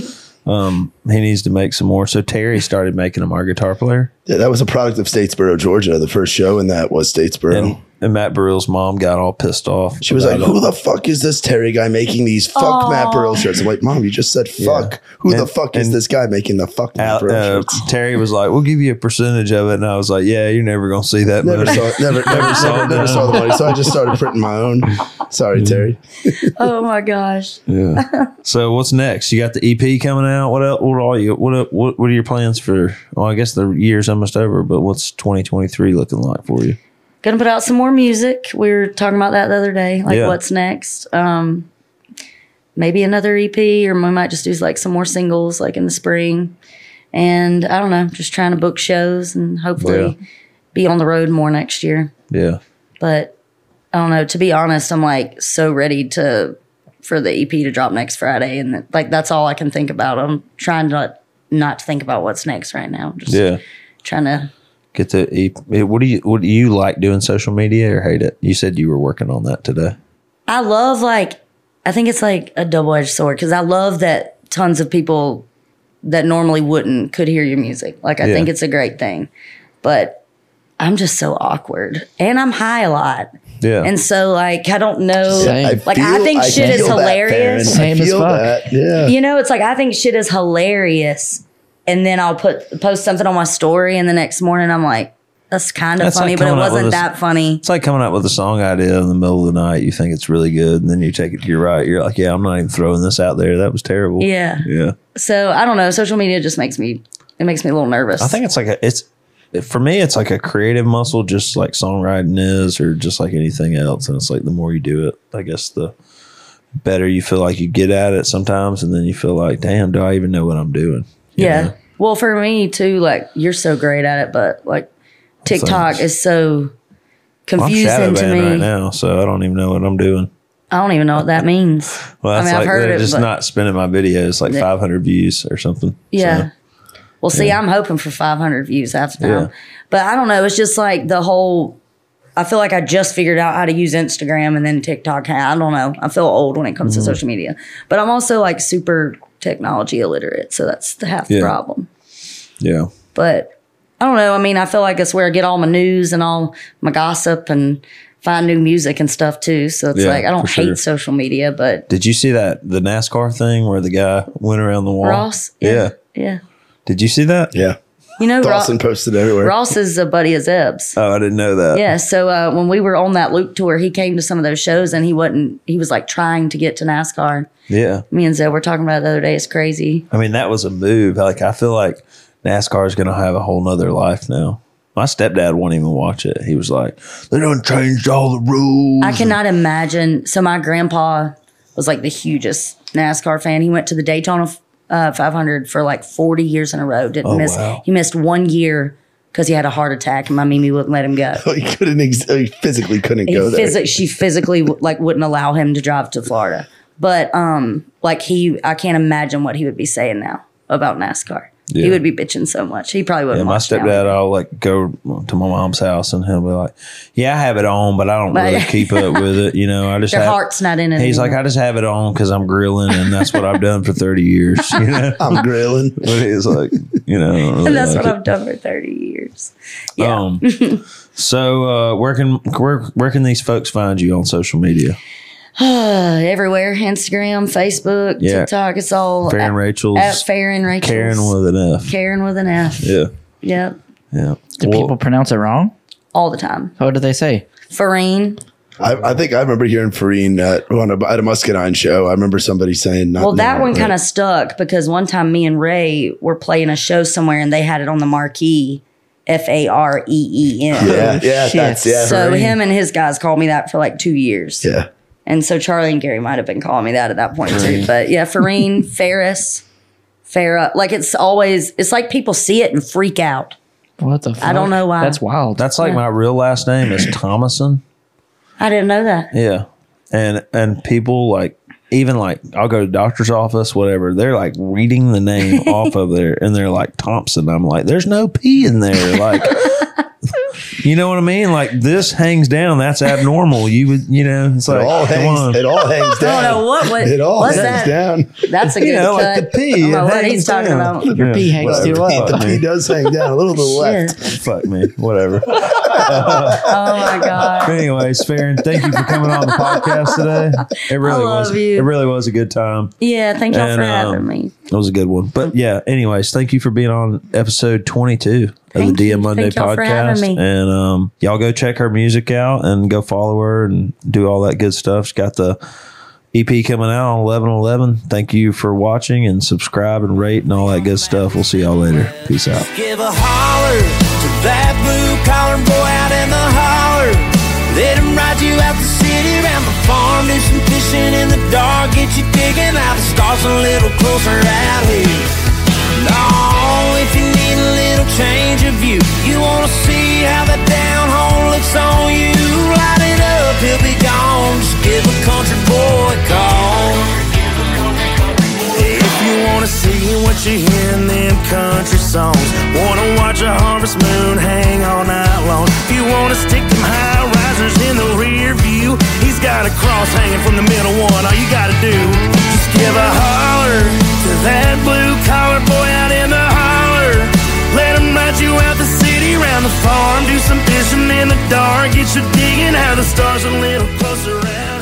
Speaker 1: Um, he needs to make some more. So Terry started making them our guitar player,
Speaker 7: Yeah, that was a product of Statesboro, Georgia. The first show in that was Statesboro.
Speaker 1: and, and Matt Burrell's mom got all pissed off.
Speaker 7: she was
Speaker 1: about
Speaker 7: like,
Speaker 1: it.
Speaker 7: "Who the fuck is this Terry guy making these fuck Matt Burrell shirts?" I'm like, "Mom, you just said fuck. Who the
Speaker 1: And-
Speaker 7: fuck is
Speaker 1: and-
Speaker 7: this guy making the fuck Matt
Speaker 1: Al-
Speaker 7: Burrell
Speaker 1: uh,
Speaker 7: shirts?"
Speaker 1: Terry was like, "We'll give you a percentage of it," and I was like, "Yeah, you're never gonna see that."
Speaker 7: Never
Speaker 1: money."
Speaker 7: saw, never, never saw, never saw the money. So I just started printing my own.
Speaker 5: Mm-hmm.
Speaker 7: Sorry, Terry.
Speaker 2: Oh my gosh.
Speaker 1: Yeah. so what's next? You got the EP coming out. What else, What are you? What what What are your plans for? Well, I guess the year's almost over, but what's 2023 looking like for you?
Speaker 2: Gonna put out some more music. We were talking about that the other day. Like
Speaker 1: Yeah.
Speaker 2: what's next? Um E maybe another EP or we might just do like some more singles like in the spring. And I don't know, just trying to book shows and hopefully be on the road more next year.
Speaker 1: Yeah.
Speaker 2: But I don't know. To be honest, I'm like so ready to for the EP to drop next Friday, and that- like that's all I can think about. I'm trying to not not to think about what's next right now. Just
Speaker 1: Yeah.
Speaker 2: trying to
Speaker 1: Get the e- eh, what do you what do you like doing social media or hate it? You said you were working on that today.
Speaker 2: I love like I think it's like a double edged sword because I love that tons of people that normally wouldn't could hear your music. Like I
Speaker 1: Yeah.
Speaker 2: think it's a great thing, but I'm just so awkward and I'm high a lot,
Speaker 1: Yeah.
Speaker 2: and so like I don't know.
Speaker 5: Same.
Speaker 2: Like, I think shit is
Speaker 7: feel that,
Speaker 2: hilarious.
Speaker 7: Farron. I
Speaker 5: Same as
Speaker 7: feel
Speaker 5: fuck.
Speaker 7: that. Yeah.
Speaker 2: You know, it's like I think shit is hilarious, and then I'll put post something on my story, and the next morning I'm like, that's kind of
Speaker 1: That's
Speaker 2: funny,
Speaker 1: like
Speaker 2: but it
Speaker 1: coming up with
Speaker 2: wasn't
Speaker 1: this-
Speaker 2: that funny.
Speaker 1: It's like coming up with a song idea in the middle of the night. You think it's really good, and then you take it to your right. You're like, "Yeah, I'm not even throwing this out there. That was terrible."
Speaker 2: Yeah.
Speaker 1: yeah.
Speaker 2: So I don't know. Social media just makes me it makes me a little nervous.
Speaker 1: I think it's like a it's for me. It's like a creative muscle, just like songwriting is, or just like anything else. And it's like the more you do it, I guess the better you feel like you get at it sometimes, and then you feel like, "Damn, do I even know what I'm doing?" You
Speaker 2: Yeah.
Speaker 1: know?
Speaker 2: Well, for me too, like you're so great at it, but like TikTok
Speaker 1: Thanks.
Speaker 2: is
Speaker 1: I'm
Speaker 2: so
Speaker 1: shadow
Speaker 2: confusing to
Speaker 1: banned
Speaker 2: me.
Speaker 1: right now, so I don't even know what I'm doing.
Speaker 2: I don't even know what that means.
Speaker 1: Well,
Speaker 2: I
Speaker 1: that's
Speaker 2: mean, I've
Speaker 1: like
Speaker 2: heard
Speaker 1: they're
Speaker 2: it,
Speaker 1: just
Speaker 2: but-
Speaker 1: not spinning my videos like
Speaker 2: Yeah.
Speaker 1: 500 views or something.
Speaker 2: Yeah.
Speaker 1: So,
Speaker 2: Well, see, I'm hoping for 500 views half the
Speaker 1: Yeah.
Speaker 2: time, but I don't know. It's just like the whole. I feel like I just figured out how to use Instagram and then TikTok. I don't know. I feel old when it comes
Speaker 1: Mm-hmm.
Speaker 2: to social media, but I'm also like super technology illiterate, so that's the half the
Speaker 1: Yeah.
Speaker 2: problem.
Speaker 1: yeah.
Speaker 2: but I don't know. I mean, I feel like it's where I get all my news and all my gossip and find new music and stuff too. So it's
Speaker 1: Yeah,
Speaker 2: like I don't
Speaker 1: for
Speaker 2: hate
Speaker 1: sure.
Speaker 2: social media, but
Speaker 1: Did you see that the NASCAR thing where the guy went around the wall?
Speaker 2: Ross,
Speaker 1: Yeah.
Speaker 2: yeah.
Speaker 1: Did you see that?
Speaker 7: Yeah.
Speaker 2: You know, Ross,
Speaker 7: Dawson posted everywhere.
Speaker 2: Ross is a buddy of Zeb's.
Speaker 1: Oh, I didn't know that.
Speaker 2: Yeah. So uh, when we were on that Luke tour, he came to some of those shows and he wasn't. He was like trying to get to NASCAR.
Speaker 1: Yeah.
Speaker 2: Me and Zeb were talking about it the other day. It's crazy.
Speaker 1: I mean, that was a move. Like, I feel like NASCAR is going to have a whole nother life now. My stepdad won't even watch it. He was like, they done changed all the rules.
Speaker 2: I cannot imagine. So my grandpa was like the hugest NASCAR fan. He went to the Daytona uh, 500 for like 40 years in a row. Didn't
Speaker 1: Oh,
Speaker 2: miss.
Speaker 1: wow.
Speaker 2: He missed one year because he had a heart attack, and my Mimi wouldn't let him go.
Speaker 7: Oh, he couldn't ex- he physically couldn't
Speaker 2: He
Speaker 7: go there.
Speaker 2: physi- she physically like wouldn't allow him to drive to Florida. But um, like he, I can't imagine what he would be saying now about NASCAR.
Speaker 1: Yeah.
Speaker 2: He would be bitching so much. He probably
Speaker 1: Yeah,
Speaker 2: wouldn't.
Speaker 1: my
Speaker 2: watch now.
Speaker 1: stepdad, I'll like go to my mom's house and he'll be like, yeah, I have it on, but I don't really keep up with it. You know, I just
Speaker 2: Their
Speaker 1: have.
Speaker 2: heart's not in it.
Speaker 1: He's like,
Speaker 2: anymore.
Speaker 1: I just have it on because I'm grilling, and that's what I've done for 30 years. You know,
Speaker 7: I'm grilling.
Speaker 1: but he's like, you know, I don't really
Speaker 2: and that's
Speaker 1: like
Speaker 2: what
Speaker 1: it.
Speaker 2: I've done for 30 years. Yeah.
Speaker 1: Um, so uh, where can where where can these folks find you on social media?
Speaker 2: Uh, everywhere Instagram, Facebook,
Speaker 1: Yeah.
Speaker 2: TikTok. It's all
Speaker 1: Farron
Speaker 2: at,
Speaker 1: Rachel's
Speaker 2: Uh, at Farron Rachels.
Speaker 1: Karen with an F.
Speaker 2: Karen with an F.
Speaker 1: Yeah,
Speaker 2: Yep.
Speaker 1: yeah.
Speaker 5: Do
Speaker 1: Well,
Speaker 5: people pronounce it wrong?
Speaker 2: All the time.
Speaker 5: What do they say?
Speaker 2: Farine.
Speaker 7: I, I think I remember hearing Farine at, on a, at a Muscadine show. I remember somebody saying, not
Speaker 2: Well, that
Speaker 7: no,
Speaker 2: one
Speaker 7: right.
Speaker 2: kind of stuck because one time me and Ray were playing a show somewhere and they had it on the marquee F A R E E N.
Speaker 7: yeah, yeah,
Speaker 5: shit.
Speaker 7: that's yeah,
Speaker 2: So
Speaker 7: Farine.
Speaker 2: him and his guys called me that for like two years.
Speaker 7: yeah,
Speaker 2: And so Charlie and Gary might have been calling me that at that point too. But yeah, Farine, Ferris, Farah. Like it's always, it's like people see it and freak out.
Speaker 5: What the fuck?
Speaker 2: don't know why.
Speaker 5: That's wild.
Speaker 1: that's like my real last name is Thomason.
Speaker 2: I didn't know that.
Speaker 1: Yeah, and and people like even like I'll go to doctor's office, whatever. They're like reading the name off of there, and they're like Thompson. I'm like, there's no P in there, like. You know what I mean? Like this hangs down. That's abnormal. You would, you know, it's
Speaker 7: it
Speaker 1: like
Speaker 7: all
Speaker 1: come on.
Speaker 7: hangs. It all hangs
Speaker 2: I
Speaker 7: down.
Speaker 2: don't know what, what
Speaker 7: It all
Speaker 2: what's
Speaker 7: hangs
Speaker 2: that?
Speaker 7: down.
Speaker 2: That's a good
Speaker 1: you know,
Speaker 2: cut.
Speaker 1: like the P.
Speaker 2: I don't know
Speaker 1: it
Speaker 2: what
Speaker 1: hangs
Speaker 2: he's talking
Speaker 1: down.
Speaker 2: about.
Speaker 5: Your P hangs
Speaker 7: Well,
Speaker 5: too low.
Speaker 7: Uh, the P does hang down a little to the left.
Speaker 2: Shit.
Speaker 1: Fuck me. Whatever.
Speaker 2: Oh my god.
Speaker 1: Anyways, Farron, thank you for coming on the podcast today. It really
Speaker 2: love
Speaker 1: was.
Speaker 2: you.
Speaker 1: It really was a good time.
Speaker 2: Yeah, thank y'all
Speaker 1: And,
Speaker 2: for
Speaker 1: um,
Speaker 2: having me.
Speaker 1: It was a good one. But yeah, anyways, thank you for being on episode 22 of
Speaker 2: Thank
Speaker 1: the
Speaker 2: you.
Speaker 1: DM Monday
Speaker 2: Thank y'all for
Speaker 1: podcast.
Speaker 2: having me.
Speaker 1: And um, y'all go check her music out and go follow her and do all that good stuff. She's got the EP coming out on 11 11. Thank you for watching and subscribe and rate and all that good stuff. We'll see y'all later. Peace out.
Speaker 3: Give a holler to that blue collar boy out in the holler. Let him ride you out the city, round the farm, do some fishing in the dark, get you digging out the stars a little closer out here. No, if you need a little change of view, you wanna see how the down home looks on you. Light it up, he'll be gone. Just give a country boy a call. If you wanna see what you hear in them country songs, wanna watch a harvest moon hang all night long. If you wanna stick them high risers in the rear view, he's got a cross hanging from the middle one. All you gotta do, just give a holler to that blue collar boy out in the holler. Let him ride you out the city, round the farm, do some fishing in the dark. Get you digging how the stars a little closer Oh, out.